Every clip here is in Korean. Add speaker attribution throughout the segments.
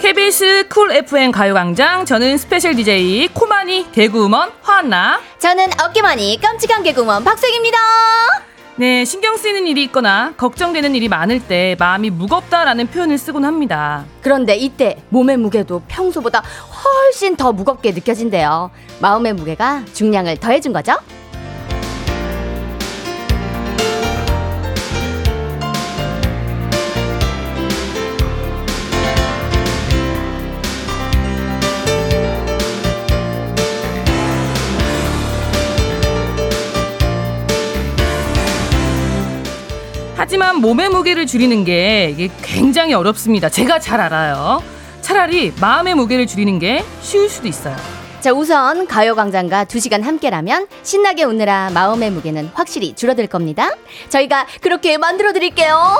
Speaker 1: KBS 쿨 FM 가요광장 저는 스페셜 DJ 코마니 개그우먼 화한나
Speaker 2: 저는 어깨머니 깜찍한 개구먼 박색입니다.
Speaker 1: 네 신경 쓰이는 일이 있거나 걱정되는 일이 많을 때 마음이 무겁다라는 표현을 쓰곤 합니다
Speaker 2: 그런데 이때 몸의 무게도 평소보다 훨씬 더 무겁게 느껴진대요. 마음의 무게가 중량을 더해준 거죠?
Speaker 1: 하지만 몸의 무게를 줄이는 게 이게 굉장히 어렵습니다 제가 잘 알아요 차라리 마음의 무게를 줄이는 게 쉬울 수도 있어요
Speaker 2: 자, 우선 가요광장과 두시간 함께라면 신나게 웃느라 마음의 무게는 확실히 줄어들 겁니다. 저희가 그렇게 만들어 드릴게요.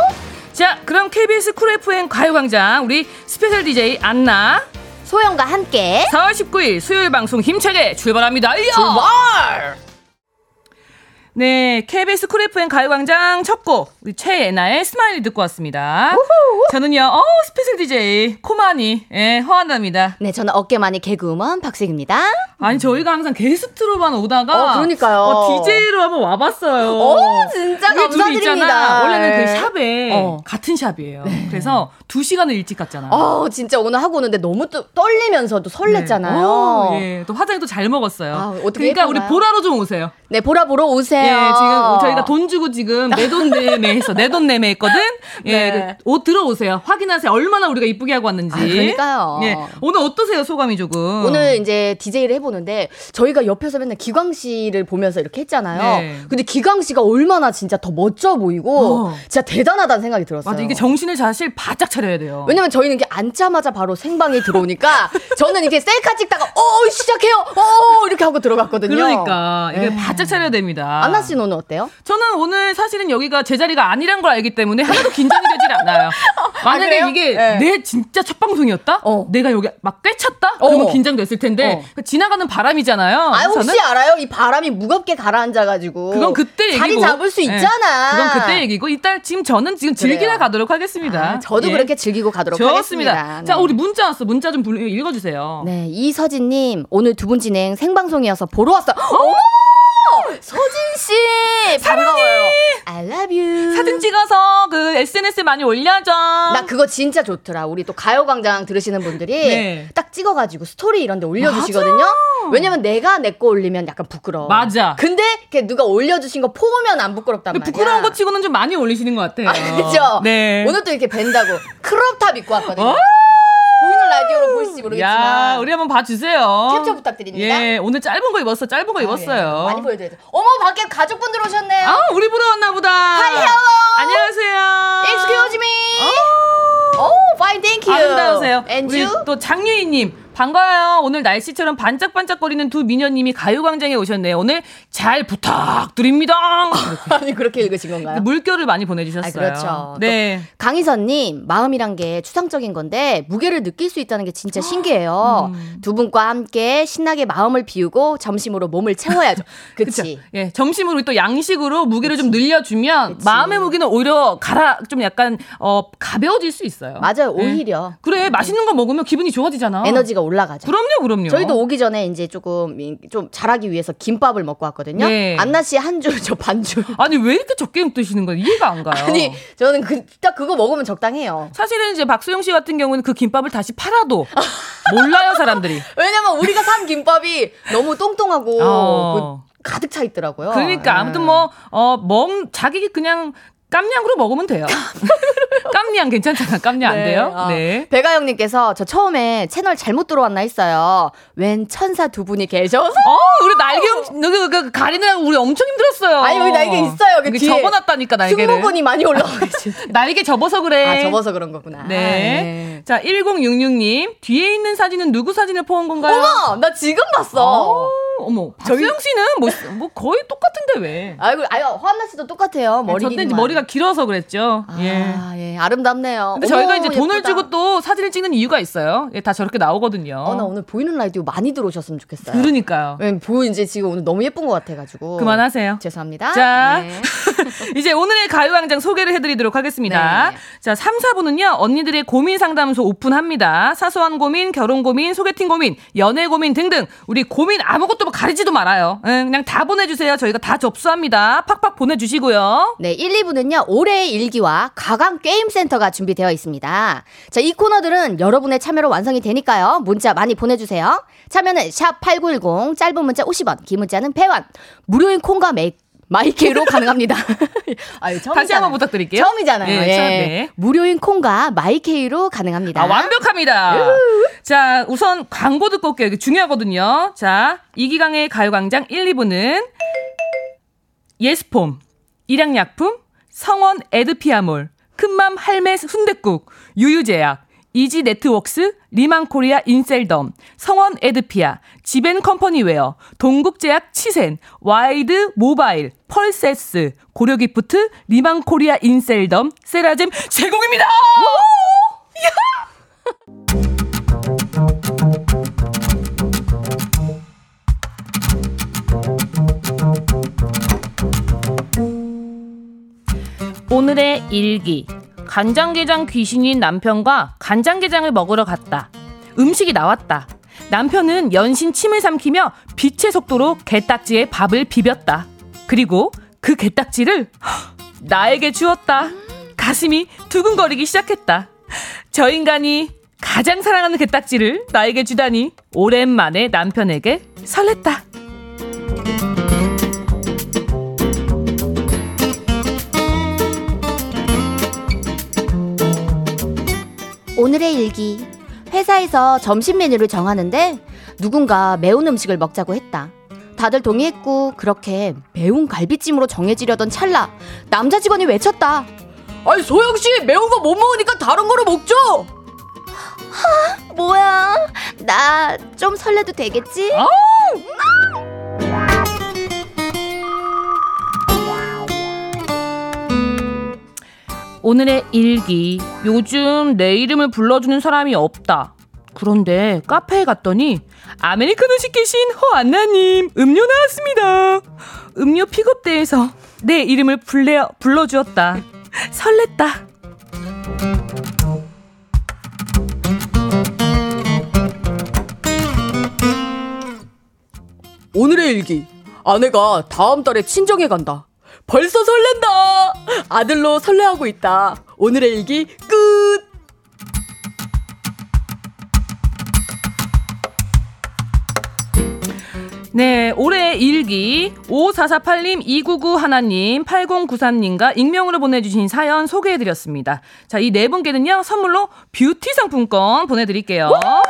Speaker 1: 자 그럼 KBS 쿨 FM 가요광장 우리 스페셜 DJ 안나
Speaker 2: 소영과 함께
Speaker 1: 4월 19일 수요일 방송 힘차게 출발합니다. 이야!
Speaker 2: 출발!
Speaker 1: 네, KBS 쿨 FM 가요광장 첫 곡, 우리 최애나의 스마일 듣고 왔습니다. 저는요, 어, 스페셜 DJ, 코마니, 예, 허한답니다.
Speaker 2: 네, 저는 어깨만이 개그우먼 박색입니다.
Speaker 1: 아니, 저희가 항상 게스트로만 오다가.
Speaker 2: 음. 어, 그러니까요.
Speaker 1: 어, DJ로 한번 와봤어요.
Speaker 2: 오, 진짜
Speaker 1: 우리 둘이
Speaker 2: 감사드립니다.
Speaker 1: 있잖아. 원래는 그 샵에
Speaker 2: 어.
Speaker 1: 같은 샵이에요. 그래서 두 시간을 일찍 갔잖아.
Speaker 2: 어, 진짜 오늘 하고 오는데 너무 또 떨리면서도 설렜잖아요.
Speaker 1: 네. 어, 예. 또 화장도 잘 먹었어요.
Speaker 2: 아, 어떻게
Speaker 1: 그러니까 우리
Speaker 2: 예쁜가요?
Speaker 1: 보라로 좀 오세요.
Speaker 2: 네, 보라 보러 오세요.
Speaker 1: 예, 지금 저희가 돈 주고 지금 내 돈 내매했어. 내 돈 내매했거든. 예,
Speaker 2: 네.
Speaker 1: 그 옷 들어오세요. 확인하세요. 얼마나 우리가 이쁘게 하고 왔는지.
Speaker 2: 아, 그러니까요.
Speaker 1: 예, 오늘 어떠세요? 소감이 조금.
Speaker 2: 오늘 이제 DJ를 해보는데 저희가 옆에서 맨날 기광 씨를 보면서 이렇게 했잖아요.
Speaker 1: 네.
Speaker 2: 근데 기광 씨가 얼마나 진짜 더 멋져 보이고
Speaker 1: 어.
Speaker 2: 진짜 대단하다는 생각이 들었어요.
Speaker 1: 맞아. 이게 정신을 사실 바짝 차려야 돼요.
Speaker 2: 왜냐면 저희는 이게 앉자마자 바로 생방이 들어오니까 저는 이렇게 셀카 찍다가 어 시작해요. 어 이렇게 하고 들어갔거든요.
Speaker 1: 그러니까 이게
Speaker 2: 네.
Speaker 1: 바짝 차려야 됩니다.
Speaker 2: 안나 씨는 오늘 어때요?
Speaker 1: 저는 오늘 사실은 여기가 제 자리가 아니란 걸 알기 때문에 하나도 긴장이 되질 않아요. 만약에
Speaker 2: 그래요?
Speaker 1: 이게
Speaker 2: 네.
Speaker 1: 내 진짜 첫 방송이었다?
Speaker 2: 어.
Speaker 1: 내가 여기 막 꿰찼다? 그러면
Speaker 2: 어.
Speaker 1: 긴장됐을 텐데
Speaker 2: 어.
Speaker 1: 그 지나가는 바람이잖아요.
Speaker 2: 아
Speaker 1: 그래서 저는
Speaker 2: 혹시 알아요? 이 바람이 무겁게 가라앉아가지고
Speaker 1: 그건 그때 얘기고
Speaker 2: 자리 잡을 수
Speaker 1: 예,
Speaker 2: 있잖아.
Speaker 1: 그건 그때 얘기고 일단 지금 저는 지금 즐기러
Speaker 2: 그래요.
Speaker 1: 가도록 하겠습니다.
Speaker 2: 아, 저도
Speaker 1: 예.
Speaker 2: 그렇게 즐기고 가도록
Speaker 1: 좋습니다.
Speaker 2: 하겠습니다.
Speaker 1: 자
Speaker 2: 네.
Speaker 1: 우리 문자 왔어. 문자 좀 불- 읽어주세요.
Speaker 2: 네, 이서진님 오늘 두 분 진행 생방송이어서 보러 왔어요. 어머, 서진 씨 반가워요. I love you.
Speaker 1: 사진 찍어서 그 SNS 에 많이 올려줘.
Speaker 2: 나 그거 진짜 좋더라. 우리 또 가요광장 들으시는 분들이
Speaker 1: 네.
Speaker 2: 딱 찍어가지고 스토리 이런데 올려주시거든요. 왜냐면 내가 내 거 올리면 약간 부끄러워.
Speaker 1: 맞아.
Speaker 2: 근데 이렇게 누가 올려주신 거 보면 안 부끄럽단 말이야.
Speaker 1: 부끄러운 거 치고는 좀 많이 올리시는 것 같아요.
Speaker 2: 아, 그죠?
Speaker 1: 네.
Speaker 2: 오늘 또 이렇게 뵌다고 크롭탑 입고 왔거든요.
Speaker 1: 어?
Speaker 2: 보이는 라디오로 보일지 모르겠지만.
Speaker 1: 야, 우리 한번 봐주세요.
Speaker 2: 캡처 부탁드립니다.
Speaker 1: 예, 오늘 짧은 거 입었어. 짧은 거 입었어요.
Speaker 2: 아, 예. 많이 보여드려야죠. 어머, 밖에 가족분들 오셨네요.
Speaker 1: 아, 우리 보러 왔나 보다.
Speaker 2: Hi, hello. 아!
Speaker 1: 안녕하세요.
Speaker 2: Excuse me.
Speaker 1: 어.
Speaker 2: 오, fine, thank you.
Speaker 1: 아름다우세요.
Speaker 2: And
Speaker 1: 우리
Speaker 2: you?
Speaker 1: 또 장유희님 반가워요. 오늘 날씨처럼 반짝반짝거리는 두 미녀님이 가요광장에 오셨네요. 오늘 잘 부탁드립니다. 이렇게
Speaker 2: 아니, 그렇게 읽으신 건가요?
Speaker 1: 물결을 많이 보내주셨어요.
Speaker 2: 아, 그렇죠.
Speaker 1: 네.
Speaker 2: 강희선님, 마음이란 게 추상적인 건데, 무게를 느낄 수 있다는 게 진짜 신기해요. 두 분과 함께 신나게 마음을 비우고, 점심으로 몸을 채워야죠. 그치?
Speaker 1: 예, 점심으로 또 양식으로 무게를 좀 늘려주면
Speaker 2: 그렇죠. 그치.
Speaker 1: 마음의 무게는 오히려 가라 좀 약간 어 가벼워질 수 있어요.
Speaker 2: 맞아요,
Speaker 1: 예.
Speaker 2: 오히려.
Speaker 1: 그래 맛있는 거 먹으면 기분이 좋아지잖아.
Speaker 2: 에너지가 올라가죠.
Speaker 1: 그럼요, 그럼요.
Speaker 2: 저희도 오기 전에 이제 조금 이- 좀 잘하기 위해서 김밥을 먹고 왔거든요.
Speaker 1: 네.
Speaker 2: 안나 씨 한 줄, 저 반 줄.
Speaker 1: 아니 왜 이렇게 적게 드시는 거예요? 이해가 안 가요.
Speaker 2: 아니, 저는 그, 딱 그거 먹으면 적당해요.
Speaker 1: 사실은 이제 박소영 씨 같은 경우는 그 김밥을 다시 팔아도 몰라요 사람들이.
Speaker 2: 왜냐면 우리가 산 김밥이 너무 똥똥하고
Speaker 1: 어.
Speaker 2: 그 가득 차 있더라고요.
Speaker 1: 그러니까 아무튼
Speaker 2: 예.
Speaker 1: 뭐어멍 자기 그냥 깜냥으로 먹으면 돼요. 깜냥 괜찮잖아. 깜냥 안 돼요?
Speaker 2: 아,
Speaker 1: 네.
Speaker 2: 배가영님께서 저 처음에 채널 잘못 들어왔나 했어요. 웬 천사 두 분이 계셔서.
Speaker 1: 어, 우리 날개 엄- 그, 그, 그 가리느라고 우리 엄청 힘들었어요.
Speaker 2: 아니, 우리 날개 있어요. 그
Speaker 1: 이게
Speaker 2: 뒤에
Speaker 1: 접어놨다니까 날개를.
Speaker 2: 승모근이 많이 올라와 계신.
Speaker 1: 날개 접어서 그래.
Speaker 2: 아, 접어서 그런 거구나.
Speaker 1: 네. 자, 1066님 뒤에 있는 사진은 누구 사진을 포함한
Speaker 2: 아, 네.
Speaker 1: 건가요?
Speaker 2: 어머! 나 지금 봤어.
Speaker 1: 어, 어머. 박수영 씨는 뭐, 뭐 거의 똑같은데 왜?
Speaker 2: 아이고, 아유, 허한나 씨도 똑같아요. 머리
Speaker 1: 네, 저때 이제
Speaker 2: 길이만.
Speaker 1: 머리가 길어서 그랬죠.
Speaker 2: 아,
Speaker 1: 예.
Speaker 2: 예. 아름답네요.
Speaker 1: 근데
Speaker 2: 어머,
Speaker 1: 저희가 이제 돈을
Speaker 2: 예쁘다.
Speaker 1: 주고 또 사진을 찍는 이유가 있어요. 예, 다 저렇게 나오거든요.
Speaker 2: 어, 나 오늘 보이는 라디오 많이 들어오셨으면 좋겠어요. 어.
Speaker 1: 그러니까요.
Speaker 2: 왜 보, 이제 지금 오늘 너무 예쁜 것 같아가지고.
Speaker 1: 그만하세요.
Speaker 2: 죄송합니다.
Speaker 1: 자.
Speaker 2: 네.
Speaker 1: 이제 오늘의 가요광장 소개를 해드리도록 하겠습니다.
Speaker 2: 네.
Speaker 1: 자, 3, 4부는요, 언니들의 고민 상담소 오픈합니다. 사소한 고민, 결혼 고민, 소개팅 고민, 연애 고민 등등. 우리 고민 아무것도 뭐 가리지도 말아요. 응, 그냥 다 보내주세요. 저희가 다 접수합니다. 팍팍 보내주시고요.
Speaker 2: 네, 1, 2부는요, 올해의 일기와 가강 게임센터가 준비되어 있습니다. 자, 이 코너들은 여러분의 참여로 완성이 되니까요. 문자 많이 보내주세요. 참여는 샵8910, 짧은 문자 50원, 긴 문자는 100원, 무료인 콩과 메이, 마이케로 가능합니다. 아유, 처음이잖아요.
Speaker 1: 다시 한번 부탁드릴게요.
Speaker 2: 처음이잖아요.
Speaker 1: 예,
Speaker 2: 예.
Speaker 1: 처음, 네.
Speaker 2: 무료인 콩과 마이케이로 가능합니다.
Speaker 1: 아, 완벽합니다. 자, 우선 광고 듣고 올게요. 이게 중요하거든요. 자, 이기강의 가요광장 1, 2부는 예스폼, 일양약품, 성원 에드피아몰, 큰맘 할매 순댓국, 유유제약, 이지 네트웍스, 리만코리아 인셀덤, 성원 에드피아, 지벤컴퍼니웨어, 동국제약 치센, 와이드 모바일, 펄세스, 고려기프트, 리만코리아 인셀덤, 세라젬 제공입니다. 오늘의 일기. 간장게장 귀신인 남편과 간장게장을 먹으러 갔다. 음식이 나왔다. 남편은 연신 침을 삼키며 빛의 속도로 게딱지에 밥을 비볐다. 그리고 그 게딱지를 나에게 주었다. 가슴이 두근거리기 시작했다. 저 인간이 가장 사랑하는 게딱지를 나에게 주다니 오랜만에 남편에게 설렜다.
Speaker 2: 오늘의 일기. 회사에서 점심 메뉴를 정하는데 누군가 매운 음식을 먹자고 했다. 다들 동의했고 그렇게 매운 갈비찜으로 정해지려던 찰나 남자 직원이 외쳤다. 아니 소영 씨 매운 거 못 먹으니까 다른 거로 먹죠. 하, 뭐야? 나 좀 설레도 되겠지?
Speaker 1: 오늘의 일기. 요즘 내 이름을 불러주는 사람이 없다. 그런데 카페에 갔더니 아메리카노 시키신 허안나님 음료 나왔습니다. 음료 픽업대에서 내 이름을 불러, 불러주었다. 설렜다.
Speaker 3: 오늘의 일기. 아내가 다음 달에 친정에 간다. 벌써 설렌다. 아들로 설레하고 있다. 오늘의 일기 끝.
Speaker 1: 네, 올해 일기 5448님, 299 하나님, 8093님과 익명으로 보내주신 사연 소개해드렸습니다. 자, 이 네 분께는요 선물로 뷰티 상품권 보내드릴게요.
Speaker 3: 아,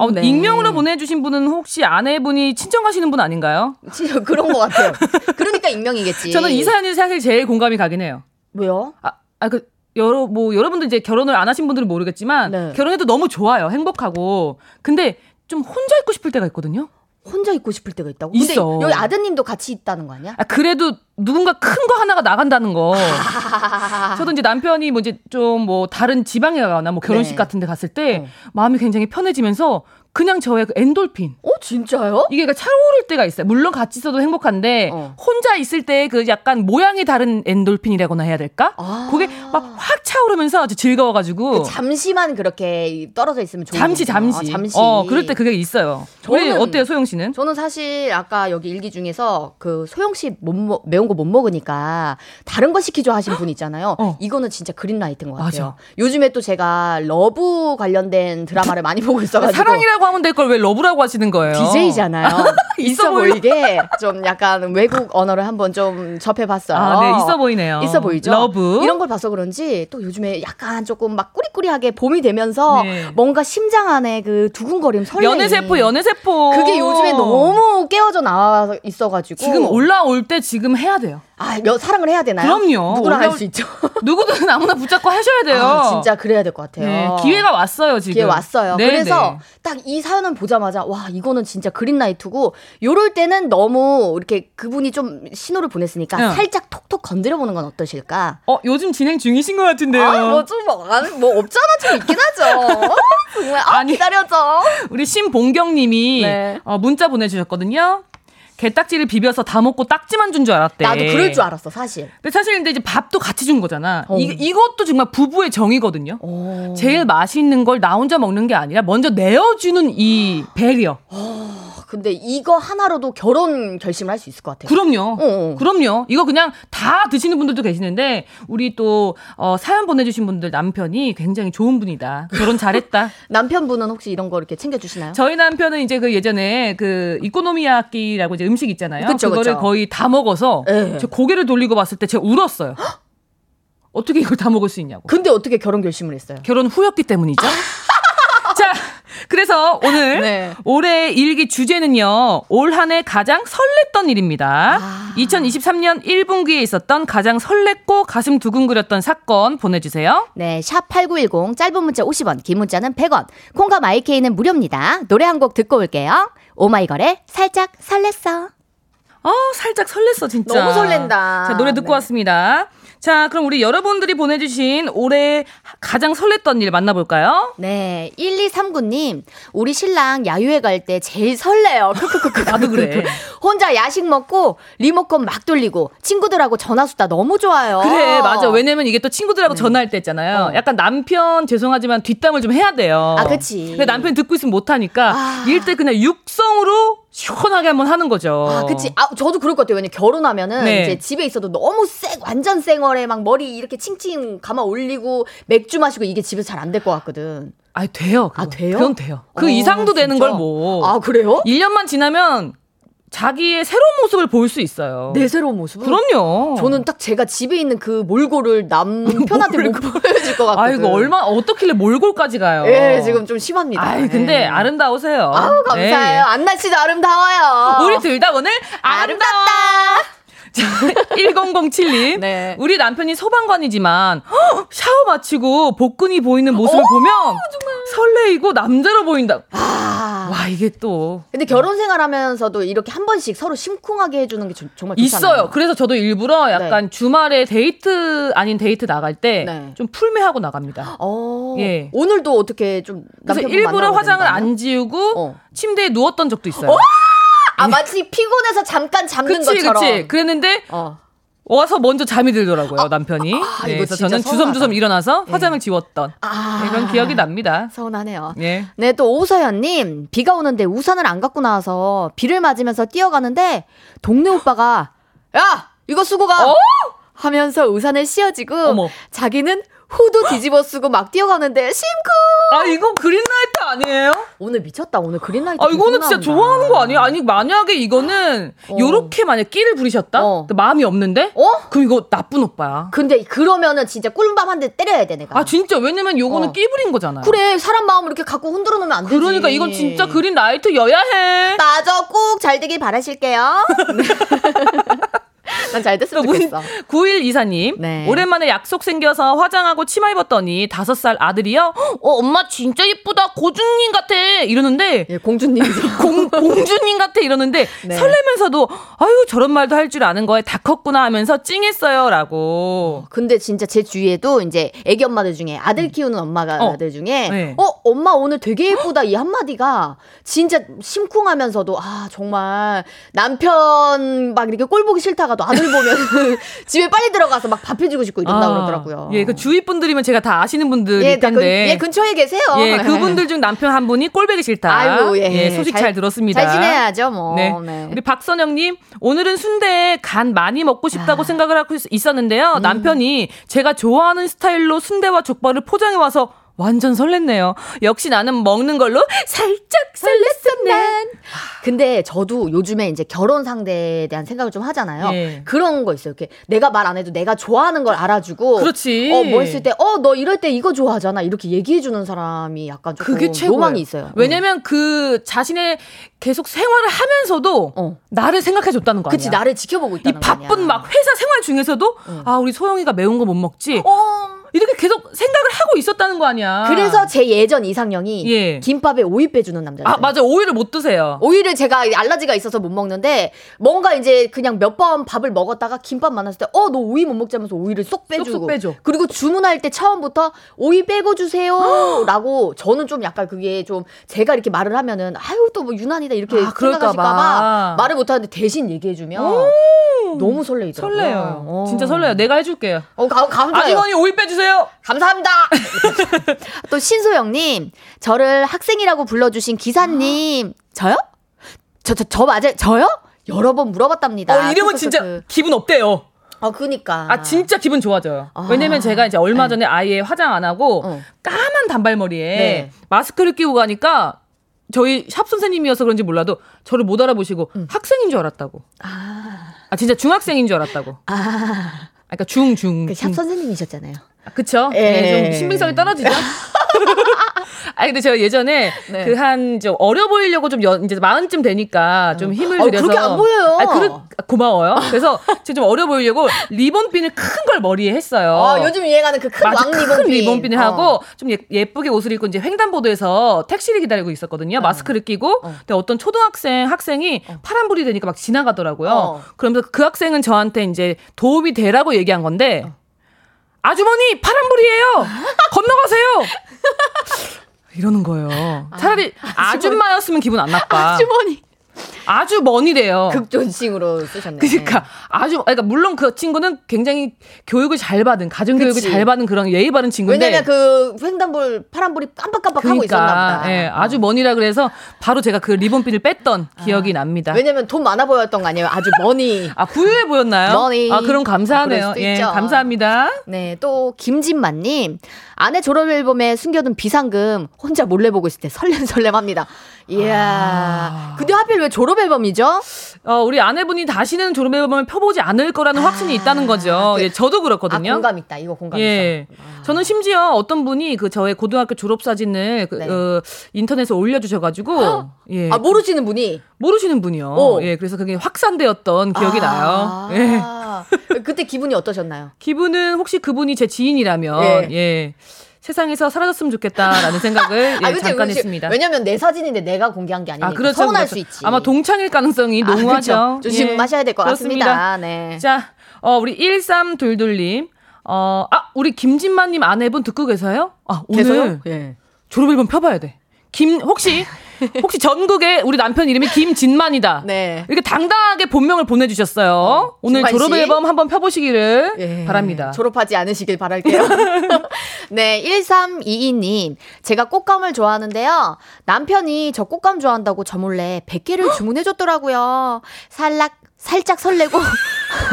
Speaker 1: 어, 익명으로 보내주신 분은 혹시 아내분이 친정 가시는 분 아닌가요?
Speaker 2: 진짜 그런 것 같아요. 그러니까
Speaker 3: 예.
Speaker 2: 익명이겠지.
Speaker 1: 저는 이 사연이 사실 제일 공감이 가긴 해요.
Speaker 2: 왜요?
Speaker 1: 아, 아, 그, 여러, 뭐, 여러분들 이제 결혼을 안 하신 분들은 모르겠지만,
Speaker 2: 네.
Speaker 1: 결혼해도 너무 좋아요. 행복하고. 근데 좀 혼자 있고 싶을 때가 있거든요?
Speaker 2: 혼자 있고 싶을 때가 있다고.
Speaker 1: 있어.
Speaker 2: 근데 여기 아드님도 같이 있다는 거 아니야?
Speaker 1: 아, 그래도 누군가 큰 거 하나가 나간다는 거. 저도 이제 남편이 뭐 이제 좀 뭐 다른 지방에 가거나 뭐 결혼식
Speaker 2: 네.
Speaker 1: 같은 데 갔을 때
Speaker 2: 어.
Speaker 1: 마음이 굉장히 편해지면서 그냥 저의 그 엔돌핀.
Speaker 2: 어 진짜요?
Speaker 1: 이게 그러니까 차오를 때가 있어요. 물론 같이 있어도 행복한데
Speaker 2: 어.
Speaker 1: 혼자 있을 때 그 약간 모양이 다른 엔돌핀이라고나 해야 될까?
Speaker 2: 아. 그
Speaker 1: 그게 막 확 차오르면서 아주 즐거워가지고
Speaker 2: 잠시만 그렇게 떨어져 있으면 좋은
Speaker 1: 잠시
Speaker 2: 거구나.
Speaker 1: 잠시.
Speaker 2: 아, 잠시.
Speaker 1: 어 그럴 때 그게 있어요. 우리
Speaker 2: 저는-
Speaker 1: 어때요 소영 씨는?
Speaker 2: 저는 사실 아까 여기 일기 중에서 그 소영 씨 못 먹- 매운 거 못 먹으니까 다른 거 시키죠 하신 분 있잖아요.
Speaker 1: 어.
Speaker 2: 이거는 진짜 그린라이트인 것 같아요.
Speaker 1: 맞아.
Speaker 2: 요즘에 또 제가 러브 관련된 드라마를 많이 보고 있어가지고
Speaker 1: 사랑이라고 하면 될 걸 왜 러브라고 하시는 거예요?
Speaker 2: DJ잖아요. 있어
Speaker 1: 있어 보여.
Speaker 2: 보이게 좀 약간 외국 언어를 한번 좀 접해봤어요.
Speaker 1: 아, 네, 있어 보이네요.
Speaker 2: 있어 보이죠?
Speaker 1: 러브.
Speaker 2: 이런 걸 봐서 그런지 또 요즘에 약간 조금 막 꾸리꾸리하게 봄이 되면서
Speaker 1: 네.
Speaker 2: 뭔가 심장 안에 그 두근거림 설렘
Speaker 1: 연애세포, 연애세포.
Speaker 2: 그게 요즘에 너무 깨어져 나와 있어가지고
Speaker 1: 지금 올라올 때 지금 해야 돼요.
Speaker 2: 아, 여, 사랑을 해야 되나요?
Speaker 1: 그럼요.
Speaker 2: 누구랑 할
Speaker 1: 올라올-
Speaker 2: 수 있죠.
Speaker 1: 누구든 아무나 붙잡고 하셔야 돼요.
Speaker 2: 아, 진짜 그래야 될 것 같아요.
Speaker 1: 네, 기회가 왔어요 지금.
Speaker 2: 기회 왔어요.
Speaker 1: 네,
Speaker 2: 그래서
Speaker 1: 네.
Speaker 2: 딱 이 사연을 보자마자 와 이거는 진짜 그린라이트고 요럴 때는 너무 이렇게 그분이 좀 신호를 보냈으니까
Speaker 1: 응.
Speaker 2: 살짝 톡톡 건드려 보는 건 어떠실까?
Speaker 1: 어 요즘 진행 중이신 것 같은데요.
Speaker 2: 아, 뭐 아뭐좀뭐 없잖아 좀 있긴 하죠. 어, 정말 아,
Speaker 1: 아니.
Speaker 2: 기다려줘.
Speaker 1: 우리 신봉경님이
Speaker 2: 네.
Speaker 1: 어, 문자 보내주셨거든요. 게딱지를 비벼서 다 먹고 딱지만 준 줄 알았대.
Speaker 2: 나도 그럴 줄 알았어 사실.
Speaker 1: 근데 사실 근데 이제 밥도 같이 준 거잖아.
Speaker 2: 어.
Speaker 1: 이, 이것도 정말 부부의 정이거든요.
Speaker 2: 오.
Speaker 1: 제일 맛있는 걸 나 혼자 먹는 게 아니라 먼저 내어주는 이 배려.
Speaker 2: 어. 근데 이거 하나로도 결혼 결심을 할 수 있을 것 같아요.
Speaker 1: 그럼요.
Speaker 2: 어, 어.
Speaker 1: 그럼요. 이거 그냥 다 드시는 분들도 계시는데 우리 또 어, 사연 보내주신 분들 남편이 굉장히 좋은 분이다. 결혼 잘했다.
Speaker 2: 남편분은 혹시 이런 거 이렇게 챙겨주시나요?
Speaker 1: 저희 남편은 이제 그 예전에 그 이코노미야끼라고 이제 음식 있잖아요.
Speaker 2: 그쵸,
Speaker 1: 거를
Speaker 2: 그쵸.
Speaker 1: 거의 다 먹어서
Speaker 2: 예.
Speaker 1: 제 고개를 돌리고 봤을 때 제가 울었어요. 어떻게 이걸 다 먹을 수 있냐고.
Speaker 2: 근데 어떻게 결혼 결심을 했어요?
Speaker 1: 결혼 후였기 때문이죠. 자, 그래서 오늘
Speaker 2: 네.
Speaker 1: 올해 일기 주제는요. 올 한 해 가장 설렜던 일입니다.
Speaker 2: 아.
Speaker 1: 2023년 1분기에 있었던 가장 설렜고 가슴 두근거렸던 사건 보내주세요.
Speaker 2: 네, 샵 8910 짧은 문자 50원, 긴 문자는 100원. 콩과 마이케이는 무료입니다. 노래 한 곡 듣고 올게요. 오마이걸의 살짝 설렜어.
Speaker 1: 어, 살짝 설렜어, 진짜.
Speaker 2: 너무 설렌다.
Speaker 1: 자, 노래 듣고
Speaker 2: 네.
Speaker 1: 왔습니다. 자, 그럼 우리 여러분들이 보내주신 올해 가장 설렜던 일 만나볼까요?
Speaker 2: 네, 1239님, 우리 신랑 야유회 갈 때 제일 설레요. 크크크크.
Speaker 1: 나도 그래.
Speaker 2: 혼자 야식 먹고 리모컨 막 돌리고 친구들하고 전화수다 너무 좋아요.
Speaker 1: 그래, 맞아. 왜냐면 이게 또 친구들하고 전화할 때 있잖아요.
Speaker 2: 어.
Speaker 1: 약간 남편, 죄송하지만 뒷담을 좀 해야 돼요.
Speaker 2: 아, 그치.
Speaker 1: 근데 남편 듣고 있으면 못하니까,
Speaker 2: 아.
Speaker 1: 이럴 때 그냥 육성으로 시원하게 한번 하는 거죠.
Speaker 2: 아, 그치. 아, 저도 그럴 것 같아요. 왜냐면 결혼하면은
Speaker 1: 어. 네.
Speaker 2: 이제 집에 있어도 너무 쌩, 완전 쌩얼에 막 머리 이렇게 칭칭 감아 올리고 맥주 마시고 이게 집에서 잘 안 될 것 같거든.
Speaker 1: 아니, 돼요.
Speaker 2: 아,
Speaker 1: 그거.
Speaker 2: 돼요?
Speaker 1: 그건 돼요. 그
Speaker 2: 어,
Speaker 1: 이상도 되는
Speaker 2: 진짜?
Speaker 1: 걸 뭐.
Speaker 2: 아, 그래요?
Speaker 1: 1년만 지나면 자기의 새로운 모습을 볼 수 있어요.
Speaker 2: 내 새로운 모습은?
Speaker 1: 그럼요.
Speaker 2: 네. 저는 딱 제가 집에 있는 그 몰골을 남편한테 못 보여줄 것 같거든.
Speaker 1: 아이고 얼마 어떻길래 몰골까지 가요?
Speaker 2: 예, 지금 좀 심합니다.
Speaker 1: 아이 근데
Speaker 2: 예.
Speaker 1: 아름다우세요. 예,
Speaker 2: 아우 감사해요. 안나 씨도 아름다워요.
Speaker 1: 우리 둘 다 오늘 아름다.
Speaker 2: 아름답다.
Speaker 1: 1007님.
Speaker 2: 네.
Speaker 1: 우리 남편이 소방관이지만 헉, 샤워 마치고 복근이 보이는 모습을 보면 설레이고 남자로 보인다.
Speaker 2: 어, 아.
Speaker 1: 와 이게 또
Speaker 2: 근데 결혼 생활하면서도 이렇게 한 번씩 서로 심쿵하게 해주는 게 조- 정말 좋잖아요.
Speaker 1: 있어요. 그래서 저도 일부러 약간 주말에 데이트 아닌 데이트 나갈 때 좀
Speaker 2: 네.
Speaker 1: 풀메하고 나갑니다.
Speaker 2: 어.
Speaker 1: 예.
Speaker 2: 오늘도 어떻게 좀
Speaker 1: 그래서
Speaker 2: 남편분
Speaker 1: 일부러
Speaker 2: 만나고
Speaker 1: 화장을
Speaker 2: 되는 거 아니에요?
Speaker 1: 안 지우고
Speaker 2: 어.
Speaker 1: 침대에 누웠던 적도 있어요.
Speaker 2: 아 마치 피곤해서 잠깐 잠든
Speaker 1: 그치
Speaker 2: 것처럼.
Speaker 1: 그치. 그랬는데
Speaker 2: 어.
Speaker 1: 와서 먼저 잠이 들더라고요 남편이.
Speaker 2: 아,
Speaker 1: 네,
Speaker 2: 이거
Speaker 1: 그래서
Speaker 2: 진짜
Speaker 1: 저는
Speaker 2: 서운하다. 예.
Speaker 1: 주섬주섬 일어나서 화장을 지웠던
Speaker 2: 아.
Speaker 1: 네, 그런 기억이 납니다.
Speaker 2: 서운하네요.
Speaker 1: 예.
Speaker 2: 네, 또 오서연님 비가 오는데 우산을 안 갖고 나와서 비를 맞으면서 뛰어가는데 동네 오빠가 야 이거 쓰고 가
Speaker 1: 어?
Speaker 2: 하면서 우산을 씌워지고
Speaker 1: 어머.
Speaker 2: 자기는 후도 뒤집어 쓰고 막 뛰어가는데 심쿵
Speaker 1: 아 이거 그린라이트 아니에요?
Speaker 2: 오늘 미쳤다 오늘 그린라이트
Speaker 1: 아 이거는
Speaker 2: 계속
Speaker 1: 진짜
Speaker 2: 나온다.
Speaker 1: 좋아하는 거 아니에요? 아니 만약에 이거는
Speaker 2: 어.
Speaker 1: 요렇게 만약 끼를 부리셨다?
Speaker 2: 어.
Speaker 1: 근데 마음이 없는데?
Speaker 2: 어?
Speaker 1: 그럼 이거 나쁜 오빠야.
Speaker 2: 근데 그러면은 진짜 꿀밤 한 대 때려야 돼 내가
Speaker 1: 아 진짜 왜냐면 요거는
Speaker 2: 어.
Speaker 1: 끼 부린 거잖아요.
Speaker 2: 그래 사람 마음을 이렇게 갖고 흔들어 놓으면 안 되지
Speaker 1: 그러니까 이건 진짜 그린라이트여야 해.
Speaker 2: 맞아 꼭 잘 되길 바라실게요 난 잘 됐으면
Speaker 1: 문-
Speaker 2: 좋겠어
Speaker 1: 9일 이사님
Speaker 2: 네.
Speaker 1: 오랜만에 약속 생겨서 화장하고 치마 입었더니 다섯 살 아들이요 어 엄마 진짜 예쁘다 고준님 같아 이러는데
Speaker 2: 예, 공주님이죠
Speaker 1: 공, 공주님 같아 이러는데
Speaker 2: 네.
Speaker 1: 설레면서도 아유 저런 말도 할 줄 아는 거에 다 컸구나 하면서 찡했어요라고
Speaker 2: 근데 진짜 제 주위에도 이제 애기 엄마들 중에 아들 키우는 엄마가
Speaker 1: 어.
Speaker 2: 들 중에
Speaker 1: 네.
Speaker 2: 어 엄마 오늘 되게 예쁘다 이 한마디가 진짜 심쿵하면서도 아 정말 남편 막 이렇게 꼴 보기 싫다가도 아들 보면 집에 빨리 들어가서 막 밥 해주고 싶고 이런다
Speaker 1: 아,
Speaker 2: 그러더라고요.
Speaker 1: 예, 그 주위 분들이면 제가 다 아시는 분들
Speaker 2: 예,
Speaker 1: 일
Speaker 2: 다 근-
Speaker 1: 텐데
Speaker 2: 예, 근처에 계세요.
Speaker 1: 예, 그분들 중 남편 한 분이 꼴배기 싫다.
Speaker 2: 아이고, 예.
Speaker 1: 소식
Speaker 2: 잘-
Speaker 1: 잘, 들었습니다.
Speaker 2: 잘 지내야죠 뭐.
Speaker 1: 네.
Speaker 2: 네.
Speaker 1: 우리 박선영님, 오늘은 순대 간 많이 먹고 싶다고
Speaker 2: 아. 음.
Speaker 1: 생각을 하고 있- 있었는데요. 남편이 제가 좋아하는 스타일로 순대와 족발을 포장해와서 완전 설렜네요. 역시 나는 먹는 걸로 살짝
Speaker 2: 설렜었네.
Speaker 1: 아.
Speaker 2: 근데 저도 요즘에 이제 결혼 상대에 대한 생각을 좀 하잖아요.
Speaker 1: 예.
Speaker 2: 그런 거 있어요. 이렇게 내가 말 안 해도 내가 좋아하는 걸 알아주고.
Speaker 1: 그렇지.
Speaker 2: 어, 뭐 했을 때, 어, 너 이럴 때 이거 좋아하잖아. 이렇게 얘기해주는 사람이 약간 조금
Speaker 1: 그게 최고
Speaker 2: 로망이 있어요.
Speaker 1: 왜냐면 그 자신의 계속 생활을 하면서도
Speaker 2: 어.
Speaker 1: 나를 생각해 줬다는 거 아니야?
Speaker 2: 그치, 나를 지켜보고
Speaker 1: 이
Speaker 2: 있다는 거 아니야.
Speaker 1: 바쁜 막 회사 생활 중에서도 아 우리 소영이가 매운 거 못 먹지
Speaker 2: 어.
Speaker 1: 이렇게 계속 생각을 하고 있었다는 거 아니야?
Speaker 2: 그래서 제 예전 이상형이
Speaker 1: 예.
Speaker 2: 김밥에 오이 빼주는 남자였어요.
Speaker 1: 아 맞아 오이를 못 드세요.
Speaker 2: 오이를 제가 알러지가 있어서 못 먹는데 뭔가 이제 그냥 몇 번 밥을 먹었다가 김밥 만났을 때 어 너 오이 못 먹자면서 오이를 쏙 빼주고
Speaker 1: 쏙쏙 빼줘.
Speaker 2: 그리고 주문할 때 처음부터 오이 빼고 주세요라고 저는 좀 약간 그게 좀 제가 이렇게 말을 하면은 아유 또 뭐 유난이다 이렇게
Speaker 1: 아, 그럴까 봐.
Speaker 2: 생각하실까봐 말을 못하는데 대신 얘기해주면 너무 설레이더라고요.
Speaker 1: 설레요.
Speaker 2: 어.
Speaker 1: 진짜 설레요. 내가 해줄게요.
Speaker 2: 어, 감, 감사해요.
Speaker 1: 아주머니 오이 빼주세요. 어,
Speaker 2: 감사합니다. 또 신소영님, 저를 학생이라고 불러주신 기사님, 저요? 저, 저, 저 맞아요? 저요? 여러 번 물어봤답니다. 그
Speaker 1: 어, 이름은
Speaker 2: 크크크크.
Speaker 1: 진짜 기분 업돼요.
Speaker 2: 어, 그니까.
Speaker 1: 아 진짜 기분 좋아져요.
Speaker 2: 아.
Speaker 1: 왜냐면 제가 이제 얼마 전에 아예 화장 안 하고
Speaker 2: 어.
Speaker 1: 까만 단발머리에
Speaker 2: 네.
Speaker 1: 마스크를 끼고 가니까 저희 샵 선생님이어서 그런지 몰라도 저를 못 알아보시고
Speaker 2: 음.
Speaker 1: 학생인 줄 알았다고. 아. 진짜 중학생인 줄 알았다고. 아. 그러니까 중중.
Speaker 2: 그샵 선생님이셨잖아요.
Speaker 1: 그쵸?
Speaker 2: 예.
Speaker 1: 네, 좀 신빙성이 떨어지죠? 아 근데 제가 예전에
Speaker 2: 네.
Speaker 1: 그 한 좀 어려 보이려고 좀 연, 이제 마흔쯤 되니까 좀 힘을
Speaker 2: 어,
Speaker 1: 들여서
Speaker 2: 그렇게 안 보여요.
Speaker 1: 아, 그렇- 아, 고마워요. 그래서 제가 좀 어려 보이려고 리본핀을 큰 걸 머리에 했어요.
Speaker 2: 어, 요즘 유행하는 그 큰
Speaker 1: 맞아,
Speaker 2: 왕
Speaker 1: 큰
Speaker 2: 리본핀.
Speaker 1: 리본핀을
Speaker 2: 어.
Speaker 1: 하고 좀 예, 예쁘게 옷을 입고 이제 횡단보도에서 택시를 기다리고
Speaker 2: 어.
Speaker 1: 있었거든요. 마스크를 끼고 근데 어떤 초등학생 학생이 파란불이 되니까 막 지나가더라고요.
Speaker 2: 어.
Speaker 1: 그러면서 그 학생은 저한테 이제 도움이 되라고 얘기한 건데
Speaker 2: 어.
Speaker 1: 아주머니 파란불이에요. 건너가세요. 이러는 거예요.
Speaker 2: 아.
Speaker 1: 차라리 아줌마였으면 기분 안 나빠.
Speaker 2: 주머니.
Speaker 1: 아주
Speaker 2: 어.
Speaker 1: 머니래요.
Speaker 2: 극존칭으로 쓰셨네.
Speaker 1: 그러니까 아주 그러니까 물론 그 친구는 굉장히 교육을 잘 받은 가정 교육을
Speaker 2: 그치.
Speaker 1: 잘 받은 그런 예의 바른 친구인데
Speaker 2: 왜냐면 그 횡단불 파란불이 깜빡깜빡 하고 있었나 보다. 어.
Speaker 1: 예, 아주 머니라 그래서 바로 제가 그 리본핀을 뺐던 기억이 납니다.
Speaker 2: 아. 왜냐면 돈 많아 보였던 거 아니에요? 아주 머니.
Speaker 1: 아 부유해 보였나요?
Speaker 2: 머니.
Speaker 1: 아 그럼
Speaker 2: 아,
Speaker 1: 감사하네요.
Speaker 2: 그럴 수도
Speaker 1: 예,
Speaker 2: 있죠.
Speaker 1: 감사합니다.
Speaker 2: 네, 또 김진만님 아내 졸업 앨범에 숨겨둔 비상금 혼자 몰래 보고 있을 때 설렘설렘합니다. 이야,
Speaker 1: 아.
Speaker 2: 근데 하필 왜 졸업 앨범이죠? 아,
Speaker 1: 어 우리 아내분이 다시는 졸업 앨범을 펴보지 않을 거라는 확신이 있다는 거죠.
Speaker 2: 그-
Speaker 1: 예, 저도
Speaker 2: 아
Speaker 1: 그렇거든요.
Speaker 2: 공감 있다, 이거 공감 있어.
Speaker 1: 예. 저는 심지어 어떤 분이 그 저의 고등학교 졸업 사진을 그,
Speaker 2: 네.
Speaker 1: 어, 인터넷에 올려주셔가지고 예
Speaker 2: 아 모르시는 분이
Speaker 1: 모르시는 분이요.
Speaker 2: 어.
Speaker 1: 예, 그래서 그게 확산되었던 기억이
Speaker 2: 아.
Speaker 1: 나요. 예.
Speaker 2: 그때 기분이 어떠셨나요?
Speaker 1: 기분은 혹시 그분이 제 지인이라면
Speaker 2: 예.
Speaker 1: 예. 세상에서 사라졌으면 좋겠다라는 생각을 예,
Speaker 2: 그치,
Speaker 1: 잠깐
Speaker 2: 그치.
Speaker 1: 했습니다.
Speaker 2: 아, 왜냐면 내 사진인데 내가 공개한 게 아니니까
Speaker 1: 그렇죠,
Speaker 2: 서운할
Speaker 1: 그렇죠.
Speaker 2: 수 있지.
Speaker 1: 아마 동창일 가능성이
Speaker 2: 아,
Speaker 1: 농후하죠. 예.
Speaker 2: 그렇죠. 조심하셔야 될 것
Speaker 1: 그렇습니다.
Speaker 2: 같습니다. 네.
Speaker 1: 자, 어, 우리 1322님. 어, 아, 우리 김진만님 아내분 듣고 계세요? 아, 오늘
Speaker 3: 계세요? 예.
Speaker 1: 졸업앨범 펴봐야 돼. 김, 혹시, 혹시 전국에 우리 남편 이름이 김진만이다.
Speaker 2: 네.
Speaker 1: 이렇게 당당하게 본명을 보내주셨어요. 오늘
Speaker 2: 진만 씨.
Speaker 1: 졸업앨범 한번 펴보시기를
Speaker 2: 예.
Speaker 1: 바랍니다.
Speaker 2: 졸업하지 않으시길 바랄게요. 네, 1322님. 제가 꽃감을 좋아하는데요. 남편이 저 꽃감 좋아한다고 저 몰래 100개를 주문해줬더라고요. 살락, 살짝 설레고,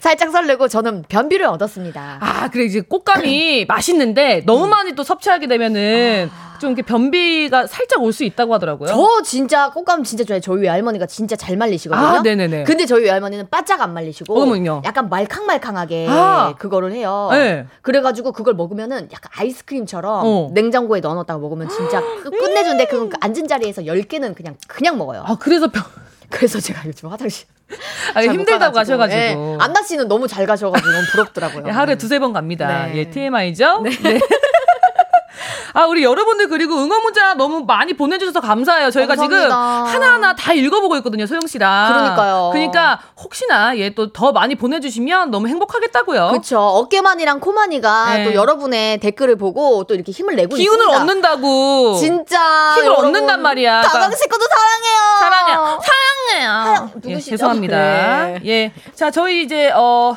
Speaker 2: 살짝 설레고 저는 변비를 얻었습니다.
Speaker 1: 아, 그래 이제 꽃감이 맛있는데 너무
Speaker 2: 음.
Speaker 1: 많이 또 섭취하게 되면은
Speaker 2: 아.
Speaker 1: 좀 이렇게 변비가 살짝 올 수 있다고 하더라고요.
Speaker 2: 저 진짜 꽃감 진짜 좋아해요. 저희 외할머니가 진짜 잘 말리시거든요.
Speaker 1: 아, 네네네.
Speaker 2: 근데 저희 외할머니는 바짝 안 말리시고
Speaker 1: 어머요.
Speaker 2: 약간 말캉말캉하게
Speaker 1: 아.
Speaker 2: 그거를 해요.
Speaker 1: 네.
Speaker 2: 그래가지고 그걸 먹으면은 약간 아이스크림처럼
Speaker 1: 어. 음.
Speaker 2: 냉장고에 넣어놨다가 먹으면 진짜 끝- 끝내준데 그건 앉은 자리에서 10개는 그냥 그냥 먹어요.
Speaker 1: 아, 그래서 변,
Speaker 2: 그래서 제가 요즘 화장실
Speaker 1: 아,
Speaker 2: 잘못
Speaker 1: 힘들다고
Speaker 2: 가가지고.
Speaker 1: 하셔가지고.
Speaker 2: 예. 안나 씨는 너무 잘 가셔가지고 너무 부럽더라고요.
Speaker 1: 예, 하루에 두세 번 갑니다.
Speaker 2: 네.
Speaker 1: 예, TMI죠? 네. 아, 우리 여러분들 그리고 응원 문자 너무 많이 보내주셔서 감사해요. 저희가 지금
Speaker 2: 감사합니다.
Speaker 1: 하나하나 다 읽어보고 있거든요, 소영씨랑.
Speaker 2: 그러니까요.
Speaker 1: 그러니까 혹시나 예, 또 더 많이 보내주시면 너무 행복하겠다고요.
Speaker 2: 그렇죠. 어깨만이랑 코만이가
Speaker 1: 네.
Speaker 2: 또 여러분의 댓글을 보고 또 이렇게 힘을 내고
Speaker 1: 기운을
Speaker 2: 있습니다.
Speaker 1: 얻는다고.
Speaker 2: 진짜
Speaker 1: 힘을
Speaker 2: 여러분,
Speaker 1: 얻는단 말이야.
Speaker 2: 다방 식구도 사랑해요.
Speaker 1: 사랑해요. 사랑해요.
Speaker 2: 아. 사랑-
Speaker 1: 예,
Speaker 2: 누구시죠?
Speaker 1: 죄송합니다.
Speaker 2: 네.
Speaker 1: 예. 자, 저희 이제, 어,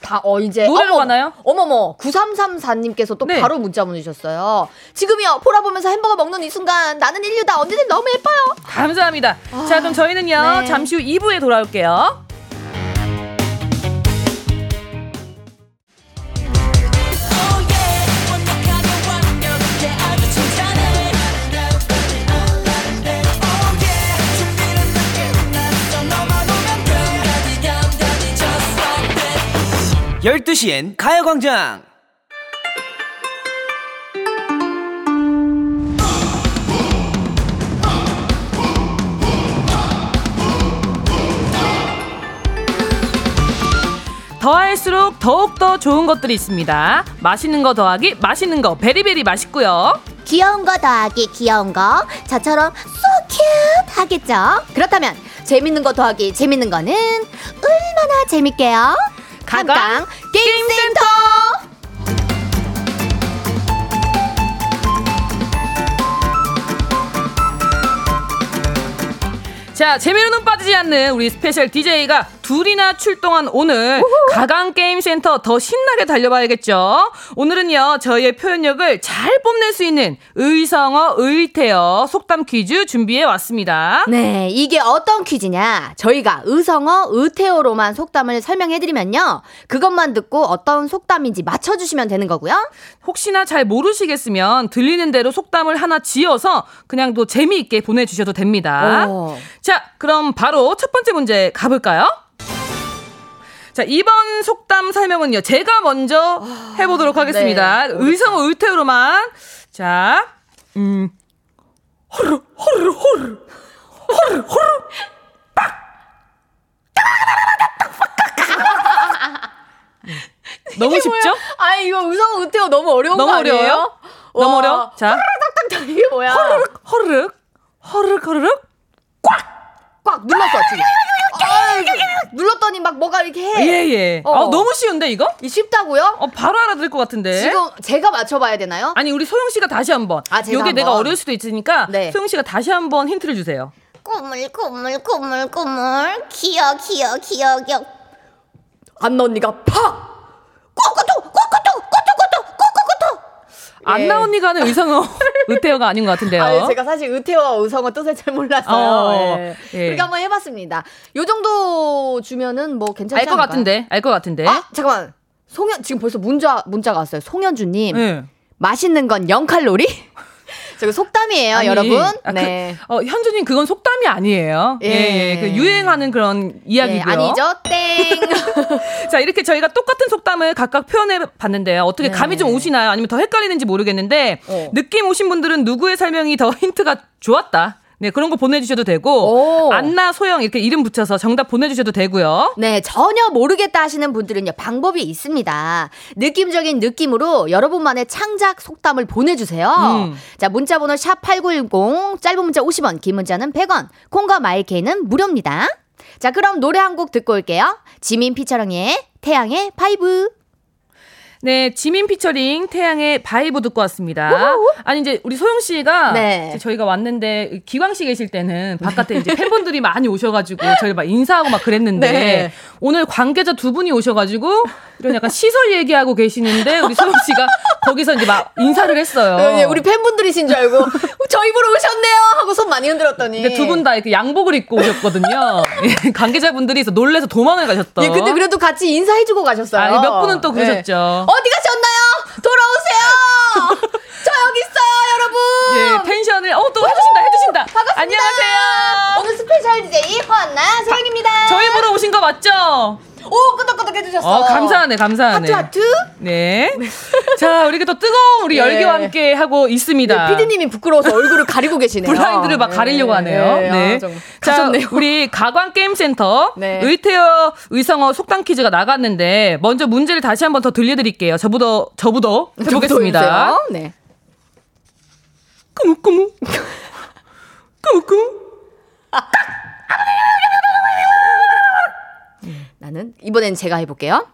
Speaker 2: 다, 어, 이제.
Speaker 1: 노래로
Speaker 2: 어머,
Speaker 1: 가나요?
Speaker 2: 어머머, 9334님께서 또
Speaker 1: 네.
Speaker 2: 바로 문자 보내주셨어요. 지금이요, 보라 보면서 햄버거 먹는 이 순간, 나는 인류다. 언니들 너무 예뻐요.
Speaker 1: 감사합니다. 자, 그럼 저희는요,
Speaker 2: 아. 네.
Speaker 1: 잠시 후 2부에 돌아올게요.
Speaker 4: 완벽하게 완벽해 12시엔 가요광장!
Speaker 1: 더할수록 더욱더 좋은 것들이 있습니다. 맛있는 거 더하기 맛있는 거 베리베리 맛있고요.
Speaker 2: 귀여운 거 더하기 귀여운 거 저처럼 so cute 하겠죠? 그렇다면 재밌는 거 더하기 재밌는 거는 얼마나 재밌게요?
Speaker 1: 가강
Speaker 2: 게임센터
Speaker 1: 자 재미로는 빠지지 않는 우리 스페셜 DJ가 둘이나 출동한 오늘 가강 게임 센터 더 신나게 달려봐야겠죠. 오늘은요 저희의 표현력을 잘 뽐낼 수 있는 의성어 의태어 속담 퀴즈 준비해 왔습니다.
Speaker 2: 네, 이게 어떤 퀴즈냐? 저희가 의성어, 의태어로만 속담을 설명해드리면요. 그것만 듣고 어떤 속담인지 맞춰주시면 되는 거고요.
Speaker 1: 혹시나 잘 모르시겠으면 들리는 대로 속담을 하나 지어서 그냥 또 재미있게 보내주셔도 됩니다.
Speaker 2: 오.
Speaker 1: 자, 그럼 바로 첫 번째 문제 가볼까요? 자, 이번 속담 설명은요, 제가 먼저 해보도록 하겠습니다. 아, 네. 의성어 을태우로만. 자, 음. 허르, 허르, 허르. 허르, 허르. 빡! 너무 쉽죠?
Speaker 3: 아 이거 의성 의태어 너무 어려운
Speaker 1: 너무
Speaker 3: 거 아니에요?
Speaker 1: 어려워요? 너무
Speaker 3: 와.
Speaker 1: 어려? 자,
Speaker 3: 딱딱 이게 뭐야?
Speaker 1: 허르륵, 허르륵, 허르륵, 허르륵.
Speaker 2: 꽉 눌렀어, 지금. 아, 눌렀더니 막 뭐가 이렇게 해.
Speaker 1: 예, 예.
Speaker 2: 어.
Speaker 1: 어, 너무 쉬운데, 이거?
Speaker 2: 이 쉽다고요?
Speaker 1: 어, 바로 알아들을 것 같은데.
Speaker 2: 지금 제가 맞춰봐야 되나요?
Speaker 1: 아니, 우리 소영 씨가 다시 한 번.
Speaker 2: 아, 제가
Speaker 1: 요게
Speaker 2: 한
Speaker 1: 내가
Speaker 2: 번.
Speaker 1: 어려울 수도 있으니까
Speaker 2: 네. 예.
Speaker 1: 소영 씨가 다시 한 번 힌트를 주세요.
Speaker 5: 꾸물 꾸물 꾸물 꾸물 기어 기어 기어 기어
Speaker 3: 안나 언니가 팍!
Speaker 5: 꼬꼬토 꼬꼬토 꼬꼬토 꼬꼬꼬토
Speaker 1: 안나 언니가 하는 의상어 으태어가 아닌 것 같은데요.
Speaker 3: 아, 제가 사실 의태어와 의성어 뜻을 잘 몰랐어요.
Speaker 1: 어,
Speaker 3: 예.
Speaker 1: 예.
Speaker 3: 그러니까 한번 해봤습니다. 요 정도 주면은 뭐 괜찮지
Speaker 1: 알 것
Speaker 3: 않을까요?
Speaker 1: 같은데, 알 것 같은데.
Speaker 3: 아 잠깐만. 송현 지금 벌써 문자 문자가 왔어요. 송현주님
Speaker 2: 네,
Speaker 1: 예.
Speaker 3: 맛있는 건 0칼로리? 저거 속담이에요,
Speaker 1: 아니,
Speaker 3: 여러분.
Speaker 1: 아, 그-
Speaker 3: 네.
Speaker 1: 어, 현주님, 그건 속담이 아니에요. 예,
Speaker 3: 예.
Speaker 1: 예. 그 유행하는 그런
Speaker 2: 예,
Speaker 1: 이야기고요.
Speaker 2: 아니죠? 땡.
Speaker 1: 자, 이렇게 저희가 똑같은 속담을 각각 표현해 봤는데요. 어떻게 감이 좀 오시나요? 아니면 더 헷갈리는지 모르겠는데,
Speaker 3: 네. 어.
Speaker 1: 느낌 오신 분들은 누구의 설명이 더 힌트가 좋았다. 네, 그런 거 보내주셔도 되고,
Speaker 3: 오.
Speaker 1: 안나, 소영 이렇게 이름 붙여서 정답 보내주셔도 되고요.
Speaker 2: 네, 전혀 모르겠다 하시는 분들은요, 방법이 있습니다. 느낌적인 느낌으로 여러분만의 창작 속담을 보내주세요.
Speaker 1: 음.
Speaker 2: 자, 문자번호 샵8910, 짧은 문자 50원, 긴 문자는 100원, 콩과 마이케이는 무료입니다. 자, 그럼 노래 한 곡 듣고 올게요. 지민 피처링의 태양의 파이브.
Speaker 1: 네, 지민 피처링 태양의 바이브 듣고 왔습니다. 아니 이제 우리 소영 씨가
Speaker 2: 네.
Speaker 1: 이제 저희가 왔는데 기광 씨 계실 때는 바깥에 이제 팬분들이 많이 오셔가지고 저희 막 인사하고 막 그랬는데
Speaker 3: 네.
Speaker 1: 오늘 관계자 두 분이 오셔가지고 이런 약간 시설 얘기하고 계시는데 우리 소영 씨가 거기서 이제 막 인사를 했어요.
Speaker 3: 예, 우리 팬분들이신 줄 알고 저희 보러 오셨네요 하고 손 많이 흔들었더니
Speaker 1: 근데 두 분 다 이렇게 양복을 입고 오셨거든요. 예, 관계자분들이 그래서 놀래서 도망을 가셨던.
Speaker 3: 예, 근데 그래도 같이 인사해주고 가셨어요.
Speaker 1: 어? 아, 몇 분은 또 그러셨죠.
Speaker 3: 예. 어디 가셨나요? 돌아오세요! 저 여기 있어요, 여러분!
Speaker 1: 예, 텐션을 어 또 해주신다 해주신다.
Speaker 3: 반갑습니다.
Speaker 1: 안녕하세요.
Speaker 3: 오늘 스페셜 DJ 허안나 소영입니다.
Speaker 1: 저희 보러 오신 거 맞죠?
Speaker 3: 오, 끄덕끄덕 해주셨어. 아,
Speaker 1: 어, 감사하네, 감사하네.
Speaker 3: 하트, 하트?
Speaker 1: 네. 자, 우리 이렇게 또 뜨거운 우리
Speaker 3: 예.
Speaker 1: 열기와 함께 하고 있습니다.
Speaker 3: 그 네, 피디님이 부끄러워서 얼굴을 가리고 계시네요.
Speaker 1: 블라인드를 막 가리려고
Speaker 3: 예,
Speaker 1: 하네요.
Speaker 3: 예,
Speaker 1: 네.
Speaker 3: 아, 좀
Speaker 1: 자,
Speaker 3: 가셨네요.
Speaker 1: 우리 가관게임센터
Speaker 3: 네.
Speaker 1: 의태어 의성어 속담 퀴즈가 나갔는데 먼저 문제를 다시 한번 더 들려드릴게요. 저부터, 저부터 해보겠습니다.
Speaker 3: 저부터 해주세요. 네.
Speaker 1: 꾸무꾸무. 꾸무꾸무.
Speaker 2: 나는 이번엔 제가 해볼게요.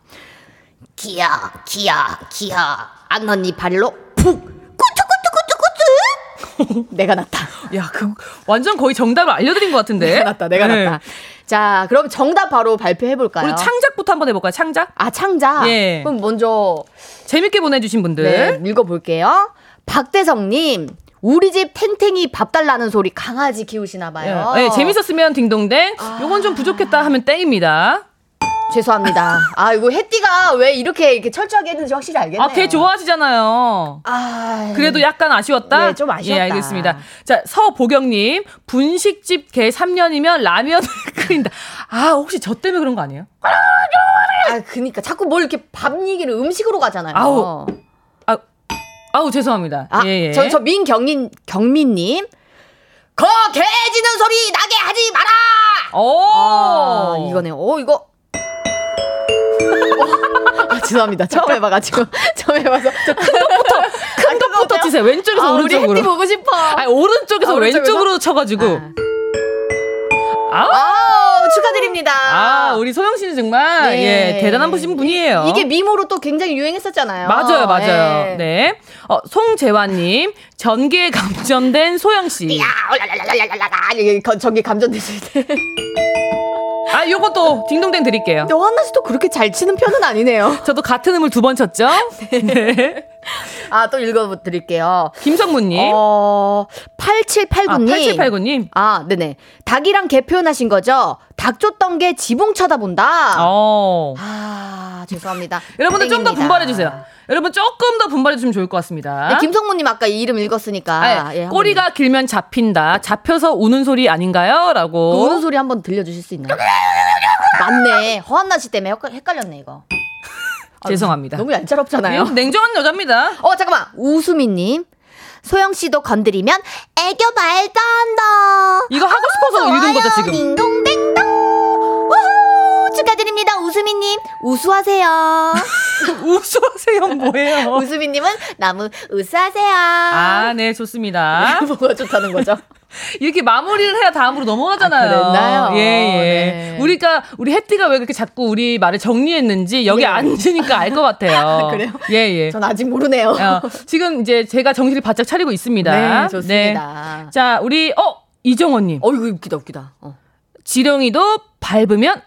Speaker 5: 기어 기어 기어
Speaker 2: 악언니 발로
Speaker 3: 내가 낫다.
Speaker 1: 야, 그, 완전 거의 정답을 알려드린 것 같은데.
Speaker 3: 내가 낫다. 내가
Speaker 1: 네.
Speaker 3: 낫다. 자, 그럼 정답 바로 발표해볼까요?
Speaker 1: 우리 창작부터 한번 해볼까요? 창작?
Speaker 2: 아, 창작?
Speaker 1: 예.
Speaker 2: 그럼 먼저
Speaker 1: 재밌게 보내주신 분들.
Speaker 2: 네, 읽어볼게요. 박대성님, 우리 집 탱탱이 밥 달라는 소리 강아지 키우시나 봐요. 아.
Speaker 1: 예, 예, 재밌었으면 딩동댕. 요건 좀 부족했다 하면 땡입니다. 아,
Speaker 2: 죄송합니다.
Speaker 3: 아, 이거 해띠가 왜 이렇게, 이렇게 철저하게 했는지 확실히 알겠네요.
Speaker 1: 아, 걔 좋아하시잖아요.
Speaker 3: 아,
Speaker 1: 그래도 약간 아쉬웠다?
Speaker 3: 네, 좀 아쉬웠다.
Speaker 1: 예, 알겠습니다. 자, 서보경님. 분식집 개 3년이면 라면을 끓인다. 아, 혹시 저 때문에 그런 거 아니에요?
Speaker 2: 아 그니까 자꾸 뭘 이렇게 밥 얘기를 음식으로 가잖아요.
Speaker 1: 아우. 아우 죄송합니다.
Speaker 2: 아,
Speaker 1: 예, 예.
Speaker 2: 저, 저 민경민, 경민님. 거 개지는 소리 나게 하지 마라!
Speaker 1: 오.
Speaker 2: 아, 이거네. 어, 이거. 아, 죄송합니다. 처음 해봐가지고. 처음 해봐서.
Speaker 1: 큰 것부터 치세요. 왼쪽에서
Speaker 2: 아, 우리 해티
Speaker 1: 오른쪽으로.
Speaker 2: 보고 싶어.
Speaker 1: 아니 오른쪽에서
Speaker 2: 아, 오른쪽에서?
Speaker 1: 왼쪽으로 쳐가지고. 아.
Speaker 2: 아, 축하드립니다.
Speaker 1: 아, 우리 소영 씨는 정말
Speaker 2: 네.
Speaker 1: 예 대단하신 분이에요.
Speaker 2: 이게 미모로 또 굉장히 유행했었잖아요.
Speaker 1: 맞아요, 맞아요.
Speaker 2: 예.
Speaker 1: 네. 어, 송재환님, 전기에 감전된 소영씨.
Speaker 2: 아, 이게 거- 전기 감전됐을 때.
Speaker 1: 아, 요것도 딩동댕 드릴게요.
Speaker 2: 근데 한나 씨도 그렇게 잘 치는 편은 아니네요.
Speaker 1: 저도 같은 음을 두 번 쳤죠? 네.
Speaker 2: 아, 또 읽어드릴게요.
Speaker 1: 김성문님.
Speaker 2: 어,
Speaker 1: 아,
Speaker 2: 8789님.
Speaker 1: 8789님.
Speaker 2: 아, 네네. 닭이랑 개 표현하신 거죠? 닭 쫓던 게 지붕 쳐다본다.
Speaker 1: 어.
Speaker 2: 아, 죄송합니다.
Speaker 1: 여러분들 좀 더
Speaker 2: 땡입니다.
Speaker 1: 분발해주세요. 여러분 조금 더 분발해주시면 좋을 것 같습니다.
Speaker 2: 네, 김성모님 아까 이 이름 읽었으니까.
Speaker 1: 아,
Speaker 2: 예, 한번
Speaker 1: 꼬리가 길면 잡힌다. 잡혀서 우는 소리 아닌가요?
Speaker 2: 그
Speaker 1: 라고.
Speaker 2: 우는 소리 한번 들려주실 수 있나요? 맞네. 허한나 씨 때문에 헷갈- 헷갈렸네, 이거.
Speaker 1: 아, 죄송합니다.
Speaker 2: 너무 얄짤없잖아요.
Speaker 1: 네, 냉정한 여자입니다.
Speaker 2: 어, 잠깐만. 우수미님. 소영 씨도 건드리면
Speaker 5: 애교 말도 한다.
Speaker 1: 이거 하고 싶어서 읽은 거죠, 지금.
Speaker 5: 딩동댕동. 우후 축하드립니다 우수미님 우수하세요.
Speaker 1: 우수하세요, 뭐예요?
Speaker 2: 우수미님은 나무 우수하세요.
Speaker 1: 아, 네, 좋습니다.
Speaker 2: 뭐가 좋다는 거죠?
Speaker 1: 이렇게 마무리를 해야 다음으로 넘어가잖아요.
Speaker 2: 아, 그랬나요?
Speaker 1: 예, 예.
Speaker 2: 네.
Speaker 1: 우리가, 우리 혜띠가 왜 그렇게 자꾸 우리 말을 정리했는지 여기
Speaker 2: 예.
Speaker 1: 앉으니까 알 것 같아요.
Speaker 2: 그래요?
Speaker 1: 예, 예.
Speaker 2: 전 아직 모르네요.
Speaker 1: 어, 지금 이제 제가 정신을 바짝 차리고 있습니다.
Speaker 2: 네, 좋습니다.
Speaker 1: 네. 자, 우리, 어, 이정원님.
Speaker 2: 어이구 웃기다 웃기다. 어.
Speaker 1: 지렁이도 밟으면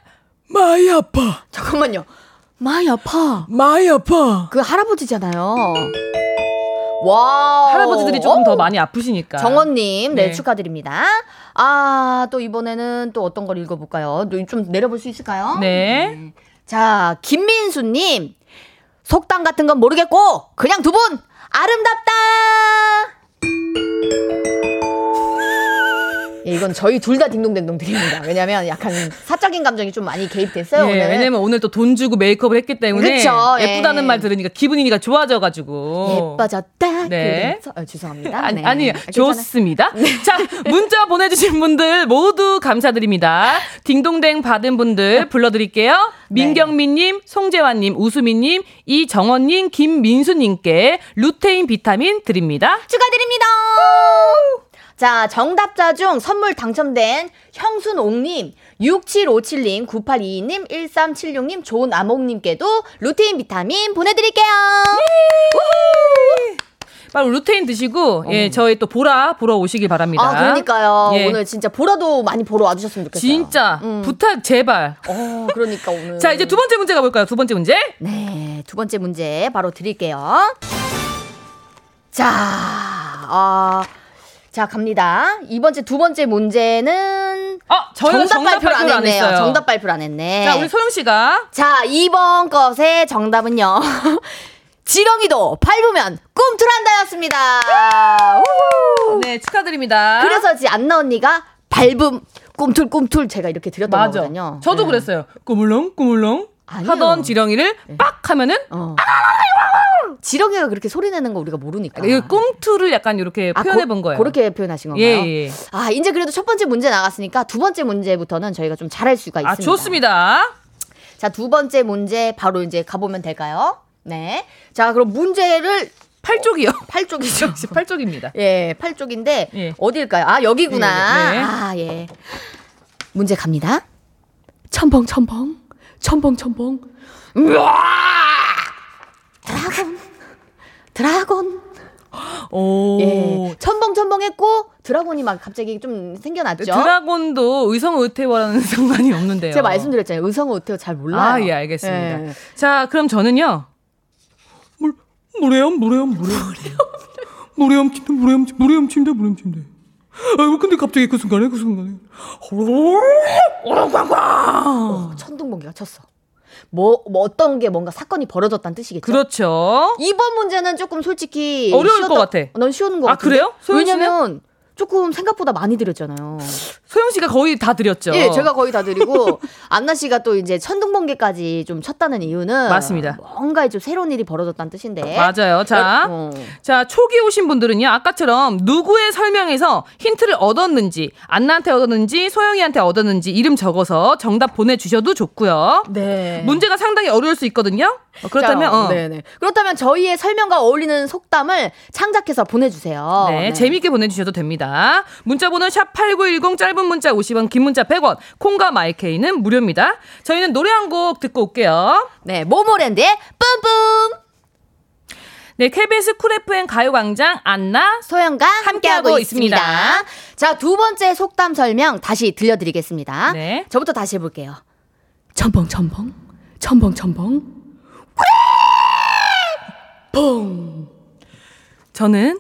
Speaker 1: 마이 아파.
Speaker 2: 잠깐만요. 마이 아파.
Speaker 1: 마이 아파.
Speaker 2: 그 할아버지잖아요. 와.
Speaker 1: 할아버지들이 조금 더 많이 아프시니까.
Speaker 2: 어. 정원님, 네,
Speaker 1: 네.
Speaker 2: 축하드립니다. 아, 또 이번에는 또 어떤 걸 읽어볼까요? 또좀 내려볼 수 있을까요?
Speaker 1: 네.
Speaker 2: 자, 김민수님. 속담 같은 건 모르겠고, 그냥 두 분, 아름답다! 예, 이건 저희 둘 다 딩동댕동 드립니다. 왜냐면 약간 사적인 감정이 좀 많이 개입됐어요.
Speaker 1: 예,
Speaker 2: 네, 오늘.
Speaker 1: 왜냐면 오늘 또 돈 주고 메이크업을 했기 때문에
Speaker 2: 그쵸, 예.
Speaker 1: 예쁘다는 말 들으니까 기분이니까 좋아져가지고
Speaker 2: 예뻐졌다.
Speaker 1: 뭐 네.
Speaker 2: 그래서- 어, 죄송합니다.
Speaker 1: 아니,
Speaker 2: 네.
Speaker 1: 아니
Speaker 2: 아, 괜찮아요. 네.
Speaker 1: 좋습니다. 자, 문자 보내주신 분들 모두 감사드립니다. 딩동댕 받은 분들 불러드릴게요.
Speaker 2: 네.
Speaker 1: 민경민님, 송재환님, 우수민님, 이정원님, 김민수님께 루테인 비타민 드립니다.
Speaker 2: 축하드립니다. 자, 정답자 중 선물 당첨된 형순옥님, 6757님, 9822님, 1376님, 조남옥님께도 루테인 비타민 보내드릴게요.
Speaker 1: 바로 루테인 드시고 예, 저희 또 보라 보러 오시길 바랍니다.
Speaker 2: 아, 그러니까요.
Speaker 1: 네. 예.
Speaker 2: 오늘 진짜 보라도 많이 보러 와주셨으면 좋겠어요.
Speaker 1: 진짜
Speaker 2: 음.
Speaker 1: 부탁 제발.
Speaker 2: 어, 그러니까 오늘.
Speaker 1: 자, 이제 두 번째 문제 가볼까요? 두 번째 문제.
Speaker 2: 네, 두 번째 문제 바로 드릴게요. 자, 아, 자 갑니다. 이번 주 두 번째 문제는
Speaker 1: 아, 저희가 정답, 발표를 안,
Speaker 2: 했네요.
Speaker 1: 했어요.
Speaker 2: 정답 발표를 안 했네.
Speaker 1: 자, 우리 소영 씨가
Speaker 2: 자, 이번 것의 정답은요. 지렁이도 밟으면 꿈틀한다였습니다. 우후.
Speaker 1: 네 축하드립니다.
Speaker 2: 그래서지 안나 언니가 밟음 꿈틀꿈틀 제가 이렇게 드렸던
Speaker 1: 맞아.
Speaker 2: 거거든요.
Speaker 1: 저도
Speaker 2: 네.
Speaker 1: 그랬어요. 꾸물렁 꾸물렁
Speaker 2: 아니요. 네.
Speaker 1: 하던 지렁이를 빡 하면은
Speaker 2: 어. 지렁이가 그렇게 소리 내는 거 우리가 모르니까.
Speaker 1: 아, 이 꿈틀을 약간 이렇게
Speaker 2: 아,
Speaker 1: 표현해
Speaker 2: 고-
Speaker 1: 본 거예요.
Speaker 2: 그렇게 표현하신 건가요?
Speaker 1: 예, 예.
Speaker 2: 아, 이제 그래도 첫 번째 문제 나갔으니까 두 번째 문제부터는 저희가 좀 잘할 수가 있습니다.
Speaker 1: 아 좋습니다.
Speaker 2: 자, 두 번째 문제 바로 이제 가보면 될까요? 네. 자, 그럼 문제를
Speaker 1: 팔쪽이요.
Speaker 2: 팔쪽이죠.
Speaker 1: 팔쪽입니다.
Speaker 2: 예, 팔쪽인데
Speaker 1: 예.
Speaker 2: 어디일까요? 아, 여기구나.
Speaker 1: 예, 예.
Speaker 2: 아, 예. 문제 갑니다.
Speaker 3: 첨벙 첨벙 첨벙 첨벙
Speaker 2: 드라곤. 드라곤.
Speaker 1: 오.
Speaker 2: 네. 예. 첨벙첨벙했고 드라곤이 막 갑자기 좀 생겨났죠.
Speaker 1: 드라곤도 의성 의태와는 상관이 없는데요.
Speaker 2: 제가 말씀드렸잖아요. 의성어 어때요? 잘 몰라요.
Speaker 1: 아, 예, 알겠습니다.
Speaker 2: 예.
Speaker 1: 자, 그럼 저는요. 물, 물에염, 물에염, 물에염. 물에염 침대, 물에염 침대, 물에염 침대, 물에염 침대. 아이고, 근데 갑자기 그 순간에, 그 순간에. 오랑꽝꽝!
Speaker 2: 천둥 번개가 쳤어. 뭐, 뭐 어떤 게 뭔가 사건이 벌어졌다는 뜻이겠죠.
Speaker 1: 그렇죠.
Speaker 2: 이번 문제는 조금 솔직히
Speaker 1: 어려울 것 같아.
Speaker 2: 넌 쉬운 것
Speaker 1: 아,
Speaker 2: 같아.
Speaker 1: 그래요? 소연 씨는?
Speaker 2: 왜냐면 조금 생각보다 많이 드렸잖아요.
Speaker 1: 소영 씨가 거의 다 드렸죠.
Speaker 2: 예, 제가 거의 다 드리고 안나 씨가 또 이제 천둥번개까지 좀 쳤다는 이유는
Speaker 1: 맞습니다.
Speaker 2: 뭔가 좀 새로운 일이 벌어졌다는 뜻인데.
Speaker 1: 맞아요. 자,
Speaker 2: 어.
Speaker 1: 자 초기 오신 분들은요 아까처럼 누구의 설명에서 힌트를 얻었는지 안나한테 얻었는지 소영이한테 얻었는지 이름 적어서 정답 보내주셔도 좋고요.
Speaker 2: 네.
Speaker 1: 문제가 상당히 어려울 수 있거든요. 어, 그렇다면 어. 네,
Speaker 2: 네네. 그렇다면 저희의 설명과 어울리는 속담을 창작해서
Speaker 1: 어,
Speaker 2: 보내주세요.
Speaker 1: 네,
Speaker 2: 네.
Speaker 1: 재미있게 보내주셔도 됩니다. 문자번호 샵8910 짧은 문자 50원 긴 문자 100원 콩과 마이케이는 무료입니다. 저희는 노래 한 곡 듣고 올게요.
Speaker 2: 네, 모모랜드의 뿜뿜
Speaker 1: 네 KBS 쿨 FM 가요광장 안나
Speaker 2: 소영과 함께하고,
Speaker 1: 함께하고
Speaker 2: 있습니다.
Speaker 1: 있습니다.
Speaker 2: 자, 두 번째 속담 설명 다시 들려드리겠습니다.
Speaker 1: 네.
Speaker 2: 저부터 다시 해볼게요.
Speaker 3: 첨벙 첨벙 첨벙 첨벙
Speaker 1: 저는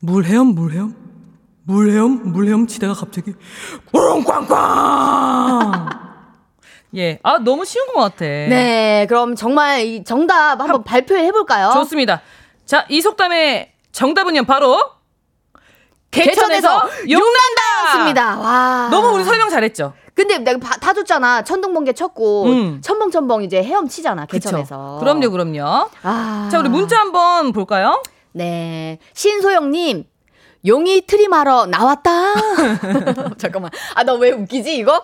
Speaker 1: 물헤엄 물헤엄 물헤엄 물헤엄 치다가 갑자기 우렁꽝꽝 예, 아 너무 쉬운 것 같아.
Speaker 2: 네, 그럼 정말 이 정답 한번 발표해 볼까요?
Speaker 1: 좋습니다. 자, 이 속담의 정답은요 바로 개천에서 용난다.
Speaker 2: 좋습니다. 와.
Speaker 1: 너무 우리 설명 잘했죠.
Speaker 2: 근데 내가 봐- 다 줬잖아. 천둥번개 쳤고
Speaker 1: 음.
Speaker 2: 천벙천벙 이제 헤엄치잖아.
Speaker 1: 그쵸?
Speaker 2: 개천에서.
Speaker 1: 그럼요, 그럼요.
Speaker 2: 아.
Speaker 1: 자, 우리 문자 한번 볼까요?
Speaker 2: 네. 신소영님, 용이 트림하러 나왔다. 잠깐만. 아, 나 왜 웃기지, 이거?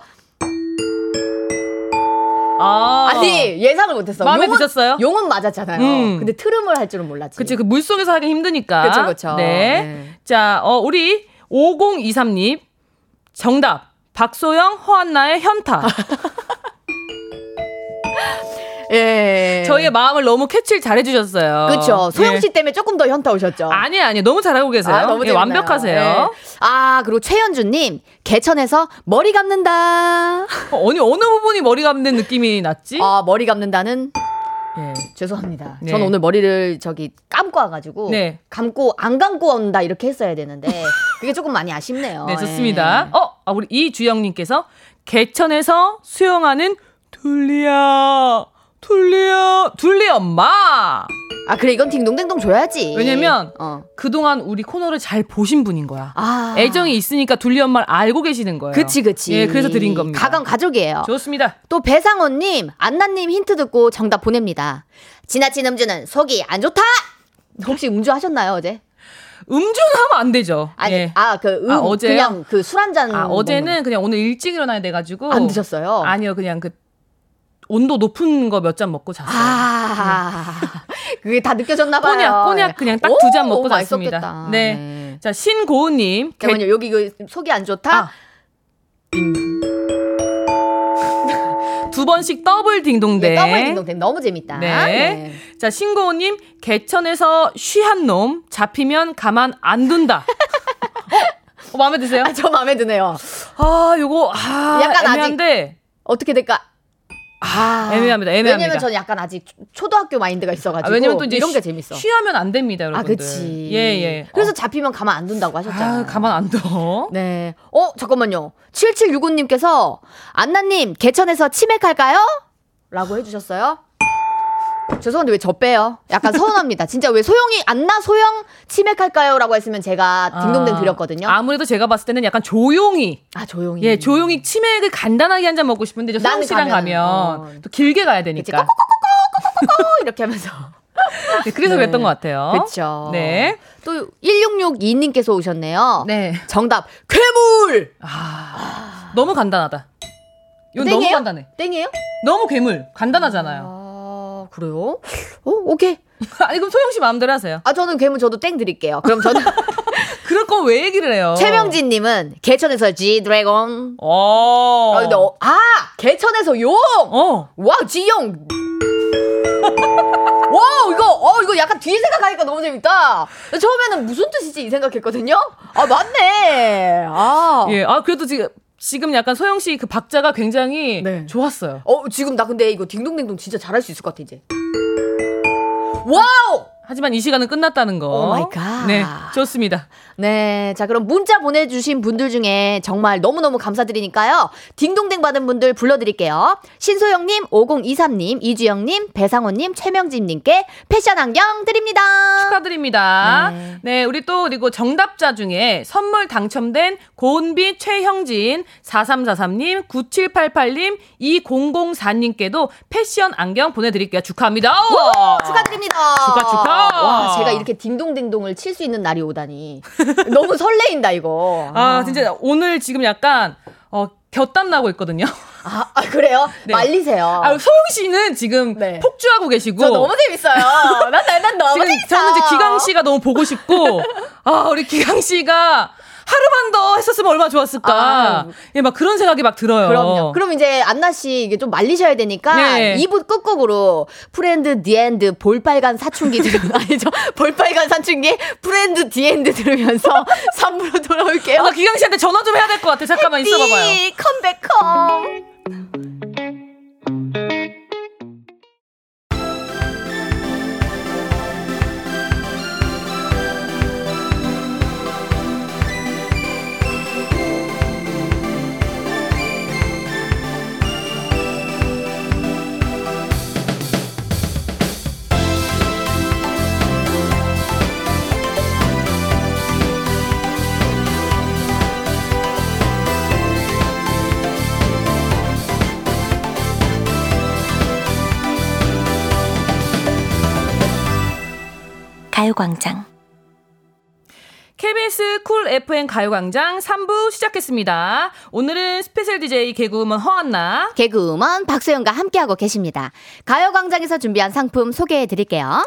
Speaker 1: 아,
Speaker 2: 아니, 예상을 못했어.
Speaker 1: 마음에
Speaker 2: 용은-
Speaker 1: 드셨어요?
Speaker 2: 용은 맞았잖아요.
Speaker 1: 음.
Speaker 2: 근데 트름을 할 줄은 몰랐지.
Speaker 1: 그치, 그 물속에서 하긴 힘드니까.
Speaker 2: 그쵸, 그쵸.
Speaker 1: 네.
Speaker 2: 네.
Speaker 1: 자, 어, 우리 5023님. 정답. 박소영, 허한나의
Speaker 2: 아,
Speaker 1: 현타.
Speaker 2: 예.
Speaker 1: 저희의 마음을 너무 캐치를 잘해주셨어요.
Speaker 2: 그쵸. 소영
Speaker 1: 네.
Speaker 2: 씨 때문에 조금 더 현타 오셨죠.
Speaker 1: 아니에요, 아니에요. 너무 잘하고 계세요.
Speaker 2: 아, 너무
Speaker 1: 예,
Speaker 2: 재밌네요.
Speaker 1: 완벽하세요.
Speaker 2: 예. 아, 그리고 최현주님, 개천에서 머리 감는다.
Speaker 1: 어, 아니, 어느 부분이 머리 감는 느낌이 났지?
Speaker 2: 아, 머리 감는다는
Speaker 1: 예.
Speaker 2: 죄송합니다.
Speaker 1: 네.
Speaker 2: 저는 오늘 머리를 저기 감고 와가지고
Speaker 1: 네.
Speaker 2: 감고 안 감고 온다 이렇게 했어야 되는데 그게 조금 많이 아쉽네요.
Speaker 1: 네, 좋습니다.
Speaker 2: 어, 예.
Speaker 1: 어, 아, 우리 이주영님께서 개천에서 수영하는 둘리야, 둘리야, 둘리 엄마!
Speaker 2: 아 그래 이건 딩동댕동 줘야지.
Speaker 1: 왜냐면
Speaker 2: 어.
Speaker 1: 그동안 우리 코너를 잘 보신 분인 거야.
Speaker 2: 아
Speaker 1: 애정이 있으니까 둘리 엄마를 알고 계시는 거예요.
Speaker 2: 그치 그치.
Speaker 1: 예, 그래서 드린 겁니다.
Speaker 2: 가강 가족이에요.
Speaker 1: 좋습니다.
Speaker 2: 또 배상원님, 안나님 힌트 듣고 정답 보냅니다. 지나친 음주는 속이 안 좋다. 혹시 음주 하셨나요 어제?
Speaker 1: 음주는 하면 안 되죠.
Speaker 2: 아니
Speaker 1: 예.
Speaker 2: 아그
Speaker 1: 아,
Speaker 2: 음,
Speaker 1: 어제요?
Speaker 2: 그냥 그 술 한잔
Speaker 1: 아, 어제는 그냥 오늘 일찍 일어나야 돼가지고.
Speaker 2: 안 드셨어요?
Speaker 1: 아니요, 그냥 그 온도 높은 거 몇 잔 먹고 잤어요.
Speaker 2: 아, 그게 다 느껴졌나 봐요.
Speaker 1: 꼬냑, 꼬냑 그냥 딱두잔
Speaker 2: 오
Speaker 1: 먹고
Speaker 2: 맛있었겠다.
Speaker 1: 잤습니다. 네. 자, 신고은님. 개-
Speaker 2: 잠깐만요, 여기 그 속이 안 좋다?
Speaker 1: 아. 두 번씩 더블 딩동댕.
Speaker 2: 네. 더블 딩동댕 너무 재밌다.
Speaker 1: 네. 자, 신고은님. 개천에서 쉬한 놈 잡히면 가만 안 둔다. 어? 어, 마음에 드세요?
Speaker 2: 아, 저 마음에 드네요.
Speaker 1: 아, 요거, 아,
Speaker 2: 약간 아직-
Speaker 1: 애매한데.
Speaker 2: 어떻게 될까? 아.
Speaker 1: 애매합니다, 애매합니다.
Speaker 2: 왜냐면 저는 약간 아직 초- 초등학교 마인드가 있어가지고.
Speaker 1: 아, 왜냐면 또 이제
Speaker 2: 이런 게
Speaker 1: 쉬-
Speaker 2: 재밌어.
Speaker 1: 쉬하면 안 됩니다,
Speaker 2: 아,
Speaker 1: 여러분들.
Speaker 2: 그치.
Speaker 1: 예, 예.
Speaker 2: 그래서
Speaker 1: 어.
Speaker 2: 잡히면 가만 안 둔다고 하셨잖아요.
Speaker 1: 아, 가만 안 둬.
Speaker 2: 네. 어, 잠깐만요. 7765님께서, 안나님, 개천에서 치맥할까요? 라고 해주셨어요. 죄송한데 왜 저 빼요? 약간 서운합니다. 진짜 왜 소영이, 안나 소영 치맥할까요? 라고 했으면 제가 네, 딩동댕 드렸거든요. 아,
Speaker 1: 아무래도 제가 봤을 때는 약간 조용히
Speaker 2: 조용히.
Speaker 1: 예 조용히 치맥을 간단하게 한 잔 먹고 싶은데 이제 소영
Speaker 2: 나는
Speaker 1: 씨랑 가면,
Speaker 2: 가면, 어.
Speaker 1: 또 길게 가야
Speaker 2: 그치,
Speaker 1: 되니까
Speaker 2: 꼬꼬꼬꼬꼬꼬꼬꼬 이렇게 하면서.
Speaker 1: 네, 그래서
Speaker 2: 네.
Speaker 1: 그랬던 것 같아요.
Speaker 2: 그쵸.
Speaker 1: 네.
Speaker 2: 또 1662님께서 오셨네요.
Speaker 1: 네.
Speaker 2: 정답, 괴물!
Speaker 1: 아, 너무 간단하다. 이건 너무
Speaker 2: 땡이에요?
Speaker 1: 간단해.
Speaker 2: 땡이에요?
Speaker 1: 너무 괴물 간단하잖아요.
Speaker 2: 아, 그래요? 어, 오케이.
Speaker 1: 아니 그럼 소영 씨 마음대로 하세요.
Speaker 2: 아, 저는 괴물 저도 땡 드릴게요. 그럼 저는.
Speaker 1: 어. 그럴 거면 왜 얘기를 해요?
Speaker 2: 최명진님은 개천에서 G 드래곤.
Speaker 1: 어.
Speaker 2: 아, 근데 어, 아 개천에서 용.
Speaker 1: 어.
Speaker 2: 와 지용. 와 이거 어 이거 약간 뒤에 생각하니까 너무 재밌다. 처음에는 무슨 뜻이지 이 생각했거든요. 아 맞네. 아.
Speaker 1: 예. 아 그래도 지금 지금 약간 소영 씨 그 박자가 굉장히
Speaker 2: 네.
Speaker 1: 좋았어요.
Speaker 2: 어 지금 나 근데 이거 딩동댕동 진짜 잘할 수 있을 것 같아 이제. 와우.
Speaker 1: 하지만 이 시간은 끝났다는 거.
Speaker 2: 오 마이 갓.
Speaker 1: 네, 좋습니다.
Speaker 2: 네. 자, 그럼 문자 보내주신 분들 중에 정말 너무너무 감사드리니까요. 딩동댕 받은 분들 불러드릴게요. 신소영님, 5023님, 이주영님, 배상호님, 최명진님께 패션 안경 드립니다.
Speaker 1: 축하드립니다.
Speaker 2: 네.
Speaker 1: 네. 우리 또 그리고 정답자 중에 선물 당첨된 고은비 최형진 4343님, 9788님, 2004님께도 패션 안경 보내드릴게요. 축하합니다.
Speaker 2: 축하드립니다.
Speaker 1: 축하, 축하.
Speaker 2: 와, 제가 이렇게 딩동댕동을 칠 수 있는 날이 오다니. 너무 설레인다, 이거.
Speaker 1: 아 진짜 오늘 지금 약간 어, 곁땀 나고 있거든요.
Speaker 2: 아, 아, 그래요?
Speaker 1: 네.
Speaker 2: 말리세요.
Speaker 1: 아 소영 씨는 지금
Speaker 2: 네.
Speaker 1: 폭주하고 계시고
Speaker 2: 저 너무 재밌어요. 난, 난, 난 너무
Speaker 1: 지금
Speaker 2: 재밌어.
Speaker 1: 저는 이제 기강 씨가 너무 보고 싶고 아 우리 기강 씨가 하루만 더 했었으면 얼마나 좋았을까.
Speaker 2: 아유.
Speaker 1: 예, 막 그런 생각이 막 들어요.
Speaker 2: 그럼요. 그럼 이제 안나 씨 이게 좀 말리셔야 되니까
Speaker 1: 네.
Speaker 2: 2부 끝곡으로 프렌드 디엔드 볼빨간 사춘기 들으면 아니죠. 볼빨간 사춘기 프렌드 디엔드 들으면서 3부로 돌아올게요.
Speaker 1: 아, 기강 씨한테 전화 좀 해야 될 것 같아. 잠깐만 있어 봐봐요.
Speaker 2: 이 컴백홈.
Speaker 6: 가요광장
Speaker 1: KBS 쿨 FM 가요광장 3부 시작했습니다. 오늘은 스페셜 DJ 개그우먼 허한나.
Speaker 2: 개그우먼 박소영과 함께하고 계십니다. 가요광장에서 준비한 상품 소개해 드릴게요.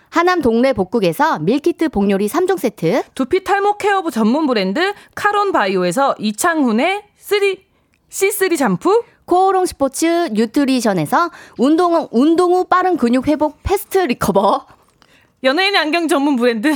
Speaker 2: 하남 동네 복국에서 밀키트 복요리 3종 세트,
Speaker 1: 두피 탈모 케어 전문 브랜드 카론바이오에서 이창훈의 3 C3 샴푸,
Speaker 2: 코오롱 스포츠 뉴트리션에서 운동, 운동 후 빠른 근육 회복 패스트 리커버,
Speaker 1: 연예인 안경 전문 브랜드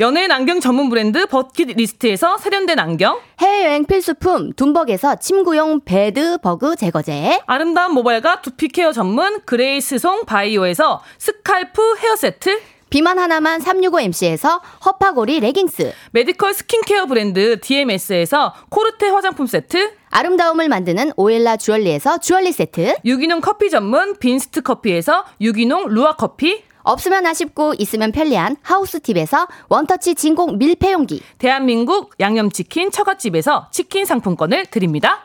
Speaker 1: 연예인 안경 전문 브랜드 버킷리스트에서 세련된 안경,
Speaker 2: 해외여행 필수품 둠벅에서 침구용 베드 버그 제거제,
Speaker 1: 아름다운 모발과 두피 케어 전문 그레이스송 바이오에서 스칼프 헤어 세트,
Speaker 2: 비만 하나만 365MC에서 허파고리 레깅스,
Speaker 1: 메디컬 스킨케어 브랜드 DMS에서 코르테 화장품 세트,
Speaker 2: 아름다움을 만드는 오엘라 주얼리에서 주얼리 세트,
Speaker 1: 유기농 커피 전문 빈스트 커피에서 유기농 루아 커피,
Speaker 2: 없으면 아쉽고 있으면 편리한 하우스팁에서 원터치 진공 밀폐용기,
Speaker 1: 대한민국 양념치킨 처갓집에서 치킨 상품권을 드립니다.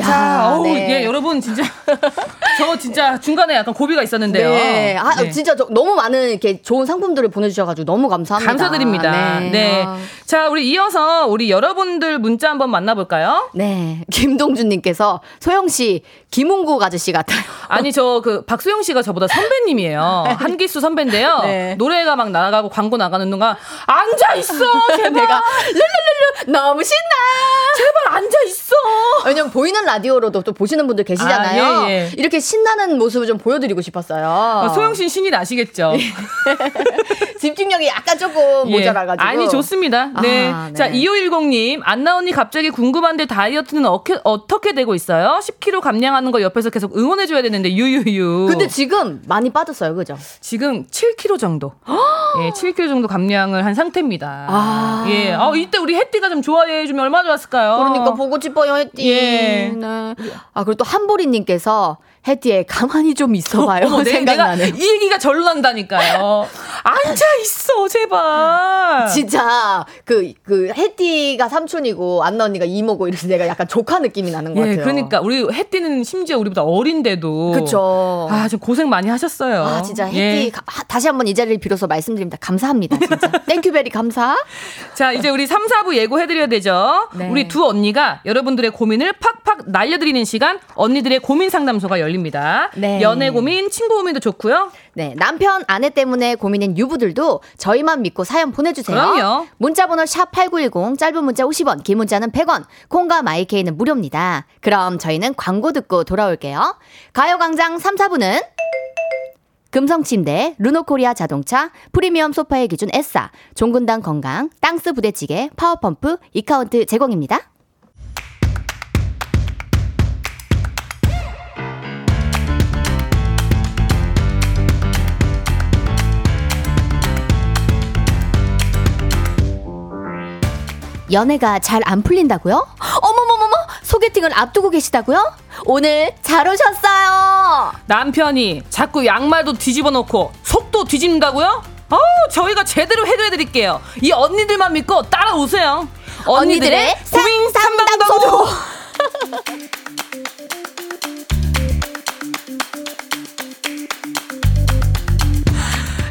Speaker 1: 자,
Speaker 2: 아,
Speaker 1: 어우,
Speaker 2: 네.
Speaker 1: 예, 여러분, 진짜. 저 진짜 중간에 약간 고비가 있었는데요.
Speaker 2: 네. 아,
Speaker 1: 네.
Speaker 2: 진짜 저- 너무 많은 이렇게 좋은 상품들을 보내주셔가지고 너무 감사합니다.
Speaker 1: 감사드립니다. 네.
Speaker 2: 아.
Speaker 1: 자, 우리 이어서 우리 여러분들 문자 한번 만나볼까요?
Speaker 2: 네. 김동준님께서 소영씨, 김홍국 아저씨 같아요.
Speaker 1: 아니, 저 그 박수영 씨가 저보다 선배님이에요. 한기수 선배인데요.
Speaker 2: 네.
Speaker 1: 노래가 막 나가고 광고 나가는 동안 앉아있어! 제발!
Speaker 2: 내가 룰룰룰루 너무 신나!
Speaker 1: 제발 앉아있어!
Speaker 2: 왜냐면 보이는 라디오로도 또 보시는 분들 계시잖아요.
Speaker 1: 아, 예, 예.
Speaker 2: 이렇게 신나는 모습을 좀 보여드리고 싶었어요.
Speaker 1: 소영 씨 신이 나시겠죠?
Speaker 2: 집중력이 약간 조금
Speaker 1: 예.
Speaker 2: 모자라가지고.
Speaker 1: 아니 좋습니다. 네.
Speaker 2: 아, 네.
Speaker 1: 자 2510님 안나 언니 갑자기 궁금한데 다이어트는 어케, 어떻게 되고 있어요? 10kg 감량하는 거 옆에서 계속 응원해줘야 되는데 유유유.
Speaker 2: 근데 지금 많이 빠졌어요, 그죠?
Speaker 1: 지금 7kg 정도. 예, 7kg 정도 감량을 한 상태입니다.
Speaker 2: 아.
Speaker 1: 예. 아 이때 우리 해띠가 좀 좋아해주면 얼마나 좋았을까요?
Speaker 2: 그러니까 보고 싶어요, 혜띠.
Speaker 1: 예.
Speaker 2: 네. 아, 그리고 또 한보리님께서 혜띠에 가만히 좀 있어봐요.
Speaker 1: 어머, 내- 내가
Speaker 2: 생각나네.
Speaker 1: 이 얘기가 절로 난다니까요. 앉아 있어 제발.
Speaker 2: 진짜 그, 그, 혜띠가 삼촌이고, 안나 언니가 이모고, 이래서 내가 약간 조카 느낌이 나는 것
Speaker 1: 예,
Speaker 2: 같아요.
Speaker 1: 그러니까 우리 해띠는 심지어 우리보다 어린데도
Speaker 2: 그쵸.
Speaker 1: 아, 좀 고생 많이 하셨어요.
Speaker 2: 아, 진짜 혜띠,
Speaker 1: 예.
Speaker 2: 가- 하- 다시 한번 이 자리를 빌어서 말씀드립니다. 감사합니다, 진짜. 땡큐베리 감사.
Speaker 1: 자, 이제 우리 3, 4부 예고해드려야 되죠.
Speaker 2: 네.
Speaker 1: 우리 두 언니가 여러분들의 고민을 팍팍 날려드리는 시간, 언니들의 고민 상담소가 열립니다.
Speaker 2: 네.
Speaker 1: 연애 고민, 친구 고민도 좋고요.
Speaker 2: 네, 남편, 아내 때문에 고민인 유부들도 저희만 믿고 사연 보내주세요.
Speaker 1: 그럼요.
Speaker 2: 문자번호 샵8910, 짧은 문자 50원, 긴 문자는 100원, 콩과 마이케이는 무료입니다. 그럼 저희는 광고 듣고 돌아올게요. 가요광장 3, 4부는 금성침대, 루노코리아 자동차, 프리미엄 소파의 기준 S사, 종근당 건강, 땅스 부대찌개, 파워펌프, 이카운트 제공입니다. 연애가 잘 안 풀린다고요? 어머머머머! 소개팅을 앞두고 계시다고요? 오늘 잘 오셨어요!
Speaker 1: 남편이 자꾸 양말도 뒤집어 놓고 속도 뒤집는다고요? 어우, 저희가 제대로 해결해 드릴게요. 이 언니들만 믿고 따라오세요. 언니들의
Speaker 2: 언니들의
Speaker 1: 고민 상담소.
Speaker 2: 상담소.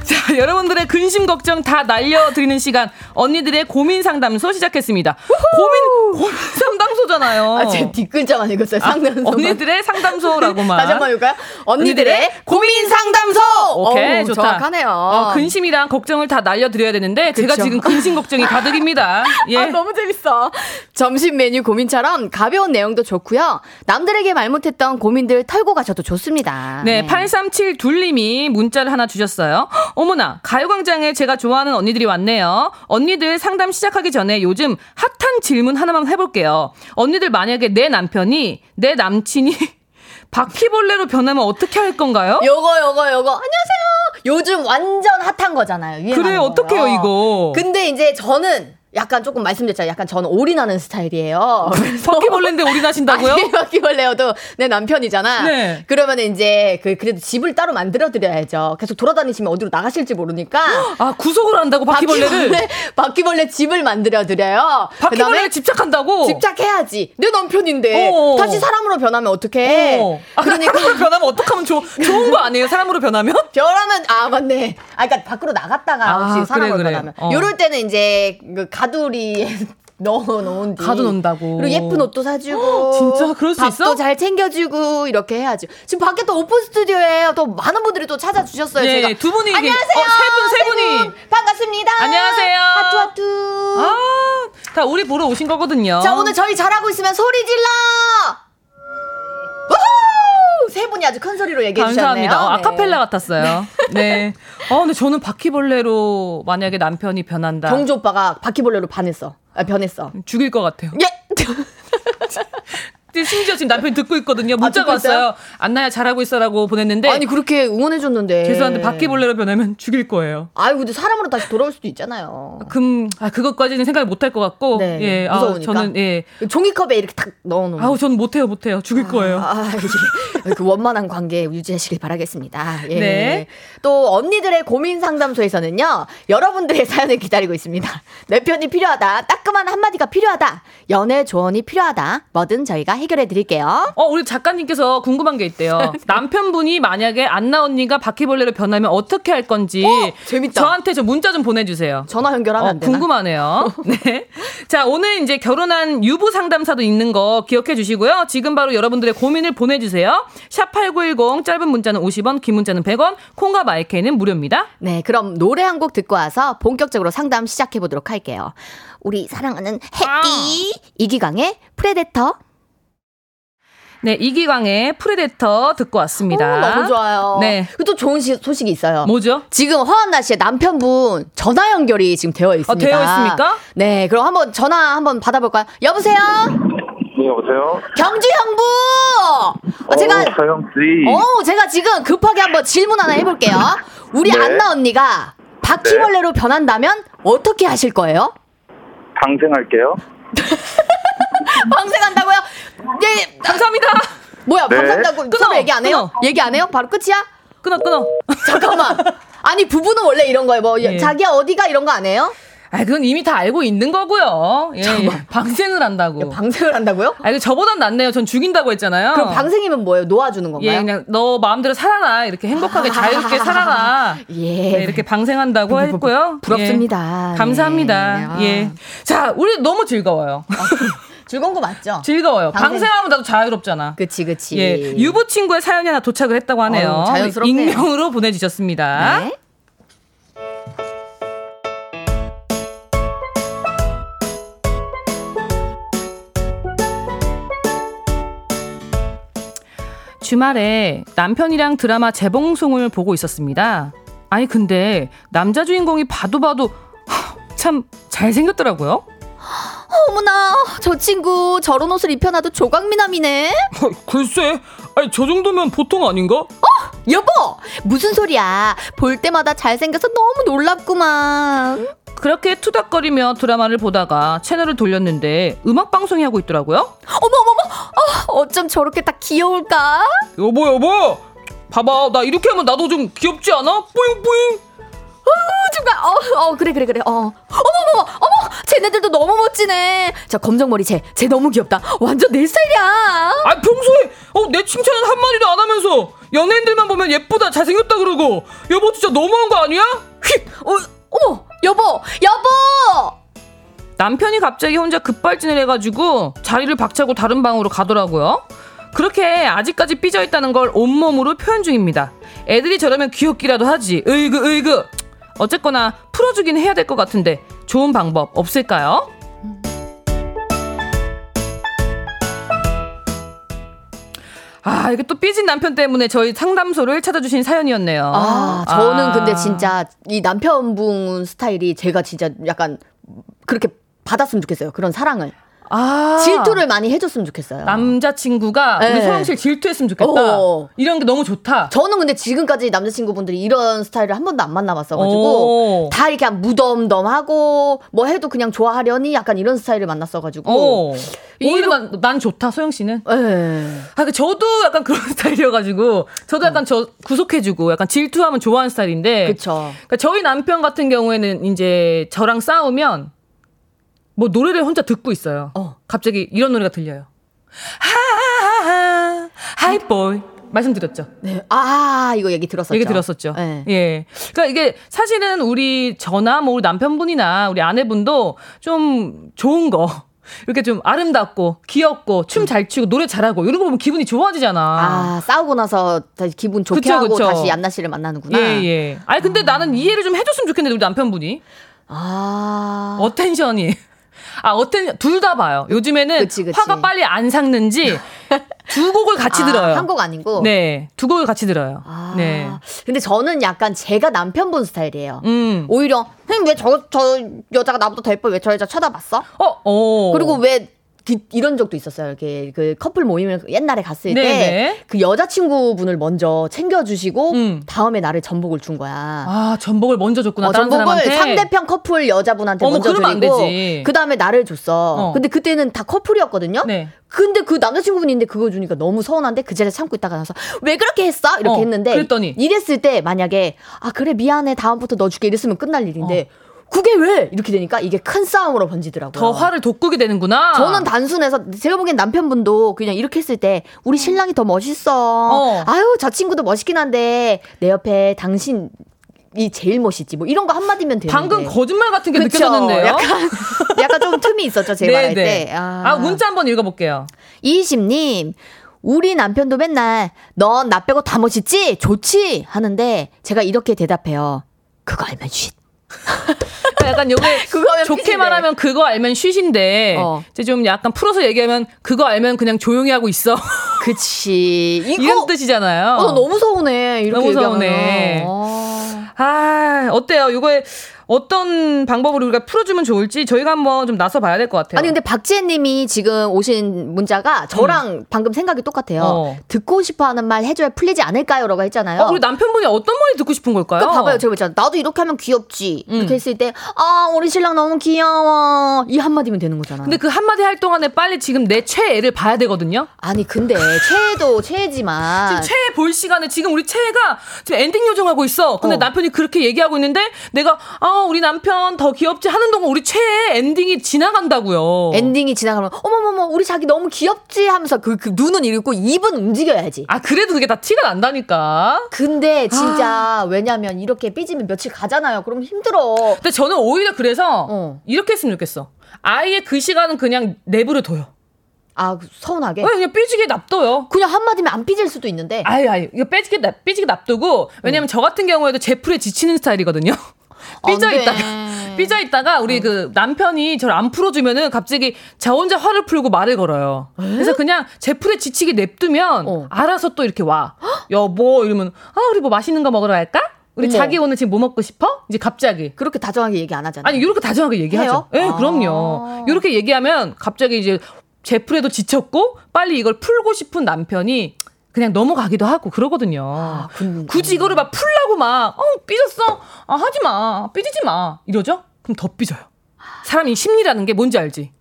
Speaker 1: 자, 여러분들의 근심 걱정 다 날려드리는 시간 언니들의 고민 상담소 시작했습니다. 고민 고민 상담소잖아요.
Speaker 3: 아, 제 뒷글자만 읽었어요. 상담소.
Speaker 1: 아, 언니들의 상담소라고만.
Speaker 3: 다시 한번 읽을까요? 언니들의
Speaker 1: 고민 상담소. 오케이
Speaker 3: 어우, 그
Speaker 1: 좋다.
Speaker 3: 정확하네요.
Speaker 1: 어, 근심이랑 걱정을 다 날려드려야 되는데 제가
Speaker 3: 그쵸.
Speaker 1: 지금 근심 걱정이 가득입니다. 예.
Speaker 3: 아, 너무 재밌어.
Speaker 2: 점심 메뉴 고민처럼 가벼운 내용도 좋고요. 남들에게 말 못했던 고민들 털고 가셔도
Speaker 3: 아,
Speaker 2: 좋습니다.
Speaker 1: 네, 837 둘님이 문자를 하나 주셨어요. 헉, 어머나, 가요광장에 제가 좋아하는 언니들이 왔네요. 언니들 상담 시작하기 전에 요즘 핫한 질문 하나만 해볼게요. 언니들 만약에 내 남편이, 내 남친이 바퀴벌레로 변하면 어떻게 할 건가요?
Speaker 3: 요거, 요거, 요거. 안녕하세요.
Speaker 2: 요즘 완전 핫한 거잖아요. 유행하는
Speaker 1: 그래,
Speaker 2: 거요.
Speaker 1: 어떡해요, 이거.
Speaker 3: 근데 이제 저는 약간 조금 말씀드렸잖아요. 약간 저는 올인하는 스타일이에요. 그래서
Speaker 1: 바퀴벌레인데 올인하신다고요?
Speaker 3: 뭐 아니, 바퀴벌레여도 내 남편이잖아.
Speaker 1: 네.
Speaker 3: 그러면 이제 그 그래도 집을 따로 만들어 드려야죠. 계속 돌아다니시면 어디로 나가실지 모르니까
Speaker 1: 아, 구속을 한다고 바퀴벌레를?
Speaker 3: 바퀴벌레, 바퀴벌레 집을 만들어 드려요.
Speaker 1: 바퀴벌레 집착한다고?
Speaker 3: 집착해야지. 내 남편인데
Speaker 1: 어.
Speaker 3: 다시 사람으로 변하면 어떡해?
Speaker 1: 어. 아,
Speaker 3: 그러니까
Speaker 1: 사람으로 변하면 어떡하면 좋, 좋은 거 아니에요? 사람으로 변하면?
Speaker 3: 변하면 아 맞네. 아 그러니까 밖으로 나갔다가
Speaker 1: 아,
Speaker 3: 혹시 사람을
Speaker 1: 그래, 그래.
Speaker 3: 변하면
Speaker 1: 어.
Speaker 3: 요럴 때는 이제 그 가두리에 넣어 놓은 뒤
Speaker 1: 가둬놓는다고.
Speaker 3: 그리고 예쁜 옷도 사주고
Speaker 1: 진짜 그럴 수 있어?
Speaker 3: 밥도 잘 챙겨주고 이렇게 해야지. 지금 밖에 또 오픈 스튜디오에 또 많은 분들이 또 찾아주셨어요.
Speaker 1: 네,
Speaker 3: 제가
Speaker 1: 두 분이 이게-
Speaker 3: 안녕하세요.
Speaker 1: 어, 세 분, 세 분이.
Speaker 3: 세분 반갑습니다.
Speaker 1: 안녕하세요.
Speaker 3: 하투 하투.
Speaker 1: 아, 다 우리 보러 오신 거거든요.
Speaker 3: 자, 오늘 저희 잘하고 있으면 소리 질러! 우후! 세 분이 아주 큰 소리로 얘기해 주셨네요.
Speaker 1: 네. 감사합니다. 어,
Speaker 3: 네.
Speaker 1: 아카펠라 같았어요. 네. 어, 근데 저는 바퀴벌레로 만약에 남편이 변한다.
Speaker 3: 경주 오빠가 바퀴벌레로 반했어. 아, 변했어.
Speaker 1: 죽일 것 같아요.
Speaker 3: 예!
Speaker 1: 근데 심지어 지금 남편이 듣고 있거든요. 문자가
Speaker 3: 아, 듣고 있어요?
Speaker 1: 왔어요. 안나야 잘하고 있어라고 보냈는데
Speaker 3: 아니, 그렇게 응원해 줬는데.
Speaker 1: 네. 죄송한데 바퀴벌레로 변하면 죽일 거예요.
Speaker 3: 아유, 근데 사람으로 다시 돌아올 수도 있잖아요.
Speaker 1: 금 아, 그것까지는 생각을 못 할 것 같고
Speaker 3: 네,
Speaker 1: 예. 아우,
Speaker 3: 무서우니까.
Speaker 1: 저는 예.
Speaker 3: 종이컵에 이렇게 탁 넣어놓으면.
Speaker 1: 아우, 저는 못 해요. 못 해요. 죽일 거예요.
Speaker 3: 아, 예. 그 원만한 관계 유지하시길 바라겠습니다. 예.
Speaker 1: 네.
Speaker 3: 또 언니들의 고민 상담소에서는요. 여러분들의 사연을 기다리고 있습니다. 내 편이 필요하다. 따끔한 한마디가 필요하다. 연애 조언이 필요하다. 뭐든 저희가 해결해 드릴게요.
Speaker 1: 어, 우리 작가님께서 궁금한 게
Speaker 3: 네.
Speaker 1: 있대요. 남편분이 만약에 안나 언니가 바퀴벌레로 변하면 어떻게 할 건지
Speaker 3: 재밌다.
Speaker 1: 저한테 저 문자 좀 보내 주세요.
Speaker 3: 전화 연결하면
Speaker 1: 어,
Speaker 3: 안 되나?
Speaker 1: 궁금하네요. 네. 자, 오늘 이제 결혼한 유부 상담사도 있는 거 기억해 주시고요. 지금 바로 여러분들의 고민을 보내주세요. 샵8910, 짧은 문자는 50원, 긴 문자는 100원, 콩과 마이크는 무료입니다.
Speaker 3: 네, 그럼 노래 한 곡 듣고 와서 본격적으로 상담 시작해 보도록 할게요.
Speaker 5: 우리 사랑하는 해띠.
Speaker 3: 이기광의 프레데터.
Speaker 1: 네, 이기광의 프레데터 듣고 왔습니다.
Speaker 3: 오, 너무 좋아요.
Speaker 1: 네.
Speaker 3: 그리고 또 좋은 시- 소식이 있어요.
Speaker 1: 뭐죠?
Speaker 3: 지금 허한나 씨의 남편분 전화 연결이 지금 되어 있습니다.
Speaker 1: 아, 되어 있습니까?
Speaker 3: 네, 그럼 한번 전화 한번 받아볼까요? 여보세요?
Speaker 7: 네, 여보세요?
Speaker 3: 경주 형부! 어, 제가,
Speaker 7: 어, 서영씨.
Speaker 3: 어, 제가 지금 급하게 한번 질문 하나 해볼게요. 우리
Speaker 7: 네.
Speaker 3: 안나 언니가 바퀴벌레로 변한다면 어떻게 하실 거예요?
Speaker 7: 방생할게요.
Speaker 3: 방생한다고요? 네,
Speaker 1: 감사합니다.
Speaker 3: 뭐야,
Speaker 7: 네.
Speaker 3: 방생한다고
Speaker 1: 끊어,
Speaker 3: 서로 얘기 안 해요?
Speaker 1: 끊어.
Speaker 3: 얘기 안 해요? 바로 끝이야?
Speaker 1: 끊어, 끊어.
Speaker 3: 잠깐만. 아니, 부부는 원래 이런 거예요. 뭐,
Speaker 1: 예.
Speaker 3: 자기야 어디가 이런 거 안 해요?
Speaker 1: 아, 그건 이미 다 알고 있는 거고요. 예, 예. 방생을 한다고.
Speaker 3: 방생을 한다고요?
Speaker 1: 아, 이거 저보단 낫네요. 전 죽인다고 했잖아요.
Speaker 3: 그럼 방생이면 뭐예요? 놓아주는 건가요?
Speaker 1: 어. 예, 그냥 너 마음대로 살아라. 이렇게 행복하게 자유롭게 살아라.
Speaker 3: 예.
Speaker 1: 네, 이렇게 방생한다고 했고요.
Speaker 3: 부럽습니다.
Speaker 1: 예.
Speaker 3: 네.
Speaker 1: 감사합니다.
Speaker 3: 아.
Speaker 1: 예. 자, 우리 너무 즐거워요.
Speaker 3: 즐거운 거 맞죠?
Speaker 1: 즐거워요.
Speaker 3: 방생.
Speaker 1: 방생하면 나도 자유롭잖아.
Speaker 3: 그치 그치.
Speaker 1: 예, 유부 친구의 사연이 하나 도착을 했다고 하네요.
Speaker 3: 어우, 자연스럽네요.
Speaker 1: 익명으로 보내주셨습니다.
Speaker 3: 네.
Speaker 1: 주말에 남편이랑 드라마 재방송을 보고 있었습니다. 아니 근데 남자 주인공이 봐도 봐도 하, 참 잘생겼더라고요.
Speaker 2: 어머나 저 친구 저런 옷을 입혀놔도 조각미남이네
Speaker 1: 글쎄, 아니 저 정도면 보통 아닌가?
Speaker 2: 여보 무슨 소리야 볼 때마다 잘생겨서 너무 놀랍구만
Speaker 1: 그렇게 투닥거리며 드라마를 보다가 채널을 돌렸는데 음악 방송이 하고 있더라고요.
Speaker 2: 어쩜 저렇게 다 귀여울까
Speaker 1: 여보 여보, 봐봐 나 이렇게 하면 나도 좀 귀엽지 않아? 뿌잉뿌잉.
Speaker 2: 중간 어, 어 그래 그래 그래 어 어머 어머 어머 쟤네들도 너무 멋지네 저 검정머리 쟤 쟤 너무 귀엽다 완전 내 스타일이야
Speaker 1: 아 평소에 어, 내 칭찬은 한 마디도 안 하면서 연예인들만 보면 예쁘다 잘생겼다 그러고 여보 진짜 너무한 거 아니야? 휙
Speaker 2: 어, 어머 여보 여보
Speaker 1: 남편이 갑자기 혼자 급발진을 해가지고 자리를 박차고 다른 방으로 가더라고요. 그렇게 아직까지 삐져 있다는 걸 온몸으로 표현 중입니다. 애들이 저러면 귀엽기라도 하지. 으이그 으이그. 어쨌거나 풀어주긴 해야 될 것 같은데 좋은 방법 없을까요? 아 이게 또 삐진 남편 때문에 저희 상담소를 찾아주신 사연이었네요.
Speaker 3: 아, 저는
Speaker 1: 아.
Speaker 3: 근데 진짜 이 남편분 스타일이 제가 진짜 약간 그렇게 받았으면 좋겠어요. 그런 사랑을.
Speaker 1: 아.
Speaker 3: 질투를 많이 해줬으면 좋겠어요.
Speaker 1: 남자친구가 우리
Speaker 3: 네.
Speaker 1: 소영 씨를 질투했으면 좋겠다.
Speaker 3: 어.
Speaker 1: 이런 게 너무 좋다.
Speaker 3: 저는 근데 지금까지 남자친구분들이 이런 스타일을 한 번도 안 만나봤어가지고
Speaker 1: 오.
Speaker 3: 다 이렇게 무덤덤하고 뭐 해도 그냥 좋아하려니 약간 이런 스타일을 만났어가지고
Speaker 1: 어. 오히려 난, 난 좋다, 소영 씨는.
Speaker 3: 예.
Speaker 1: 아, 그 저도 약간 그런 스타일이어가지고, 저도 약간 저 구속해주고, 약간 질투하면 좋아하는 스타일인데,
Speaker 3: 그쵸.
Speaker 1: 그러니까 저희 남편 같은 경우에는 이제 저랑 싸우면, 뭐 노래를 혼자 듣고 있어요.
Speaker 3: 어.
Speaker 1: 갑자기 이런 노래가 들려요. 하하하하, 하이보이. 말씀드렸죠.
Speaker 3: 네. 아 이거 얘기 들었었죠.
Speaker 1: 얘기 들었었죠.
Speaker 3: 네.
Speaker 1: 예. 그러니까 이게 사실은 우리 저나 뭐 우리 남편분이나 우리 아내분도 좀 좋은 거. 이렇게 좀 아름답고 귀엽고 춤 잘 추고 노래 잘하고 이런 거 보면 기분이 좋아지잖아.
Speaker 3: 아 싸우고 나서 다시 기분 좋게
Speaker 1: 그쵸,
Speaker 3: 하고
Speaker 1: 그쵸.
Speaker 3: 다시 얀나 씨를 만나는구나.
Speaker 1: 예, 예. 아니 근데 나는 이해를 좀 해줬으면 좋겠는데 우리 남편분이
Speaker 3: 아
Speaker 1: 어텐션이. 아, 어텐 둘 다 봐요. 요즘에는
Speaker 3: 그치, 그치.
Speaker 1: 화가 빨리 안 삭는지 두 곡을 같이
Speaker 3: 아,
Speaker 1: 들어요.
Speaker 3: 한국 아니고.
Speaker 1: 네, 두 곡을 같이 들어요.
Speaker 3: 아,
Speaker 1: 네.
Speaker 3: 근데 저는 약간 제가 남편분 스타일이에요.
Speaker 1: 음.
Speaker 3: 오히려 왜저저 여자가 나보다 더 예뻐 왜 저 여자 쳐다봤어?
Speaker 1: 어, 어.
Speaker 3: 그리고 왜 기- 이런 적도 있었어요. 이렇게 그 커플 모임을 옛날에 갔을 때
Speaker 1: 네네.
Speaker 3: 그 여자친구분을 먼저 챙겨주시고
Speaker 1: 음.
Speaker 3: 다음에 나를 전복을 준 거야.
Speaker 1: 아, 전복을 먼저 줬구나.
Speaker 3: 어,
Speaker 1: 다른
Speaker 3: 전복을
Speaker 1: 사람한테.
Speaker 3: 상대편 커플 여자분한테
Speaker 1: 어머,
Speaker 3: 먼저
Speaker 1: 그러면 안
Speaker 3: 드리고
Speaker 1: 되지.
Speaker 3: 그 다음에 나를 줬어.
Speaker 1: 어.
Speaker 3: 근데 그때는 다 커플이었거든요.
Speaker 1: 네.
Speaker 3: 근데 그 남자친구분인데 그거 주니까 너무 서운한데 그 자리에 참고 있다가 나서 왜 그렇게 했어? 이렇게
Speaker 1: 어,
Speaker 3: 했는데
Speaker 1: 그랬더니.
Speaker 3: 이랬을 때 만약에 아 그래 미안해 다음부터 너 줄게 이랬으면 끝날 일인데 그게 왜 이렇게 되니까 이게 큰 싸움으로 번지더라고요.
Speaker 1: 어. 더 화를 돋구게 되는구나.
Speaker 3: 어. 저는 단순해서 제가 보기엔 남편분도 그냥 이렇게 했을 때 우리 신랑이 더 멋있어.
Speaker 1: 어.
Speaker 3: 아유 저 친구도 멋있긴 한데 내 옆에 당신이 제일 멋있지 뭐 이런 거 한마디면 되는데.
Speaker 1: 방금 거짓말 같은 게
Speaker 3: 그쵸.
Speaker 1: 느껴졌는데요.
Speaker 3: 약간 약간 좀 틈이 있었죠 제 말할 때.
Speaker 1: 아. 문자 한번 읽어볼게요.
Speaker 3: 이심님. 우리 남편도 맨날 넌 나 빼고 다 멋있지 좋지 하는데 제가 이렇게 대답해요. 그거 알면 쉿.
Speaker 1: 그러니까 약간 요게
Speaker 3: 그거면
Speaker 1: 좋게
Speaker 3: 핏인데.
Speaker 1: 말하면 그거 알면 쉬신데
Speaker 3: 어.
Speaker 1: 이제 좀 약간 풀어서 얘기하면 그거 알면 그냥 조용히 하고 있어.
Speaker 3: 그치.
Speaker 1: 이런
Speaker 3: 이거
Speaker 1: 뜻이잖아요.
Speaker 3: 어, 너무 서운해. 이렇게
Speaker 1: 너무
Speaker 3: 얘기하면.
Speaker 1: 서운해.
Speaker 3: 어.
Speaker 1: 아 어때요? 이거에 어떤 방법으로 우리가 풀어주면 좋을지 저희가 한번 좀 나서 봐야 될 것 같아요.
Speaker 3: 아니 근데 박지혜 님이 지금 오신 문자가 저랑 방금 생각이 똑같아요.
Speaker 1: 어.
Speaker 3: 듣고 싶어 하는 말 해줘야 풀리지 않을까요? 라고 했잖아요.
Speaker 1: 어, 우리 남편분이 어떤 말이 듣고 싶은 걸까요?
Speaker 3: 그러니까 봐봐요. 제가 있잖아. 나도 이렇게 하면 귀엽지.
Speaker 1: 음.
Speaker 3: 이렇게 했을 때, 아, 우리 신랑 너무 귀여워. 이 한마디면 되는 거잖아.
Speaker 1: 근데 그 한마디 할 동안에 빨리 지금 내 최애를 봐야 되거든요.
Speaker 3: 아니, 근데, 최애도 최애지만.
Speaker 1: 지금 최애 볼 시간에 지금 우리 최애가 지금 엔딩 요정하고 있어. 근데
Speaker 3: 어.
Speaker 1: 남편이 그렇게 얘기하고 있는데 내가 아 우리 남편 더 귀엽지 하는 동안 우리 최애 엔딩이 지나간다고요.
Speaker 3: 엔딩이 지나가면, 어머머머, 우리 자기 너무 귀엽지 하면서 그, 그 눈은 읽고 입은 움직여야지.
Speaker 1: 아 그래도 그게 다 티가 난다니까.
Speaker 3: 근데 진짜,
Speaker 1: 아.
Speaker 3: 왜냐면 이렇게 삐지면 며칠 가잖아요. 그럼 힘들어.
Speaker 1: 근데 저는 오히려 그래서
Speaker 3: 어.
Speaker 1: 이렇게 했으면 좋겠어. 아예 그 시간은 그냥 내버려 둬요.
Speaker 3: 아 서운하게?
Speaker 1: 어, 그냥 삐지게 납둬요.
Speaker 3: 그냥 한마디면 안 삐질 수도 있는데
Speaker 1: 아유, 아유, 이거 삐지게, 납, 삐지게 납두고, 왜냐면 저 같은 경우에도 제풀에 지치는 스타일이거든요. 삐져
Speaker 3: 안 돼. 어.
Speaker 1: 있다가, 삐져 있다가, 우리 그 남편이 저를 안 풀어주면은 갑자기 저 혼자 화를 풀고 말을 걸어요. 그래서 그냥 제풀에 지치게 냅두면,
Speaker 3: 어.
Speaker 1: 알아서 또 이렇게 와. 여보, 이러면, 아, 우리 뭐 맛있는 거 먹으러 갈까? 우리
Speaker 3: 어머.
Speaker 1: 자기 오늘 지금 뭐 먹고 싶어? 이제 갑자기.
Speaker 3: 그렇게 다정하게 얘기 안 하잖아요.
Speaker 1: 아니 이렇게 다정하게 얘기하죠.
Speaker 3: 해요?
Speaker 1: 예,
Speaker 3: 아.
Speaker 1: 그럼요. 이렇게 얘기하면 갑자기 이제 제풀에도 지쳤고 빨리 이걸 풀고 싶은 남편이 그냥 넘어가기도 하고 그러거든요.
Speaker 3: 군-
Speaker 1: 굳이 이거를 막 풀라고 막 어, 삐졌어. 아, 하지 마. 삐지지 마. 이러죠? 그럼 더 삐져요. 사람이 심리라는 게 뭔지 알지?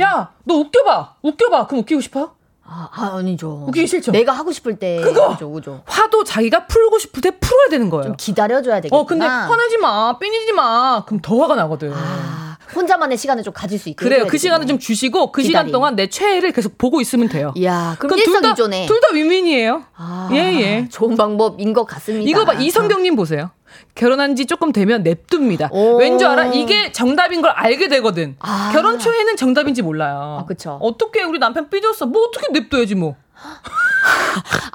Speaker 1: 야, 너 웃겨 봐. 웃겨 봐. 그럼 웃기고 싶어요?
Speaker 3: 아, 아니죠.
Speaker 1: 웃기기 싫죠?
Speaker 3: 내가 하고 싶을 때
Speaker 1: 그거!
Speaker 3: 그죠, 그죠.
Speaker 1: 화도 자기가 풀고 싶을 때 풀어야 되는 거예요.
Speaker 3: 좀 기다려줘야 되겠구나.
Speaker 1: 어, 근데 화내지 마. 삐지지 마. 그럼 더 화가 나거든.
Speaker 3: 아, 혼자만의 시간을 좀 가질 수 있게.
Speaker 1: 그래요.
Speaker 3: 해줘야
Speaker 1: 그 시간을 좀
Speaker 3: 되겠네.
Speaker 1: 주시고 그
Speaker 3: 기다림.
Speaker 1: 시간 동안 내 최애를 계속 보고 있으면 돼요.
Speaker 3: 이야, 그럼 일석이조네.
Speaker 1: 둘다 윈윈이에요.
Speaker 3: 아,
Speaker 1: 예, 예.
Speaker 3: 좋은 방법인 것 같습니다.
Speaker 1: 이거 봐 이성경님 보세요. 결혼한 지 조금 되면 냅둡니다.
Speaker 3: 오.
Speaker 1: 왠지 알아? 이게 정답인 걸 알게 되거든.
Speaker 3: 아.
Speaker 1: 결혼 초에는 정답인지 몰라요.
Speaker 3: 아, 그쵸.
Speaker 1: 어떻게 우리 남편 삐졌어? 뭐 어떻게 냅둬야지 뭐.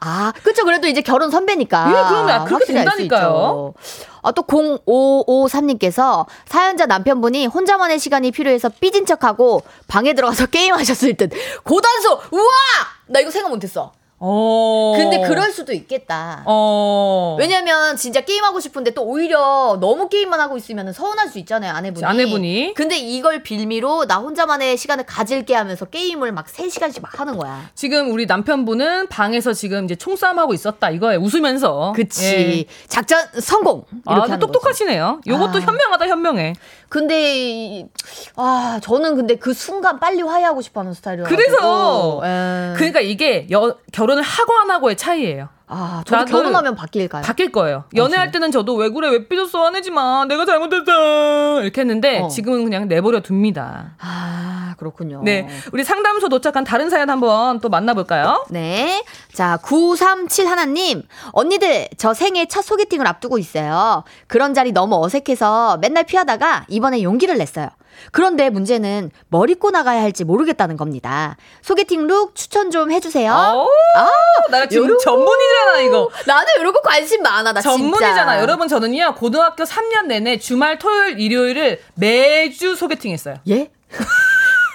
Speaker 3: 아, 그쵸. 그래도 이제 결혼 선배니까.
Speaker 1: 예, 그럼요. 아, 그렇게
Speaker 3: 확실히 알수
Speaker 1: 된다니까요.
Speaker 3: 있죠. 아, 또 0553님께서 사연자 남편분이 혼자만의 시간이 필요해서 삐진 척하고 방에 들어가서 게임하셨을 듯 고단수! 우와! 나 이거 생각 못했어.
Speaker 1: 어.
Speaker 3: 근데 그럴 수도 있겠다.
Speaker 1: 어.
Speaker 3: 왜냐면 진짜 게임하고 싶은데 또 오히려 너무 게임만 하고 있으면 서운할 수 있잖아요 아내분이.
Speaker 1: 아내분이.
Speaker 3: 근데 이걸 빌미로 나 혼자만의 시간을 가질게 하면서 게임을 막 3시간씩 막 하는 거야.
Speaker 1: 지금 우리 남편분은 방에서 지금 이제 총싸움하고 있었다 이거예요. 웃으면서. 예.
Speaker 3: 그치. 예. 작전 성공! 이렇게
Speaker 1: 아, 근데
Speaker 3: 하는 거지.
Speaker 1: 똑똑하시네요. 요것도
Speaker 3: 아.
Speaker 1: 현명하다, 현명해.
Speaker 3: 근데 이- 아 저는 근데 그 순간 빨리 화해하고 예. 싶어하는 스타일이라
Speaker 1: 그래서
Speaker 3: 네.
Speaker 1: 그러니까 이게 여- 결혼을 하고 안 하고의 차이예요.
Speaker 3: 아 저도
Speaker 1: 나는-
Speaker 3: 결혼하면 바뀔까요?
Speaker 1: 바뀔 거예요. 연애할 때는 저도 왜 그래 왜 삐졌어 화내지 마 내가 잘못했다 이렇게 했는데
Speaker 3: 어.
Speaker 1: 지금은 그냥 내버려 둡니다.
Speaker 3: 아 그렇군요.
Speaker 1: 네, 우리 상담소 도착한 다른 사연 한번 또 만나볼까요?
Speaker 3: 네. 자, 937 하나님. 언니들, 저 생애 첫 소개팅을 앞두고 있어요. 그런 자리 너무 어색해서 맨날 피하다가 이번에 용기를 냈어요. 그런데 문제는 뭘 입고 나가야 할지 모르겠다는 겁니다. 소개팅 룩 추천 좀 해주세요.
Speaker 1: 어?
Speaker 3: 아,
Speaker 1: 나 지금
Speaker 3: 요런
Speaker 1: 전문이잖아 이거.
Speaker 3: 나는 이런 거 관심 많아, 나
Speaker 1: 전문이잖아. 여러분 저는요 고등학교 3년 내내 주말 토요일 일요일을 매주 소개팅했어요.
Speaker 3: 예?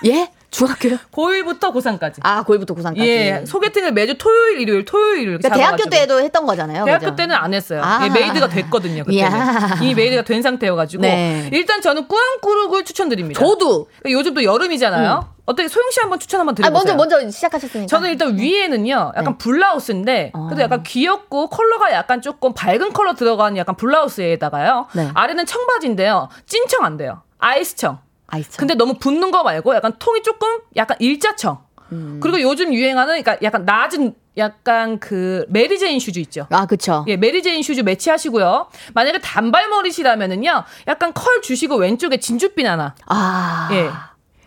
Speaker 3: 예? 중학교요?
Speaker 1: 고1부터 고3까지.
Speaker 3: 아, 고일부터 고3까지.
Speaker 1: 예, 소개팅을 매주 토요일 일요일 토요일 일요일.
Speaker 3: 그러니까 대학교
Speaker 1: 잡아가지고.
Speaker 3: 때도 했던 거잖아요.
Speaker 1: 대학교
Speaker 3: 그죠?
Speaker 1: 때는 안 했어요.
Speaker 3: 아.
Speaker 1: 예, 메이드가 됐거든요.
Speaker 3: 이야.
Speaker 1: 그때는. 이미 메이드가 된 상태여가지고
Speaker 3: 네.
Speaker 1: 일단 저는 꾸안꾸룩을 추천드립니다. 그러니까
Speaker 3: 저도. 음.
Speaker 1: 요즘 또 여름이잖아요. 어떻게 소영 씨 한번 추천 한번
Speaker 3: 아,
Speaker 1: 드려보세요.
Speaker 3: 먼저, 네. 먼저 시작하셨으니까.
Speaker 1: 저는 일단 위에는요, 약간 블라우스인데,
Speaker 3: 어.
Speaker 1: 그래도 약간 귀엽고 컬러가 약간 조금 밝은 컬러 들어간 약간 블라우스에다가요.
Speaker 3: 네.
Speaker 1: 아래는 청바지인데요, 찐청 안 돼요. 아이스청.
Speaker 3: 아이스.
Speaker 1: 근데 너무 붙는 거 말고 약간 통이 조금 약간 일자청.
Speaker 3: 음.
Speaker 1: 그리고 요즘 유행하는 그러니까 약간 낮은 약간 그 메리제인 슈즈 있죠.
Speaker 3: 아, 그쵸.
Speaker 1: 예, 메리제인 슈즈 매치하시고요. 만약에 단발머리시라면은요, 약간 컬 주시고 왼쪽에 진주핀 하나.
Speaker 3: 아.
Speaker 1: 예.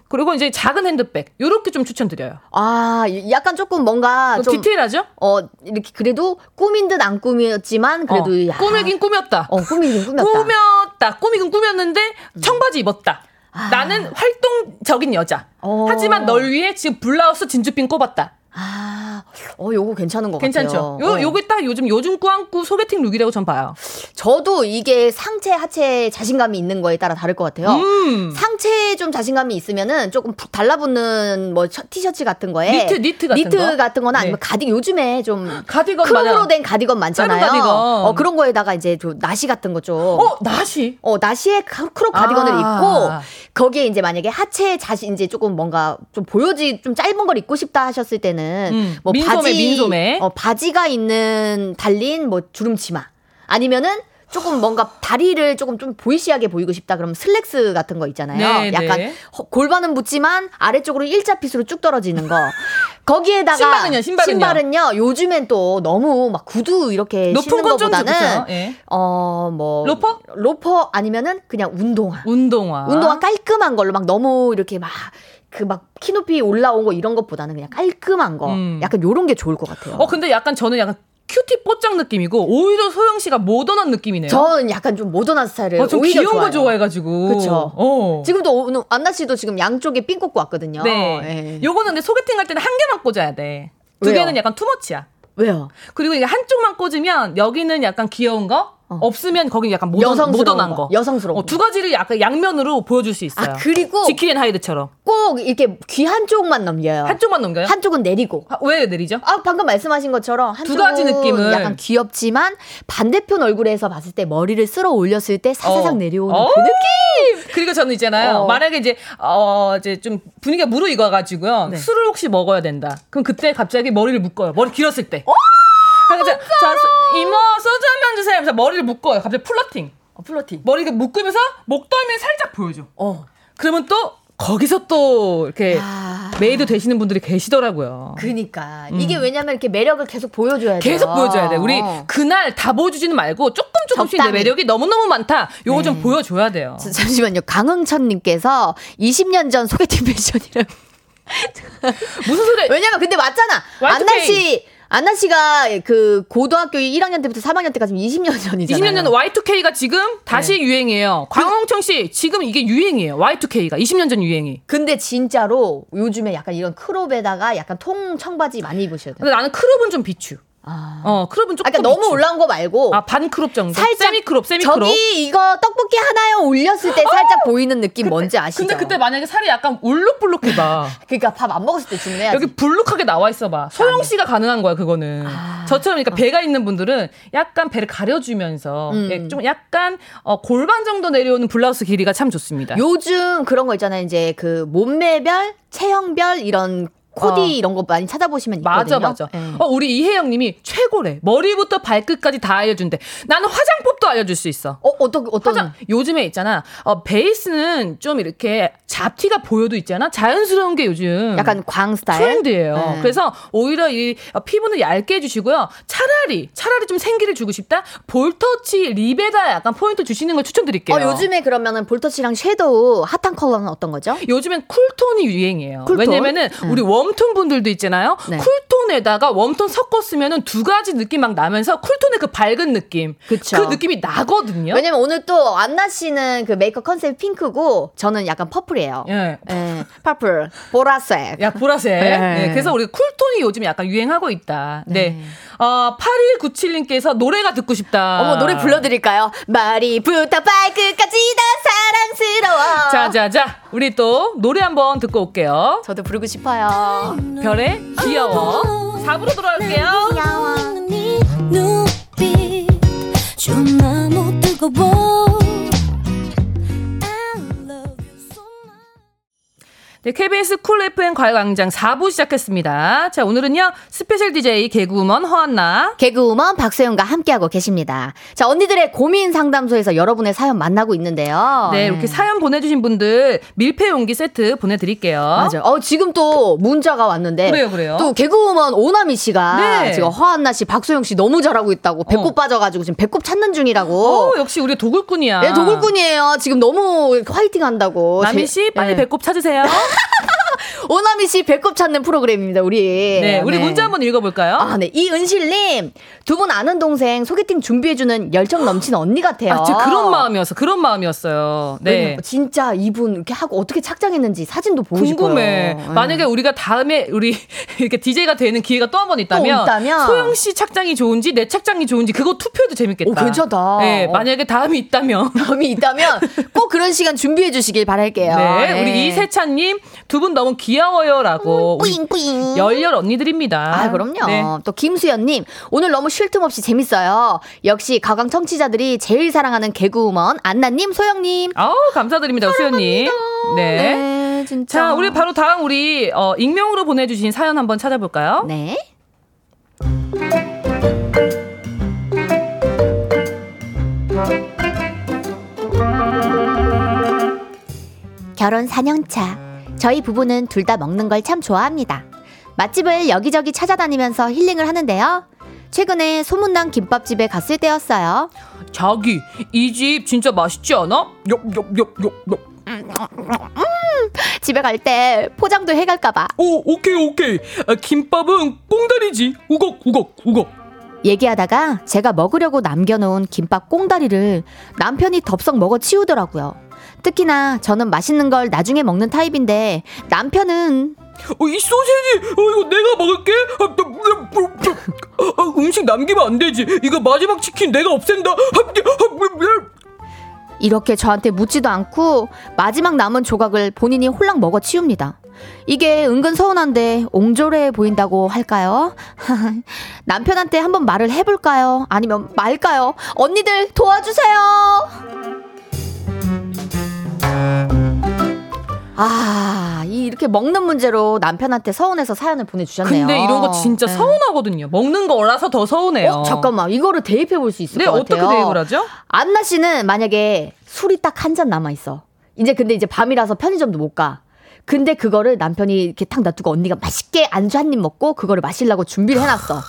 Speaker 1: 그리고 이제 작은 핸드백. 요렇게 좀 추천드려요.
Speaker 3: 아, 약간 조금 뭔가
Speaker 1: 좀
Speaker 3: 아, 좀
Speaker 1: 디테일하죠?
Speaker 3: 어, 이렇게 그래도 꾸민 듯 안 꾸몄지만 그래도
Speaker 1: 어,
Speaker 3: 야,
Speaker 1: 꾸미긴 꾸몄다.
Speaker 3: 어, 꾸미긴 꾸몄다. 음.
Speaker 1: 꾸몄다. 꾸미긴 꾸몄는데 청바지 입었다. 나는 활동적인 여자.
Speaker 3: 아. 어.
Speaker 1: 하지만 널 위해 지금 블라우스 진주핀 꼽았다.
Speaker 3: 아, 어, 요거 괜찮은 것
Speaker 1: 괜찮죠?
Speaker 3: 같아요.
Speaker 1: 요,
Speaker 3: 어.
Speaker 1: 요게 딱 요즘 요즘 꾸안꾸 소개팅 룩이라고 전 봐요.
Speaker 3: 저도 이게 상체 하체 자신감이 있는 거에 따라 다를 것 같아요.
Speaker 1: 음.
Speaker 3: 상체에 좀 자신감이 있으면은 조금 부- 달라붙는 뭐 셔- 티셔츠 같은 거에
Speaker 1: 니트, 니트 같은 거?
Speaker 3: 거나 네. 아니면
Speaker 1: 네.
Speaker 3: 가디 요즘에 좀
Speaker 1: 가디건
Speaker 3: 크롭으로
Speaker 1: 마냥.
Speaker 3: 된 가디건 많잖아요.
Speaker 1: 짧은 가디건.
Speaker 3: 어 그런 거에다가 이제 좀 나시 같은 거 좀.
Speaker 1: 어, 나시.
Speaker 3: 어, 나시에 가- 크롭 가디건을
Speaker 1: 아.
Speaker 3: 입고 거기에 이제 만약에 하체에 자신 이제 조금 뭔가 좀 보여지 좀 짧은 걸 입고 싶다 하셨을 때는 뭐
Speaker 1: 음, 민소매, 민소매.
Speaker 3: 어, 바지가 있는 달린 뭐 주름 치마 아니면은 조금 뭔가 다리를 조금 좀 보이시하게 보이고 싶다 그러면 슬랙스 같은 거 있잖아요.
Speaker 1: 네,
Speaker 3: 약간
Speaker 1: 네.
Speaker 3: 허- 골반은 붙지만 아래쪽으로 일자 핏으로 쭉 떨어지는 거. 거기에다가
Speaker 1: 신발은요, 신발은요?
Speaker 3: 요즘엔또 너무 막 구두 이렇게
Speaker 1: 높은
Speaker 3: 신는
Speaker 1: 건좀
Speaker 3: 거보다는
Speaker 1: 그렇죠. 예.
Speaker 3: 어, 뭐.
Speaker 1: 로퍼?
Speaker 3: 로퍼 아니면은 그냥 운동화.
Speaker 1: 운동화.
Speaker 3: 운동화 깔끔한 걸로 막 너무 이렇게 막. 그 막 키높이 올라온 거 이런 것보다는 그냥 깔끔한 거
Speaker 1: 음.
Speaker 3: 약간 요런 게 좋을 것 같아요.
Speaker 1: 어 근데 약간 저는 약간 큐티 뽀짝 느낌이고 오히려 소영 씨가 모던한 느낌이네요.
Speaker 3: 전 약간 좀 모던한 스타일을
Speaker 1: 어, 좀
Speaker 3: 오히려
Speaker 1: 귀여운
Speaker 3: 좋아해요.
Speaker 1: 거 좋아해가지고.
Speaker 3: 그쵸.
Speaker 1: 어.
Speaker 3: 지금도 오늘 안나 씨도 지금 양쪽에 핀 꽂고 왔거든요.
Speaker 1: 네.
Speaker 3: 예.
Speaker 1: 요거는 근데 소개팅 할 때는 한 개만 꽂아야 돼. 두
Speaker 3: 왜요?
Speaker 1: 개는 약간 투머치야.
Speaker 3: 왜요?
Speaker 1: 그리고 이게 한쪽만 꽂으면 여기는 약간 귀여운 거, 없으면 거기 약간 모던,
Speaker 3: 어. 여성스러운
Speaker 1: 모던한
Speaker 3: 거,
Speaker 1: 거.
Speaker 3: 여성스러운
Speaker 1: 어, 두 가지를 약간 양면으로 보여줄 수 있어요.
Speaker 3: 아 그리고
Speaker 1: 지키앤 하이드처럼.
Speaker 3: 꼭 이렇게 귀 한쪽만 넘겨요.
Speaker 1: 한쪽만 넘겨요?
Speaker 3: 아. 한쪽은 내리고.
Speaker 1: 아, 왜 내리죠?
Speaker 3: 아 방금 말씀하신 것처럼 한쪽은
Speaker 1: 가지 느낌을.
Speaker 3: 약간 귀엽지만 반대편 얼굴에서 봤을 때 머리를 쓸어 올렸을 때 사사삭
Speaker 1: 어.
Speaker 3: 내려오는
Speaker 1: 어.
Speaker 3: 그 느낌.
Speaker 1: 그리고 저는 있잖아요.
Speaker 3: 어.
Speaker 1: 만약에 이제 어 이제 좀 분위기가 무르익어가지고요.
Speaker 3: 네.
Speaker 1: 술을 혹시 먹어야 된다. 그럼 그때 갑자기 머리를 묶어요. 머리 길었을 때. 그래서 자, 자, 이모 소주 한 병 주세요. 그래서 머리를 묶어요. 갑자기 플러팅.
Speaker 3: 플러팅.
Speaker 1: 머리를 묶으면서 목덜미 살짝 보여줘.
Speaker 3: 어.
Speaker 1: 그러면 또 거기서 또 이렇게 메이드 되시는 분들이 계시더라고요.
Speaker 3: 그니까 이게 왜냐면 이렇게 매력을 계속 보여줘야 어. 돼.
Speaker 1: 음. 계속 보여줘야 돼. 우리 그날 다 보여주지는 말고 조금 조금씩
Speaker 3: 적당히. 네.
Speaker 1: 내 매력이 너무너무 많다. 요거 좀 보여줘야 돼요.
Speaker 3: 자, 잠시만요. 강흥천님께서 20년 전 소개팅 패션이라고.
Speaker 1: 무슨 소리?
Speaker 3: 왜냐면 근데 맞잖아.
Speaker 1: Y2K.
Speaker 3: 안나 씨, 안나 씨가 그 고등학교 1학년 때부터 3학년 때까지 20년 전이잖아요. 네. 그
Speaker 1: 20년 전 Y2K가 지금 다시 유행이에요. 광홍청 씨, 지금 이게 유행이에요. Y2K가 20년 전 유행이.
Speaker 3: 근데 진짜로 요즘에 약간 이런 크롭에다가 약간 통 청바지 많이 입으셔야 돼요.
Speaker 1: 근데 나는 크롭은 좀 비추. 어, 크롭은 음, 조금
Speaker 3: 아, 그러니까 너무
Speaker 1: 비추.
Speaker 3: 올라온 거 말고
Speaker 1: 아, 반 크롭 정도. 세미 크롭, 세미 크롭.
Speaker 3: 저기 이거 떡볶이 하나요 올렸을 때 살짝 보이는 느낌 뭔지 아시죠?
Speaker 1: 어! 근데 그때 만약에 살이 약간 울룩불룩해 봐.
Speaker 3: 그러니까 밥 안 먹었을 때 주문해야지. 아, 네.
Speaker 1: 여기 불룩하게 나와 있어 봐. 소영 씨가 가능한 거야, 그거는. 저처럼
Speaker 3: 어.
Speaker 1: 그러니까 배가 있는 분들은 약간 배를 가려주면서
Speaker 3: 음.
Speaker 1: 예, 좀 약간 어, 골반 정도 내려오는 블라우스 길이가 참 좋습니다.
Speaker 3: 요즘 그런 거 있잖아요. 이제 그 몸매별, 체형별 이런 코디
Speaker 1: 어.
Speaker 3: 이런 거 많이 찾아보시면 있거든요.
Speaker 1: 맞아 맞아.
Speaker 3: 예.
Speaker 1: 어, 우리 이혜영님이 최고래. 머리부터 발끝까지 다 알려준대. 나는 화장법도 알려줄 수 있어.
Speaker 3: 어, 어떤 어떤
Speaker 1: 화장 요즘에 있잖아. 어, 베이스는 좀 이렇게 잡티가 보여도 있잖아. 자연스러운 게 요즘
Speaker 3: 약간 광 스타일.
Speaker 1: 트렌드예요.
Speaker 3: 네.
Speaker 1: 그래서 오히려 이 어, 피부는 얇게 해주시고요. 차라리 차라리 좀 생기를 주고 싶다. 볼터치 립에다 약간 포인트 주시는 걸 추천드릴게요.
Speaker 3: 어, 요즘에 그러면은 볼터치랑 섀도우 핫한 컬러는 어떤 거죠?
Speaker 1: 요즘엔 쿨톤이 유행이에요.
Speaker 3: 쿨톤? 음.
Speaker 1: 왜냐면은 우리 웜톤 분들도 있잖아요.
Speaker 3: 네.
Speaker 1: 쿨톤에다가 웜톤 섞어 쓰면은 두 가지 느낌 막 나면서 쿨톤의 그 밝은 느낌.
Speaker 3: 그쵸.
Speaker 1: 그 느낌이 나거든요.
Speaker 3: 왜냐면 오늘 또 안나 씨는 그 메이크업 컨셉 핑크고 저는 약간 퍼플이에요.
Speaker 1: 예.
Speaker 3: 예, 퍼플, 보라색.
Speaker 1: 야, 보라색.
Speaker 3: 네.
Speaker 1: 네, 그래서 우리 쿨톤이 요즘 약간 유행하고 있다. 네. 어, 8197님께서 노래가 듣고 싶다.
Speaker 3: 어머 노래 불러드릴까요? 머리부터 발끝까지 다 사랑스러워.
Speaker 1: 자, 자, 자. 우리 또 노래 한번 듣고 올게요.
Speaker 3: 저도 부르고 싶어요.
Speaker 1: 별의 귀여워. 4부로 돌아올게요.
Speaker 8: 네 눈빛 좀 너무 뜨거워 I love you so much
Speaker 1: 네, KBS 쿨 FM 과외광장 4부 시작했습니다. 자, 오늘은요, 스페셜 DJ 개그우먼 허한나.
Speaker 3: 개그우먼 박소영과 함께하고 계십니다. 자, 언니들의 고민 상담소에서 여러분의 사연 만나고 있는데요. 음.
Speaker 1: 네, 이렇게 사연 보내주신 분들 밀폐 용기 세트 보내드릴게요.
Speaker 3: 맞아요. 어, 지금 또 문자가 왔는데.
Speaker 1: 그래요, 그래요.
Speaker 3: 또 개그우먼 오나미 씨가
Speaker 1: 네.
Speaker 3: 지금 허한나 씨, 박소영 씨 너무 잘하고 있다고 배꼽
Speaker 1: 어.
Speaker 3: 빠져가지고 지금 배꼽 찾는 중이라고.
Speaker 1: 오, 역시 우리 도굴꾼이야.
Speaker 3: 뭐? 네, 도굴꾼이에요. 지금 너무 화이팅 한다고.
Speaker 1: 남인
Speaker 3: 제-
Speaker 1: 씨, 빨리
Speaker 3: 네.
Speaker 1: 배꼽 찾으세요.
Speaker 3: 오나미 씨 배꼽 찾는 프로그램입니다, 우리.
Speaker 1: 네, 우리 문자 한번 읽어볼까요?
Speaker 3: 아, 네. 이은실님. 두 분 아는 동생 소개팅 준비해주는 열정 넘치는 언니 네. 같아요. 그러니까.
Speaker 1: 아, 진짜 그런 마음이어서 그런 마음이었어요. 네.
Speaker 3: 왜냐면 진짜 이분 이렇게 하고 어떻게 착장했는지 사진도 보고
Speaker 1: 궁금해.
Speaker 3: 싶어요. 예.
Speaker 1: 만약에 우리가 다음에 우리 이렇게 DJ가 되는 기회가 또 한 번 있다면,
Speaker 3: 있다면?
Speaker 1: 소영 씨 착장이 좋은지 내 착장이 좋은지 그거 투표해도 재밌겠다.
Speaker 3: 오, 괜찮다.
Speaker 1: 네,
Speaker 3: 어.
Speaker 1: 만약에 다음이 있다면.
Speaker 3: 마음이 있다면 꼭 그런 시간 준비해 주시길 바랄게요.
Speaker 1: 네,
Speaker 3: 예.
Speaker 1: 우리 이세찬님 두 분 너무 귀여워요라고 우리
Speaker 5: 뿌잉뿌잉
Speaker 1: 열렬 언니들입니다.
Speaker 3: 아, 그럼요.
Speaker 1: 네.
Speaker 3: 또 김수연님 오늘 너무 쉴 틈 없이 재밌어요. 역시 가강 청취자들이 제일 사랑하는 개그우먼 안나님, 소영님.
Speaker 1: 아우 감사드립니다, 수연님. 네.
Speaker 3: 네, 진짜.
Speaker 1: 자, 우리 바로 다음 우리 어, 익명으로 보내주신 사연 한번 찾아볼까요?
Speaker 3: 네.
Speaker 2: 결혼 4년차. 저희 부부는 둘 다 먹는 걸 참 좋아합니다. 맛집을 여기저기 찾아다니면서 힐링을 하는데요. 최근에 소문난 김밥집에 갔을 때였어요.
Speaker 1: 자기 이 집 진짜 맛있지 않아? 엽엽엽엽엽.
Speaker 2: 집에 갈 때 포장도 해갈까봐
Speaker 1: 오 오케이 오케이. 아, 김밥은 꽁다리지. 우걱 우걱 우걱.
Speaker 3: 얘기하다가 제가 먹으려고 남겨놓은 김밥 꽁다리를 남편이 덥석 먹어 치우더라고요. 특히나 저는 맛있는 걸 나중에 먹는 타입인데 남편은
Speaker 1: 어, 이 소세지 어, 이거 내가 먹을게 아, 나, 나, 나, 나, 아, 음식 남기면 안 되지 이거 마지막 치킨 내가 없앤다 아, 아,
Speaker 3: 이렇게 저한테 묻지도 않고 마지막 남은 조각을 본인이 홀랑 먹어 치웁니다. 이게 은근 서운한데 옹졸해 보인다고 할까요? 남편한테 한번 말을 해볼까요? 아니면 말까요? 언니들 도와주세요! 아, 이- 이렇게 먹는 문제로 남편한테 서운해서 사연을 보내주셨네요.
Speaker 1: 근데 이런 거 진짜
Speaker 3: 네.
Speaker 1: 서운하거든요 먹는 거라서 더 서운해요
Speaker 3: 어, 잠깐만. 이거를 대입해 볼 수 있을
Speaker 1: 네
Speaker 3: 것
Speaker 1: 어떻게
Speaker 3: 같아요.
Speaker 1: 대입을 하죠?
Speaker 3: 안나 씨는 만약에 술이 딱 한 잔 남아 있어. 이제 근데 이제 밤이라서 편의점도 못 가. 근데 그거를 남편이 이렇게 탁 놔두고 언니가 맛있게 안주 한 입 먹고 그거를 마시려고 준비를 해놨어.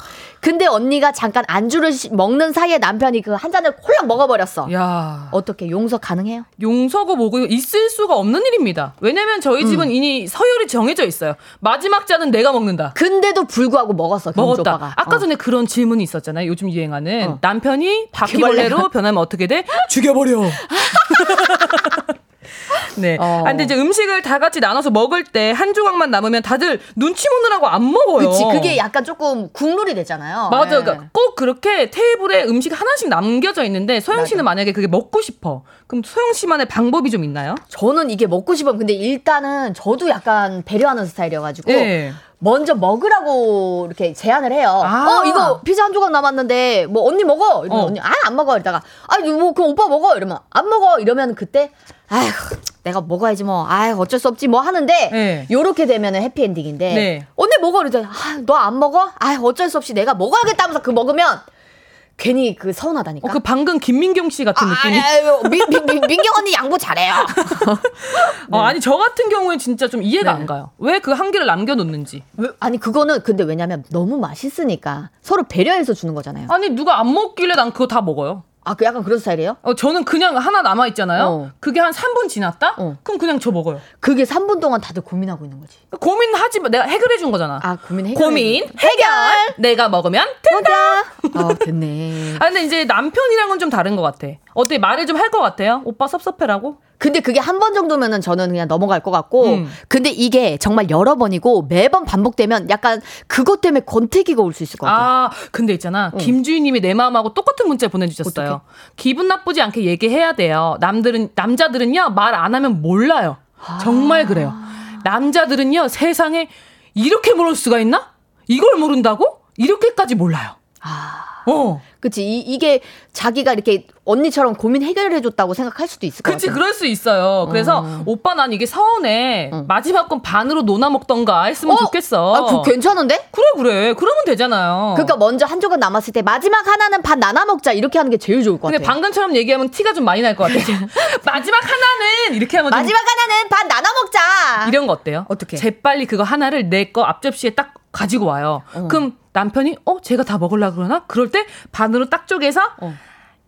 Speaker 3: 근데 언니가 잠깐 안주를 시- 먹는 사이에 남편이 그 한 잔을 홀랑 먹어버렸어.
Speaker 1: 야
Speaker 3: 어떻게 용서 가능해요?
Speaker 1: 용서고 뭐고 있을 수가 없는 일입니다 왜냐면
Speaker 3: 음.
Speaker 1: 저희 집은 이미 서열이 정해져 있어요 마지막 잔은 내가 먹는다
Speaker 3: 근데도 불구하고 먹었어. 경주
Speaker 1: 먹었다.
Speaker 3: 오빠가.
Speaker 1: 아까
Speaker 3: 어.
Speaker 1: 전에 그런 질문이 있었잖아요. 요즘 유행하는
Speaker 3: 어.
Speaker 1: 남편이 바퀴벌레로 변하면 어떻게 돼? 죽여버려. 네.
Speaker 3: 어.
Speaker 1: 아, 근데 이제 음식을 다 같이 나눠서 먹을 때 한 조각만 남으면 다들 눈치 보느라고 안 먹어요.
Speaker 3: 그치 그게 약간 조금 국룰이 되잖아요.
Speaker 1: 맞아.
Speaker 3: 네.
Speaker 1: 그러니까 꼭 그렇게 테이블에 음식 하나씩 남겨져 있는데 소영 씨는 만약에 그게 먹고 싶어. 그럼 소영 씨만의 방법이 좀 있나요?
Speaker 3: 저는 이게 먹고 싶으면 근데 일단은 저도 약간 배려하는 스타일이어가지고
Speaker 1: 예.
Speaker 3: 먼저 먹으라고 이렇게 제안을 해요.
Speaker 1: 아.
Speaker 3: 어 이거 피자 한 조각 남았는데 뭐 언니 먹어. 이러면
Speaker 1: 어.
Speaker 3: 언니 아 안 먹어. 이러다가 아뭐 그럼 오빠 먹어. 이러면 안 먹어. 이러면 그때 아휴 내가 먹어야지 뭐. 아휴 어쩔 수 없지 뭐 하는데
Speaker 1: 네.
Speaker 3: 요렇게 되면은 해피엔딩인데
Speaker 1: 네.
Speaker 3: 언니 먹어. 이러더니 아너 안 먹어? 아 어쩔 수 없이 내가 먹어야겠다 하면서 그 먹으면 괜히 그 서운하다니까.
Speaker 1: 어, 그 방금 김민경 씨 같은 느낌이.
Speaker 3: 아유, 예. 민, 민, 민, 민경 언니 양보 잘해요.
Speaker 1: 어, 아니 저 같은 경우엔 진짜 좀 이해가
Speaker 3: 네.
Speaker 1: 안 가요. 왜 그 한 개를 남겨놓는지.
Speaker 3: 아니 그거는 근데 왜냐면 너무 맛있으니까 서로 배려해서 주는 거잖아요.
Speaker 1: 아니 누가 안 먹길래 난 그거 다 먹어요.
Speaker 3: 아 그 약간 그런 스타일이에요?
Speaker 1: 어, 저는 그냥 하나 남아 있잖아요.
Speaker 3: 어.
Speaker 1: 그게 한 3분 지났다?
Speaker 3: 어.
Speaker 1: 그럼 그냥 저 먹어요.
Speaker 3: 그게 3분 동안 다들 고민하고 있는 거지.
Speaker 1: 고민하지 마. 내가 해결해 준 거잖아.
Speaker 3: 아 고민 해결.
Speaker 1: 고민 해결. 내가 먹으면 돼.
Speaker 3: 된다. 아 됐네.
Speaker 1: 아 근데 이제 남편이랑은 좀 다른 것 같아. 어때 말을 좀 할 것 같아요? 오빠 섭섭해라고?
Speaker 3: 근데 그게 한 번 정도면은 저는 그냥 넘어갈 것 같고,
Speaker 1: 음.
Speaker 3: 근데 이게 정말 여러 번이고 매번 반복되면 약간 그것 때문에 권태기가 올 수 있을 것 같아요.
Speaker 1: 아 근데 있잖아 김주희님이 내 마음하고 똑같은 문자 보내주셨어요. 기분 나쁘지 않게 얘기해야 돼요. 남들은 남자들은요 말 안 하면 몰라요. 정말 그래요. 남자들은요 세상에 이렇게 모를 수가 있나? 이걸 모른다고? 이렇게까지 몰라요. 어.
Speaker 3: 그치 이, 이게 자기가 이렇게 언니처럼 고민 해결해줬다고 생각할 수도 있을 것
Speaker 1: 그치,
Speaker 3: 같아요.
Speaker 1: 그럴 수 있어요. 그래서, 오빠 난 이게 서운해. 마지막 건 반으로 논아 먹던가 했으면
Speaker 3: 어?
Speaker 1: 좋겠어.
Speaker 3: 아, 그 괜찮은데?
Speaker 1: 그래, 그래. 그러면 되잖아요.
Speaker 3: 그러니까 먼저 한 조각 남았을 때 마지막 하나는 반 나눠 먹자 이렇게 하는 게 제일 좋을 것
Speaker 1: 근데
Speaker 3: 같아요.
Speaker 1: 방금처럼 얘기하면 티가 좀 많이 날 것 같아. 마지막 하나는 이렇게 하면 좀
Speaker 3: 마지막 하나는 반 나눠 먹자.
Speaker 1: 이런 거 어때요?
Speaker 3: 어떻게?
Speaker 1: 재빨리 그거 하나를 내 거 앞접시에 딱 가지고 와요.
Speaker 3: 어.
Speaker 1: 그럼 남편이 어 제가 다 먹을라 그러나? 그럴 때 반으로 딱 쪼개서
Speaker 3: 어.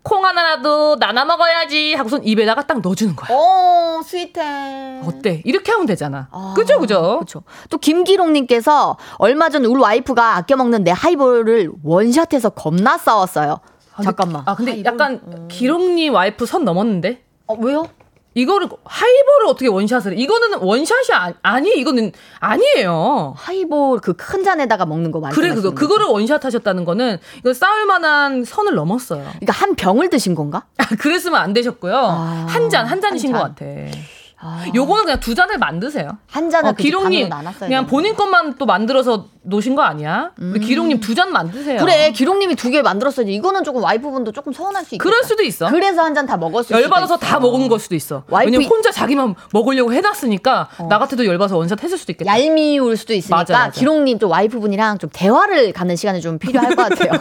Speaker 1: 콩 하나라도 나눠 먹어야지 하고선 입에다가 딱 넣어주는 거야.
Speaker 3: 오 스윗해.
Speaker 1: 어때? 이렇게 하면 되잖아. 그죠 그죠?
Speaker 3: 그렇죠. 또 김기롱님께서 얼마 전 우리 와이프가 아껴 먹는 내 하이볼을 원샷해서 겁나 싸웠어요.
Speaker 1: 아, 근데-
Speaker 3: 잠깐만.
Speaker 1: 아 근데 약간 기롱님 와이프 선 넘었는데?
Speaker 3: 어, 왜요?
Speaker 1: 이거를 하이볼을 어떻게 원샷을? 해? 이거는 원샷이 아, 아니 이거는 아니에요.
Speaker 3: 하이볼 그 큰 잔에다가 먹는 거 말이죠.
Speaker 1: 그래 그거 그거를 원샷 하셨다는 거는 이거 싸울 만한 선을 넘었어요.
Speaker 3: 그러니까 한 병을 드신 건가?
Speaker 1: 아, 그랬으면 안 되셨고요.
Speaker 3: 아,
Speaker 1: 한 잔, 한 잔이신
Speaker 3: 한
Speaker 1: 것
Speaker 3: 잔.
Speaker 1: 같아. 요거는 그냥 두 잔을 만드세요.
Speaker 3: 한 잔을 그
Speaker 1: 어, 기롱님
Speaker 3: 나눴어야 음.
Speaker 1: 그냥 본인 것만 또 만들어서 놓으신 거 아니야? 우리 기롱님 두 잔 만드세요.
Speaker 3: 그래 기롱님이 두 개 만들었어야지. 이거는 조금 와이프분도 조금 서운할 수 있겠다.
Speaker 1: 그럴 수도 있어.
Speaker 3: 그래서 한 잔 다 먹었을
Speaker 1: 열받아서
Speaker 3: 수도
Speaker 1: 다 먹은 걸 수도 있어.
Speaker 3: 와이프
Speaker 1: 왜냐면
Speaker 3: 이-
Speaker 1: 혼자 자기만 먹으려고 해놨으니까 나 같아도 열받아서 원샷 했을 수도 있겠다.
Speaker 3: 얄미울 수도 있으니까
Speaker 1: 맞아, 맞아.
Speaker 3: 기롱님 좀 와이프분이랑 좀 대화를 가는 시간이 좀 필요할 것 같아요.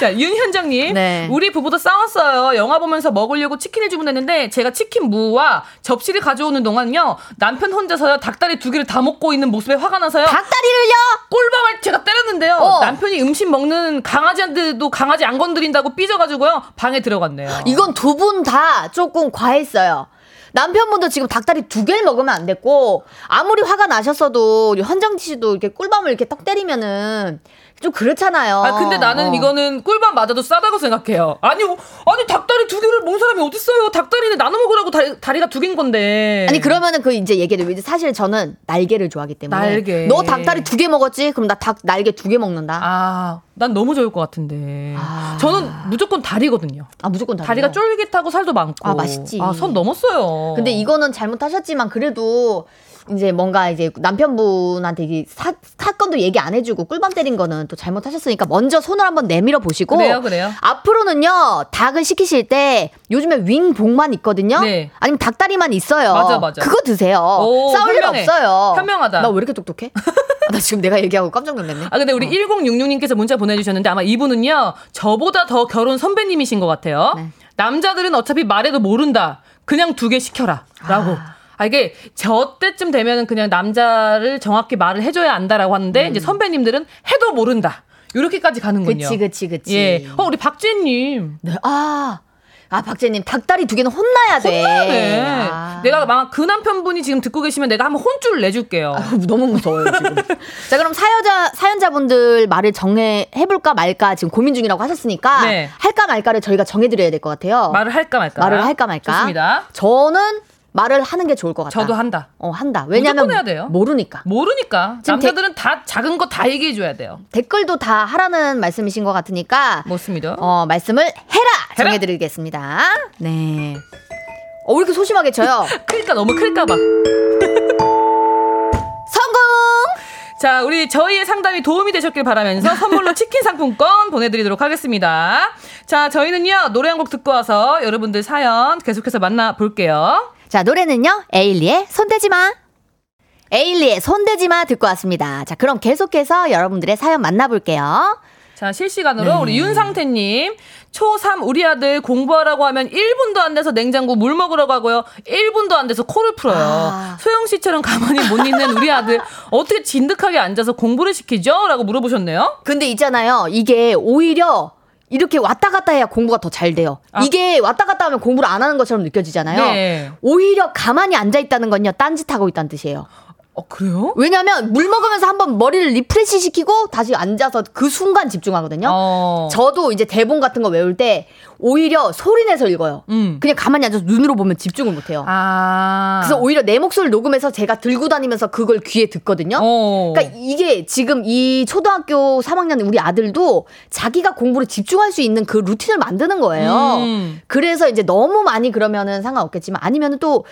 Speaker 1: 자, 윤현정님.
Speaker 3: 네.
Speaker 1: 우리 부부도 싸웠어요. 영화 보면서 먹으려고 치킨을 주문했는데 제가 치킨 무와 접시를 가져오는 동안요. 남편 혼자서요. 닭다리 두 개를 다 먹고 있는 모습에 화가 나서요.
Speaker 3: 닭다리를요.
Speaker 1: 꼴방을 제가 때렸는데요.
Speaker 3: 어.
Speaker 1: 남편이 음식 먹는 강아지한테도 강아지 안 건드린다고 삐져가지고요. 방에 들어갔네요.
Speaker 3: 이건 두 분 다 조금 과했어요.
Speaker 2: 남편분도 지금 닭다리 두 개를 먹으면 안 됐고 아무리 화가 나셨어도 우리 헌정지 씨도 이렇게 꿀밤을 이렇게 떡 때리면은 좀 그렇잖아요.
Speaker 1: 아 근데 나는
Speaker 2: 어.
Speaker 1: 이거는 꿀밤 맞아도 싸다고 생각해요. 아니 어, 아니 닭다리 두 개를 먹는 사람이 어딨어요? 닭다리는 나눠 먹으라고 다리, 다리가 두 개인 건데.
Speaker 2: 아니 그러면은 그 이제 얘기를 이제 사실 저는 날개를 좋아하기 때문에
Speaker 1: 날개.
Speaker 2: 너 닭다리 두 개 먹었지? 그럼 나 닭 날개 두 개 먹는다. 아,
Speaker 1: 아난 너무 좋을 것 같은데.
Speaker 2: 아.
Speaker 1: 저는 무조건 다리거든요.
Speaker 2: 무조건 다리.
Speaker 1: 다리가 쫄깃하고 살도 많고.
Speaker 2: 아, 맛있지.
Speaker 1: 아선 넘었어요.
Speaker 2: 근데 이거는 잘못하셨지만 그래도 이제 뭔가 이제 남편분한테 이 사, 사건도 얘기 안 해주고 꿀밤 때린 거는 또 잘못하셨으니까 먼저 손을 한번 내밀어 보시고
Speaker 1: 그래요 그래요.
Speaker 2: 아, 앞으로는요 닭을 시키실 때 요즘에 윙봉만 있거든요.
Speaker 1: 네.
Speaker 2: 아니면 닭다리만 있어요.
Speaker 1: 맞아, 맞아.
Speaker 2: 그거 드세요.
Speaker 1: 오,
Speaker 2: 어, 싸울 일
Speaker 1: 현명해.
Speaker 2: 없어요.
Speaker 1: 현명하다.
Speaker 2: 나 왜 어. 이렇게 똑똑해? 아, 나 지금 내가 얘기하고 깜짝 놀랐네.
Speaker 1: 아 근데 우리 1066님께서 문자 보내주셨는데 아마 이분은요 저보다 더 결혼 선배님이신 것 같아요.
Speaker 2: 네.
Speaker 1: 남자들은 어차피 말해도 모른다. 그냥 두 개 시켜라라고. 아 이게 저 때쯤 되면은 그냥 남자를 정확히 말을 해줘야 안다라고 하는데 이제 선배님들은 해도 모른다. 이렇게까지 가는군요.
Speaker 2: 음. 그치, 그치, 그치.
Speaker 1: 예. 어 우리 박지혜님.
Speaker 2: 네. 아, 아 박재님 닭다리 두 개는 혼나야 돼.
Speaker 1: 네.
Speaker 2: 아.
Speaker 1: 내가 막 그 남편분이 지금 듣고 계시면 내가 한번 혼쭐 내줄게요.
Speaker 2: 너무 무서워요 지금. 자 그럼 사연자 사연자분들 말을 정해 해볼까 말까 지금 고민 중이라고 하셨으니까
Speaker 1: 네.
Speaker 2: 할까 말까를 저희가 정해드려야 될 것 같아요.
Speaker 1: 말을 할까 말까.
Speaker 2: 말을 할까 말까.
Speaker 1: 좋습니다.
Speaker 2: 저는 말을 하는 게 좋을 것 같다.
Speaker 1: 저도 한다.
Speaker 2: 어 한다. 왜냐면
Speaker 1: 무조건 해야 돼요.
Speaker 2: 모르니까.
Speaker 1: 모르니까
Speaker 2: 지금 대-
Speaker 1: 남자들은 다 작은 거 다 얘기해 줘야 돼요.
Speaker 2: 댓글도 다 하라는 말씀이신 것 같으니까
Speaker 1: 맞습니다.
Speaker 2: 어 말씀을 해라
Speaker 1: 해라!
Speaker 2: 정해드리겠습니다. 네. 어왜 이렇게 소심하게 쳐요?
Speaker 1: 클까 너무 클까봐.
Speaker 2: 성공.
Speaker 1: 자, 우리 저희의 상담이 도움이 되셨길 바라면서 선물로 치킨 상품권 보내드리도록 하겠습니다. 자, 저희는요 노래 한 곡 듣고 와서 여러분들 사연 계속해서 만나볼게요.
Speaker 2: 자 노래는요 에일리의 손대지마. 에일리의 손대지마 듣고 왔습니다. 자 그럼 계속해서 여러분들의 사연 만나볼게요.
Speaker 1: 자, 실시간으로
Speaker 2: 네.
Speaker 1: 우리 윤상태님 초3 우리 아들 공부하라고 하면 1분도 안 돼서 냉장고 물 먹으라고 하고요. 1분도 안 돼서 코를 풀어요.
Speaker 2: 아.
Speaker 1: 소영 씨처럼 가만히 못 있는 우리 아들 어떻게 진득하게 앉아서 공부를 시키죠? 라고 물어보셨네요.
Speaker 2: 근데 있잖아요. 이게 오히려 이렇게 왔다 갔다 해야 공부가 더 잘 돼요.
Speaker 1: 아.
Speaker 2: 이게 왔다 갔다 하면 공부를 안 하는 것처럼 느껴지잖아요.
Speaker 1: 네.
Speaker 2: 오히려 가만히 앉아 있다는 건요. 딴짓하고 있다는 뜻이에요.
Speaker 1: 어, 그래요?
Speaker 2: 왜냐면 물 먹으면서 한번 머리를 리프레시 시키고 다시 앉아서 그 순간 집중하거든요.
Speaker 1: 어.
Speaker 2: 저도 이제 대본 같은 거 외울 때 오히려 소리 내서 읽어요.
Speaker 1: 음.
Speaker 2: 그냥 가만히 앉아서 눈으로 보면 집중을 못 해요.
Speaker 1: 아.
Speaker 2: 그래서 오히려 내 목소리를 녹음해서 제가 들고 다니면서 그걸 귀에 듣거든요.
Speaker 1: 어.
Speaker 2: 그러니까 이게 지금 이 초등학교 3학년 우리 아들도 자기가 공부를 집중할 수 있는 그 루틴을 만드는 거예요.
Speaker 1: 음.
Speaker 2: 그래서 이제 너무 많이 그러면은 상관없겠지만 아니면은 또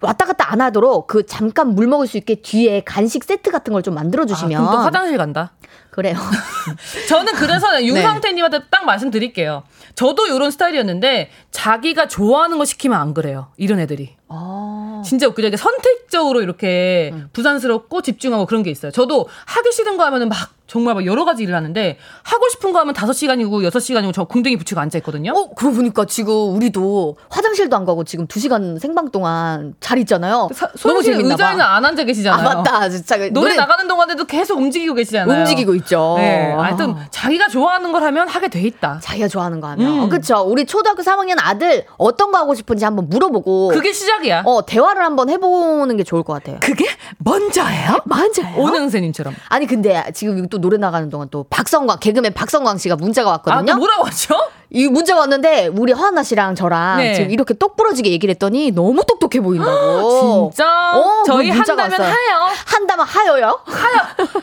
Speaker 2: 왔다 갔다 안 하도록 그 잠깐 물 먹을 수 있게 뒤에 간식 세트 같은 걸 좀 만들어
Speaker 1: 아,
Speaker 2: 주시면
Speaker 1: 그럼 또 화장실 간다.
Speaker 2: 그래요.
Speaker 1: 저는 그래서
Speaker 2: 네.
Speaker 1: 윤상태님한테 딱 말씀드릴게요. 저도 이런 스타일이었는데 자기가 좋아하는 거 시키면 안 그래요. 이런 애들이.
Speaker 2: 아.
Speaker 1: 진짜 웃기죠. 이게 선택적으로 이렇게
Speaker 2: 음.
Speaker 1: 부산스럽고 집중하고 그런 게 있어요. 저도 하기 싫은 거 하면은 막 정말 막 여러 가지 일을 하는데 하고 싶은 거 하면 5시간이고 6시간이고 저 궁둥이 붙이고 앉아 있거든요.
Speaker 2: 어, 그러고 보니까 지금 우리도 화장실도 안 가고 지금 2시간 생방 동안 잘 있잖아요.
Speaker 1: 사-
Speaker 2: 너무
Speaker 1: 소영씨
Speaker 2: 재밌나 봐.
Speaker 1: 의자에는 안 앉아
Speaker 2: 아,
Speaker 1: 계시잖아요.
Speaker 2: 맞다. 진짜 그
Speaker 1: 노래, 나가는 동안에도 계속 움직이고 계시잖아요.
Speaker 2: 움직이고 어. 있죠.
Speaker 1: 네. 하여튼 자기가 좋아하는 걸 하면 하게 돼 있다.
Speaker 2: 자기가 좋아하는 거 하면.
Speaker 1: 음.
Speaker 2: 어, 그쵸. 우리 초등학교 3학년 아들 어떤 거 하고 싶은지 한번 물어보고.
Speaker 1: 그게 시작이야.
Speaker 2: 어, 대화를 한번 해보는 게 좋을 것 같아요.
Speaker 1: 그게 먼저예요?
Speaker 2: 맞아요.
Speaker 1: 오능세님처럼.
Speaker 2: 아니, 근데 지금 이거 또 노래 나가는 동안 또 박성광, 개그맨 박성광 씨가 문자가
Speaker 1: 아,
Speaker 2: 왔거든요.
Speaker 1: 또 뭐라고 하죠?
Speaker 2: 이 문자가 왔는데 우리 허한나 씨랑 저랑
Speaker 1: 네.
Speaker 2: 지금 이렇게 똑부러지게 얘기를 했더니 너무 똑똑해 보인다고.
Speaker 1: 진짜? 저희
Speaker 2: 뭐 어. 문자가
Speaker 1: 한다면
Speaker 2: 왔어요.
Speaker 1: 하요.
Speaker 2: 한다면 하여요?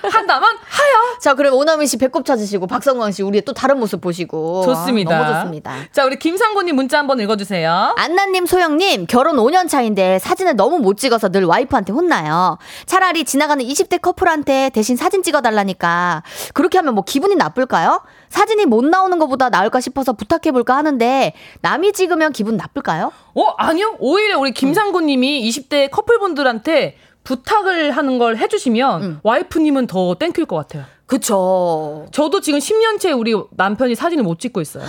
Speaker 1: 한다면 하여.
Speaker 2: 자, 그럼 오나미 씨 배꼽 찾으시고 박성광 씨 우리의 또 다른 모습 보시고.
Speaker 1: 좋습니다.
Speaker 2: 아, 너무 좋습니다.
Speaker 1: 자, 우리 김상곤님 문자 한번 읽어주세요.
Speaker 2: 안나님, 소영님, 결혼 5년 차인데 사진을 너무 못 찍어서 늘 와이프한테 혼나요. 차라리 지나가는 20대 커플한테 대신 사진 찍어달라니까. 그렇게 하면 뭐 기분이 나쁠까요? 사진이 못 나오는 것보다 나을까 싶어서 부탁해볼까 하는데, 남이 찍으면 기분 나쁠까요?
Speaker 1: 어, 아니요. 오히려 우리 김상곤님이 20대 커플분들한테 부탁을 하는 걸 해주시면 와이프님은 더 땡큐일 것 같아요.
Speaker 2: 음. 그쵸.
Speaker 1: 저도 지금 10년째 우리 남편이 사진을 못 찍고 있어요.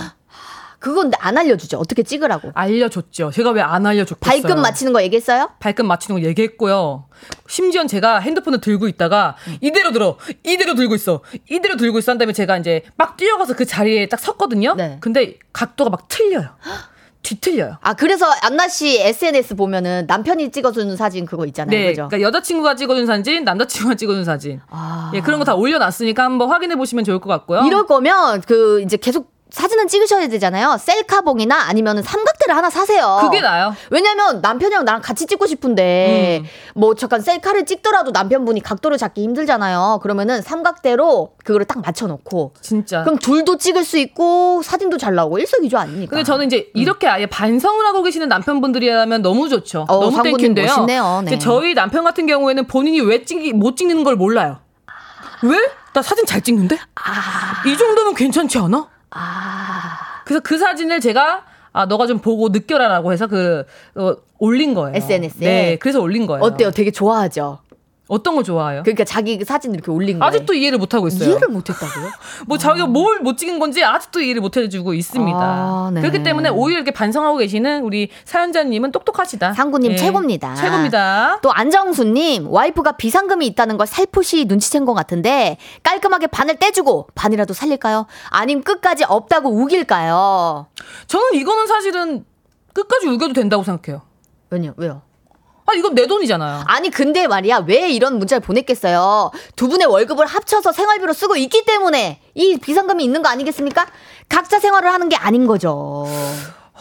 Speaker 2: 그건 안 알려주죠. 어떻게 찍으라고.
Speaker 1: 알려줬죠. 제가 왜 안 알려줬겠어요?
Speaker 2: 발끝 맞히는 거 얘기했어요?
Speaker 1: 발끝 맞추는 거 얘기했고요. 심지어 제가 핸드폰을 들고 있다가 이대로 들어, 이대로 들고 있어, 이대로 들고 있어 한 다음에 제가 이제 막 뛰어가서 그 자리에 딱 섰거든요.
Speaker 2: 네.
Speaker 1: 근데 각도가 막 틀려요.
Speaker 3: 뒤틀려요. 아 그래서 안나 씨 SNS 보면은 남편이 찍어주는 사진 그거 있잖아요.
Speaker 1: 네,
Speaker 3: 그죠?
Speaker 1: 그러니까 여자친구가 찍어준 사진, 남자친구가 찍어준 사진.
Speaker 3: 아.
Speaker 1: 예, 그런 거 다 올려놨으니까 한번 확인해 보시면 좋을 것 같고요.
Speaker 3: 이럴 거면 그 이제 계속 사진은 찍으셔야 되잖아요. 셀카봉이나 아니면 삼각대를 하나 사세요.
Speaker 1: 그게 나요. 음.
Speaker 3: 왜냐면 남편이랑 나랑 같이 찍고 싶은데 뭐 잠깐 셀카를 찍더라도 남편분이 각도를 잡기 힘들잖아요. 그러면은 삼각대로 그거를 딱 맞춰놓고
Speaker 1: 진짜.
Speaker 3: 그럼 둘도 찍을 수 있고 사진도 잘 나오고 일석이조 아닙니까?
Speaker 1: 근데 저는 이제
Speaker 3: 음.
Speaker 1: 이렇게 아예 반성을 하고 계시는 남편분들이라면 너무 좋죠.
Speaker 3: 어,
Speaker 1: 너무
Speaker 3: 상부님
Speaker 1: 땡큐인데요.
Speaker 3: 멋있네요. 네.
Speaker 1: 이제 저희 남편 같은 경우에는 본인이 왜 찍기 못 찍는 걸 몰라요. 왜? 나 사진 잘 찍는데?
Speaker 3: 아.
Speaker 1: 이 정도면 괜찮지 않아? 그래서 그 사진을 제가 아 너가 좀 보고 느껴라라고 해서 그 어, 올린 거예요.
Speaker 3: SNS에?
Speaker 1: 네, 그래서 올린 거예요.
Speaker 3: 어때요? 되게 좋아하죠.
Speaker 1: 어떤 걸 좋아해요?
Speaker 3: 그러니까 자기 그 사진 이렇게 올린 거
Speaker 1: 아직도 이해를 못 하고 있어요.
Speaker 3: 이해를 못했다고요?
Speaker 1: 뭐 자기가 뭘 못 찍은 건지 아직도 이해를 못 해주고 있습니다.
Speaker 3: 아, 네.
Speaker 1: 그렇기 때문에 오히려 이렇게 반성하고 계시는 우리 사연자님은 똑똑하시다.
Speaker 3: 상구님
Speaker 1: 예.
Speaker 3: 최고입니다.
Speaker 1: 최고입니다.
Speaker 3: 또 안정수님 와이프가 비상금이 있다는 걸 살포시 눈치챈 것 같은데 깔끔하게 반을 떼주고 반이라도 살릴까요? 아님 끝까지 없다고 우길까요?
Speaker 1: 저는 이거는 사실은 끝까지 우겨도 된다고 생각해요.
Speaker 3: 왜요? 왜요?
Speaker 1: 아 이건 내 돈이잖아요.
Speaker 3: 아니 근데 말이야 왜 이런 문자를 보냈겠어요? 두 분의 월급을 합쳐서 생활비로 쓰고 있기 때문에 이 비상금이 있는 거 아니겠습니까? 각자 생활을 하는 게 아닌 거죠.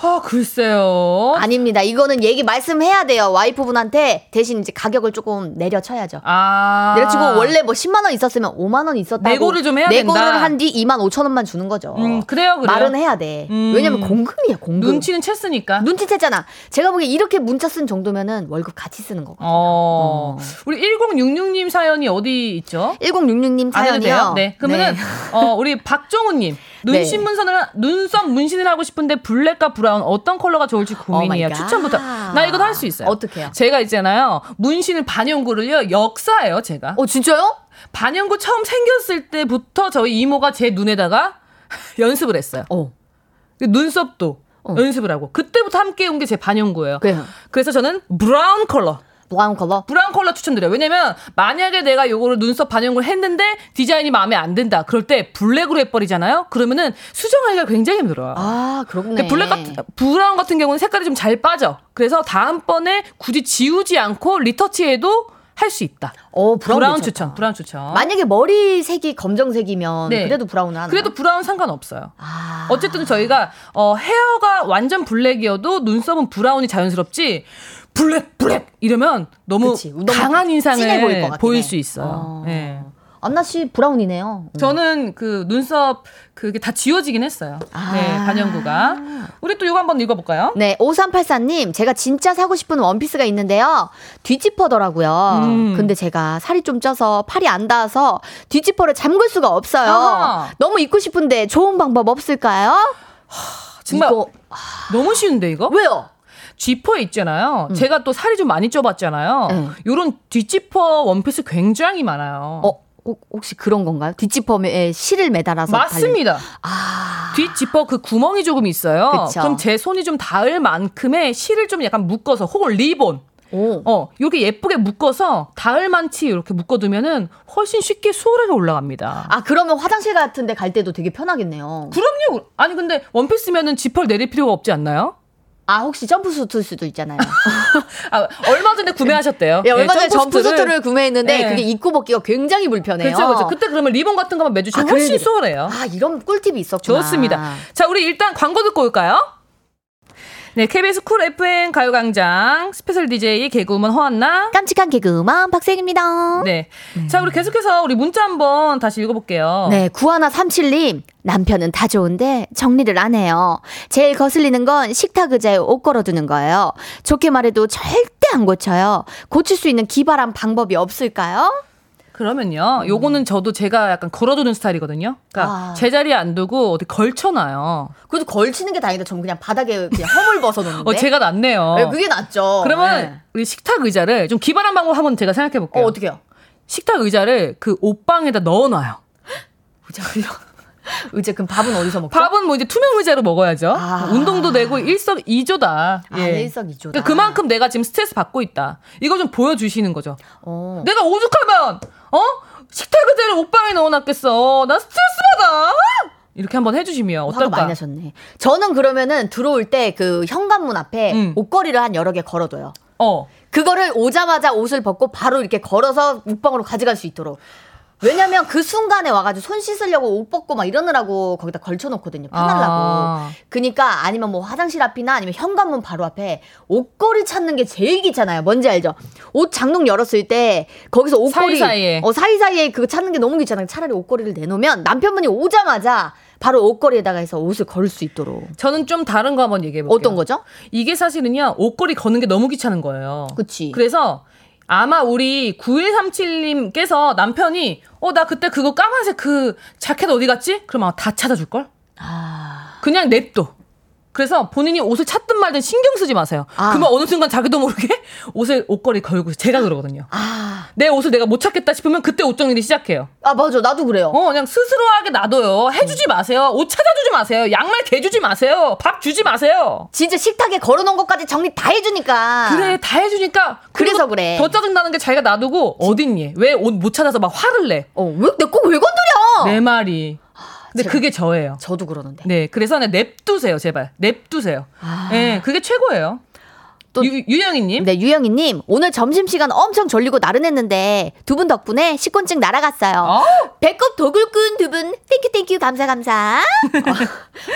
Speaker 1: 아 글쎄요.
Speaker 3: 아닙니다. 이거는 얘기 말씀해야 돼요. 와이프분한테 대신 이제 가격을 조금 내려쳐야죠.
Speaker 1: 아
Speaker 3: 내려치고 원래 뭐 10만 원 있었으면 5만 원 있었다고
Speaker 1: 내고를 좀 해야 된다.
Speaker 3: 내고를 한 뒤 2만 5천 원만 주는 거죠.
Speaker 1: 음, 그래요, 그래요.
Speaker 3: 말은 해야 돼.
Speaker 1: 음.
Speaker 3: 왜냐면 공금이야 공금.
Speaker 1: 눈치는 챘으니까.
Speaker 3: 눈치챘잖아. 제가 보기에 이렇게 문자 쓴 정도면은 월급 같이 쓰는 거고.
Speaker 1: 어. 우리 1066님 사연이 어디 있죠?
Speaker 3: 1066님
Speaker 1: 음, 안 해도 돼요?
Speaker 3: 사연이요.
Speaker 1: 네. 그러면은 어, 우리 박종우님
Speaker 3: 네.
Speaker 1: 눈썹 문선을 눈썹 문신을 하고 싶은데 블랙과 브라운 어떤 컬러가 좋을지 고민이에요.
Speaker 3: Oh my God.
Speaker 1: 추천부터. 나 이거 할수 있어요.
Speaker 3: 어떡해요?
Speaker 1: 제가 있잖아요. 문신을 반영구를요 역사예요. 제가
Speaker 3: 어 진짜요?
Speaker 1: 반영구 처음 생겼을 때부터 저희 이모가 제 눈에다가 연습을 했어요.
Speaker 3: 어.
Speaker 1: 그 눈썹도
Speaker 3: 어.
Speaker 1: 연습을 하고 그때부터 함께 온 게 제 반영구예요.
Speaker 3: 그래요.
Speaker 1: 그래서 저는 브라운 컬러.
Speaker 3: 브라운 컬러.
Speaker 1: 브라운 컬러 추천드려요. 왜냐면 만약에 내가 요거를 눈썹 반영을 했는데 디자인이 마음에 안 든다. 그럴 때 블랙으로 해버리잖아요. 그러면은 수정하기가 굉장히 힘들어요.
Speaker 3: 아 그렇네.
Speaker 1: 근데 블랙 같은 브라운 같은 경우는 색깔이 좀 잘 빠져. 그래서 다음번에 굳이 지우지 않고 리터치해도 할 수 있다.
Speaker 3: 어 브라운,
Speaker 1: 브라운,
Speaker 3: 괜찮다.
Speaker 1: 추천. 브라운 추천.
Speaker 3: 만약에 머리 색이 검정색이면
Speaker 1: 네.
Speaker 3: 그래도 브라운을 하나.
Speaker 1: 그래도 브라운 상관없어요.
Speaker 3: 아.
Speaker 1: 어쨌든 저희가 어, 헤어가 완전 블랙이어도 눈썹은 브라운이 자연스럽지 블랙 블랙 이러면 너무
Speaker 3: 그치. 너무
Speaker 1: 강한
Speaker 3: 진해 보일 것
Speaker 1: 인상을
Speaker 3: 같긴 해.
Speaker 1: 보일 수 있어요.
Speaker 3: 어.
Speaker 1: 예.
Speaker 3: 안나 씨 브라운이네요. 음.
Speaker 1: 저는 그 눈썹 그게 다 지워지긴 했어요.
Speaker 3: 아.
Speaker 1: 네, 반영구가. 우리 또 이거 한번 읽어볼까요?
Speaker 3: 네, 5384님, 제가 진짜 사고 싶은 원피스가 있는데요. 뒤집어더라고요.
Speaker 1: 음.
Speaker 3: 아, 근데 제가 살이 좀 쪄서 팔이 안 닿아서 뒤집어를 잠글 수가 없어요.
Speaker 1: 아하.
Speaker 3: 너무 입고 싶은데 좋은 방법 없을까요?
Speaker 1: 정말
Speaker 3: 이거,
Speaker 1: 너무 쉬운데 이거?
Speaker 3: 왜요? 음.
Speaker 1: 지퍼 있잖아요. 제가 또 살이 좀 많이 쪄봤잖아요.
Speaker 3: 네.
Speaker 1: 요런 뒷지퍼 원피스 굉장히 많아요.
Speaker 3: 어, 혹- 혹시 그런 건가요? 뒤집어에 실을 매달아서.
Speaker 1: 맞습니다.
Speaker 3: 달리- 아.
Speaker 1: 뒷지퍼 그 구멍이 조금 있어요.
Speaker 3: 그쵸.
Speaker 1: 그럼 제 손이 좀 닿을 만큼의 실을 좀 약간 묶어서 혹은 리본
Speaker 3: 오.
Speaker 1: 어, 요렇게 예쁘게 묶어서 닿을 만치 이렇게 묶어두면은 훨씬 쉽게 수월하게 올라갑니다.
Speaker 3: 아, 그러면 화장실 같은 데 갈 때도 되게 편하겠네요.
Speaker 1: 그럼요. 아니 근데 원피스면은 지퍼를 내릴 필요가 없지 않나요?
Speaker 3: 아, 혹시 점프수트일 수도 있잖아요.
Speaker 1: 아, 얼마 전에 구매하셨대요.
Speaker 3: 예, 얼마 전에
Speaker 1: 점프수트를.
Speaker 3: 점프수트를 구매했는데
Speaker 1: 네.
Speaker 3: 그게 입고 벗기가 굉장히 불편해요.
Speaker 1: 그렇죠, 그렇죠. 그때 그러면 리본 같은 것만 매주시면
Speaker 3: 아, 그래야
Speaker 1: 훨씬
Speaker 3: 되겠다.
Speaker 1: 수월해요.
Speaker 3: 아, 이런 꿀팁이 있었구나. 아.
Speaker 1: 좋습니다. 자, 우리 일단 광고 듣고 올까요? 네, KBS 쿨 FM 가요광장 스페셜 DJ 개그우먼 허한나.
Speaker 3: 깜찍한 개그우먼 박생입니다.
Speaker 1: 네. 자, 우리 계속해서 우리 문자 한번 다시 읽어볼게요.
Speaker 3: 네, 구하나 37님. 남편은 다 좋은데 정리를 안 해요. 제일 거슬리는 건 식탁 의자에 옷 걸어두는 거예요. 좋게 말해도 절대 안 고쳐요. 고칠 수 있는 기발한 방법이 없을까요?
Speaker 1: 그러면요. 요거는 저도 제가 약간 걸어두는 스타일이거든요. 그러니까
Speaker 3: 아.
Speaker 1: 제자리에 안 두고 어디 걸쳐놔요.
Speaker 3: 그래도 걸치는 게 다행이다. 저는 그냥 바닥에 그냥 허물 벗어놓는데.
Speaker 1: 어, 제가 낫네요.
Speaker 3: 낫죠.
Speaker 1: 그러면 우리 식탁 의자를 좀 기발한 방법 한번 제가 생각해 볼게요.
Speaker 3: 네. 어떻게요?
Speaker 1: 식탁 의자를 그 옷방에다 넣어놔요.
Speaker 3: 의자 그럼 밥은 어디서 먹죠?
Speaker 1: 밥은 뭐 이제 투명 의자로 먹어야죠.
Speaker 3: 아.
Speaker 1: 운동도 되고 일석이조다.
Speaker 3: 아,
Speaker 1: 예.
Speaker 3: 일석이조다.
Speaker 1: 그러니까 그만큼 내가 지금 스트레스 받고 있다. 이거 좀 보여주시는 거죠.
Speaker 3: 어.
Speaker 1: 내가 오죽하면 어 식탁 의자를 옷방에 넣어놨겠어. 나 스트레스 받아. 이렇게 한번 해주시면
Speaker 3: 화가 많이
Speaker 1: 어떨까?
Speaker 3: 나셨네. 저는 그러면은 들어올 때 그 현관문 앞에
Speaker 1: 음.
Speaker 3: 옷걸이를 한 여러 개 걸어둬요.
Speaker 1: 어.
Speaker 3: 그거를 오자마자 옷을 벗고 바로 이렇게 걸어서 옷방으로 가져갈 수 있도록. 왜냐면 그 순간에 와가지고 손 씻으려고 옷 벗고 막 이러느라고 거기다 걸쳐놓거든요. 편하려고.
Speaker 1: 아.
Speaker 3: 그니까 아니면 뭐 화장실 앞이나 아니면 현관문 바로 앞에 옷걸이 찾는 게 제일 귀찮아요. 뭔지 알죠? 옷 장롱 열었을 때 거기서 옷걸이
Speaker 1: 사이사이에.
Speaker 3: 어 사이사이에 그거 찾는 게 너무 귀찮아요. 차라리 옷걸이를 내놓으면 남편분이 오자마자 바로 옷걸이에다가 해서 옷을 걸을 수 있도록.
Speaker 1: 저는 좀 다른 거 한번 얘기해 볼게요.
Speaker 3: 어떤 거죠?
Speaker 1: 이게 사실은요 옷걸이 거는 게 너무 귀찮은 거예요.
Speaker 3: 그치.
Speaker 1: 그래서 아마 우리 9137님께서 남편이 어 나 그때 그거 까만색 그 자켓 어디 갔지? 그럼 아마 다 찾아줄 걸? 그냥 냅둬. 그래서 본인이 옷을 찾든 말든 신경 쓰지 마세요.
Speaker 3: 아.
Speaker 1: 그러면 어느 순간 자기도 모르게 옷을 옷걸이 걸고 제가 그러거든요.
Speaker 3: 아,
Speaker 1: 내 옷을 내가 못 찾겠다 싶으면 그때 옷 정리를 시작해요.
Speaker 3: 아 맞아. 나도 그래요.
Speaker 1: 어 그냥 스스로 하게 놔둬요. 해주지 마세요. 옷 찾아주지 마세요. 양말 개주지 마세요. 밥 주지 마세요.
Speaker 3: 진짜 식탁에 걸어놓은 것까지 정리 다 해주니까.
Speaker 1: 그래 다 해주니까 그리고
Speaker 3: 아. 그래서 그래.
Speaker 1: 더 짜증나는 게 자기가 놔두고 어딨니 왜 옷 못 찾아서 막 화를 내 내
Speaker 3: 어, 왜, 내거왜 건드려?
Speaker 1: 말이 근데
Speaker 3: 제가-
Speaker 1: 그게 저예요
Speaker 3: 어. 아, 저도 그러는데.
Speaker 1: 네 그래서 그냥 냅두세요 제발 냅두세요 네 그게 최고예요
Speaker 3: 또-
Speaker 1: 유, 유영이님
Speaker 3: 네, 유영이님, 오늘 점심시간 엄청 졸리고 나른했는데 두 분 덕분에 식곤증 날아갔어요.
Speaker 1: 어?
Speaker 3: 배꼽 도굴꾼 두 분, 땡큐, 땡큐, 감사, 감사.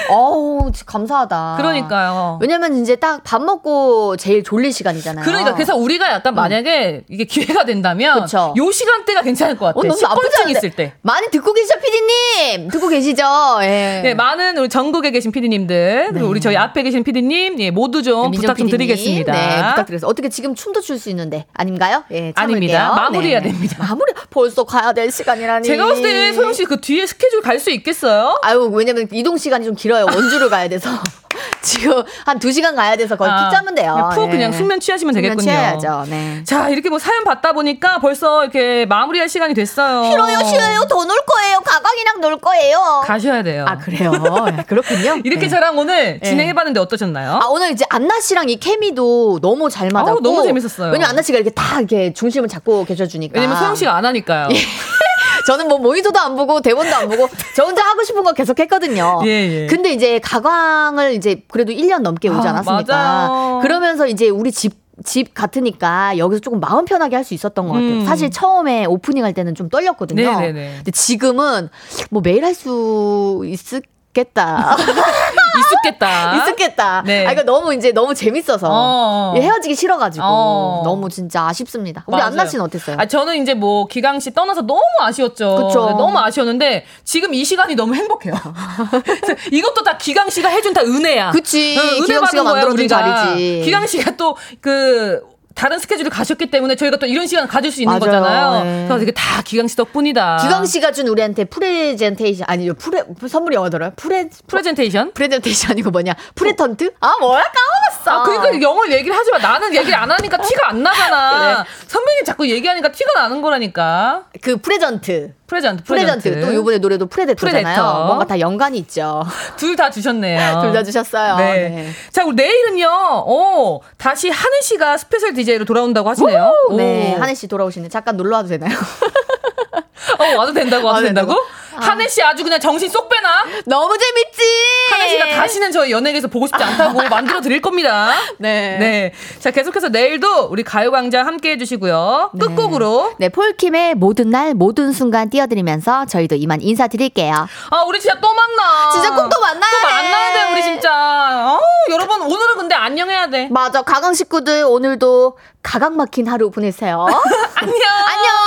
Speaker 3: 어우, 진짜 감사하다.
Speaker 1: 그러니까요
Speaker 3: 왜냐면 이제 딱 밥 먹고 제일 졸릴 시간이잖아요. 음.
Speaker 1: 그러니까 그래서 우리가 약간 만약에 이게 기회가 된다면
Speaker 3: 그쵸.
Speaker 1: 요 시간대가 괜찮을 것
Speaker 3: 어,
Speaker 1: 같아
Speaker 3: 너무 나쁘지
Speaker 1: 네, 식곤증
Speaker 3: 않은데.
Speaker 1: 있을 때
Speaker 3: 많이 듣고 계시죠, 피디님? 듣고 계시죠? 예.
Speaker 1: 네, 많은 우리 전국에 계신 피디님들 그리고 우리 저희 앞에 계신 피디님 예, 모두 좀
Speaker 3: 네. 민정
Speaker 1: 부탁 좀
Speaker 3: PD님.
Speaker 1: 드리겠습니다
Speaker 3: 네, 부탁드려서 어떻게 지금 춤도 출 수 있는데 아닌가요? 예, 참을게요.
Speaker 1: 아닙니다. 마무리해야 됩니다.
Speaker 3: 마무리 벌써 가야 될 시간이라니.
Speaker 1: 제가 봤을
Speaker 3: 네.
Speaker 1: 때 소영 씨 그 뒤에 스케줄 갈 수 있겠어요?
Speaker 3: 아유, 왜냐면 이동 시간이 좀 길어요. 원주를 가야 돼서. 지금 한 두시간 가야 돼서 거의 푹 자면 돼요.
Speaker 1: 그냥 아, 네, 푹
Speaker 3: 예.
Speaker 1: 그냥 숙면 취하시면 되겠군요.
Speaker 3: 숙면 취해야죠. 네.
Speaker 1: 자, 이렇게 뭐 사연 받다 보니까 벌써 이렇게 마무리할 시간이 됐어요.
Speaker 3: 싫어요, 싫어요. 더 놀 거예요. 가방이랑 놀 거예요.
Speaker 1: 가셔야 돼요.
Speaker 3: 아, 그래요. 예, 그렇군요.
Speaker 1: 이렇게
Speaker 3: 네.
Speaker 1: 저랑 오늘
Speaker 3: 네.
Speaker 1: 진행해봤는데 어떠셨나요?
Speaker 3: 아, 오늘 이제 안나 씨랑 이 케미도 너무 잘 맞았고
Speaker 1: 아우, 너무 재밌었어요.
Speaker 3: 왜냐면 안나 씨가 이렇게 다 이렇게 중심을 잡고 계셔 주니까.
Speaker 1: 왜냐면 소영 씨가 안 하니까요.
Speaker 3: 예. 저는 뭐 모니터도 안 보고 대본도 안 보고 저 혼자 하고 싶은 거 계속 했거든요.
Speaker 1: 예, 예.
Speaker 3: 근데 이제 가광을 이제 그래도 1년 넘게 오지
Speaker 1: 아,
Speaker 3: 않았습니까?
Speaker 1: 맞아요.
Speaker 3: 그러면서 이제 우리 집 집 같으니까 여기서 조금 마음 편하게 할 수 있었던 것 같아요.
Speaker 1: 음.
Speaker 3: 사실 처음에 오프닝 할 때는 좀 떨렸거든요.
Speaker 1: 네네네.
Speaker 3: 근데 지금은 뭐 매일 할 수 있겠다.
Speaker 1: 익숙겠다.
Speaker 3: 있겠다.
Speaker 1: 네.
Speaker 3: 아, 이거 너무 이제 너무 재밌어서
Speaker 1: 어.
Speaker 3: 예, 헤어지기 싫어가지고
Speaker 1: 어.
Speaker 3: 너무 진짜 아쉽습니다. 우리
Speaker 1: 맞아요.
Speaker 3: 안나 씨는 어땠어요?
Speaker 1: 아, 저는 이제 뭐 기강 씨 떠나서 너무 아쉬웠죠.
Speaker 3: 그쵸.
Speaker 1: 네, 너무 아쉬웠는데 지금 이 시간이 너무 행복해요. 그래서 이것도 다 기강 씨가 해준 다 은혜야.
Speaker 3: 그치.
Speaker 1: 어, 은혜
Speaker 3: 기강
Speaker 1: 받은
Speaker 3: 씨가
Speaker 1: 거야
Speaker 3: 만들어준
Speaker 1: 우리가.
Speaker 3: 자리지.
Speaker 1: 기강 씨가 또 그 다른 스케줄을 가셨기 때문에 저희가 또 이런 시간 을 가질 수 있는
Speaker 3: 맞아요.
Speaker 1: 거잖아요.
Speaker 3: 네.
Speaker 1: 그래서 이게 다 기강 씨 덕분이다.
Speaker 3: 기광 씨가 준 우리한테 프레젠테이션 아니요 프레 선물이 영어더라 프레
Speaker 1: 프레젠테이션.
Speaker 3: 프레젠테이션 아니고 뭐냐 프레턴트 아 뭐야 까먹었어
Speaker 1: 아, 그러니까 영어를 얘기를 하지 마. 나는 얘기를 안 하니까 티가 안 나잖아. 선배님 자꾸 얘기하니까 티가 나는 거라니까.
Speaker 3: 그 프레전트
Speaker 1: 프레젠트,
Speaker 3: 프레전트,
Speaker 1: 프레젠트.
Speaker 3: 또 요번에 노래도 프레데터잖아요
Speaker 1: 프레데터.
Speaker 3: 뭔가 다 연관이 있죠
Speaker 1: 둘 다 주셨네요.
Speaker 3: 둘 다 주셨어요
Speaker 1: 네.
Speaker 3: 네.
Speaker 1: 자, 우리 내일은요, 어, 다시 하늘 씨가 스페셜 DJ로 돌아온다고 하시네요.
Speaker 3: 오, 네,
Speaker 1: 오.
Speaker 3: 한혜 씨 돌아오시는 잠깐 놀러 와도 되나요?
Speaker 1: 어, 와도 된다고, 와도
Speaker 3: 와도 네.
Speaker 1: 된다고? 하늘 씨 아주 그냥 정신 쏙 빼나?
Speaker 3: 너무 재밌지.
Speaker 1: 하늘 씨가 다시는 저희 연예계에서 보고 싶지 않다고 만들어 드릴 겁니다.
Speaker 3: 네.
Speaker 1: 네. 자, 계속해서 내일도 우리 가요광장 함께 해주시고요. 끝곡으로.
Speaker 3: 네, 폴킴의 모든 날 모든 순간 띄워드리면서 저희도 이만 인사드릴게요.
Speaker 1: 아, 우리 진짜 또 만나.
Speaker 3: 진짜 꼭 또 만나야
Speaker 1: 또
Speaker 3: 돼.
Speaker 1: 만나야 돼, 우리 진짜. 어 여러분, 오늘은 근데 안녕해야 돼.
Speaker 3: 맞아. 가강 식구들 오늘도 가강 막힌 하루 보내세요.
Speaker 1: 안녕.
Speaker 3: 안녕.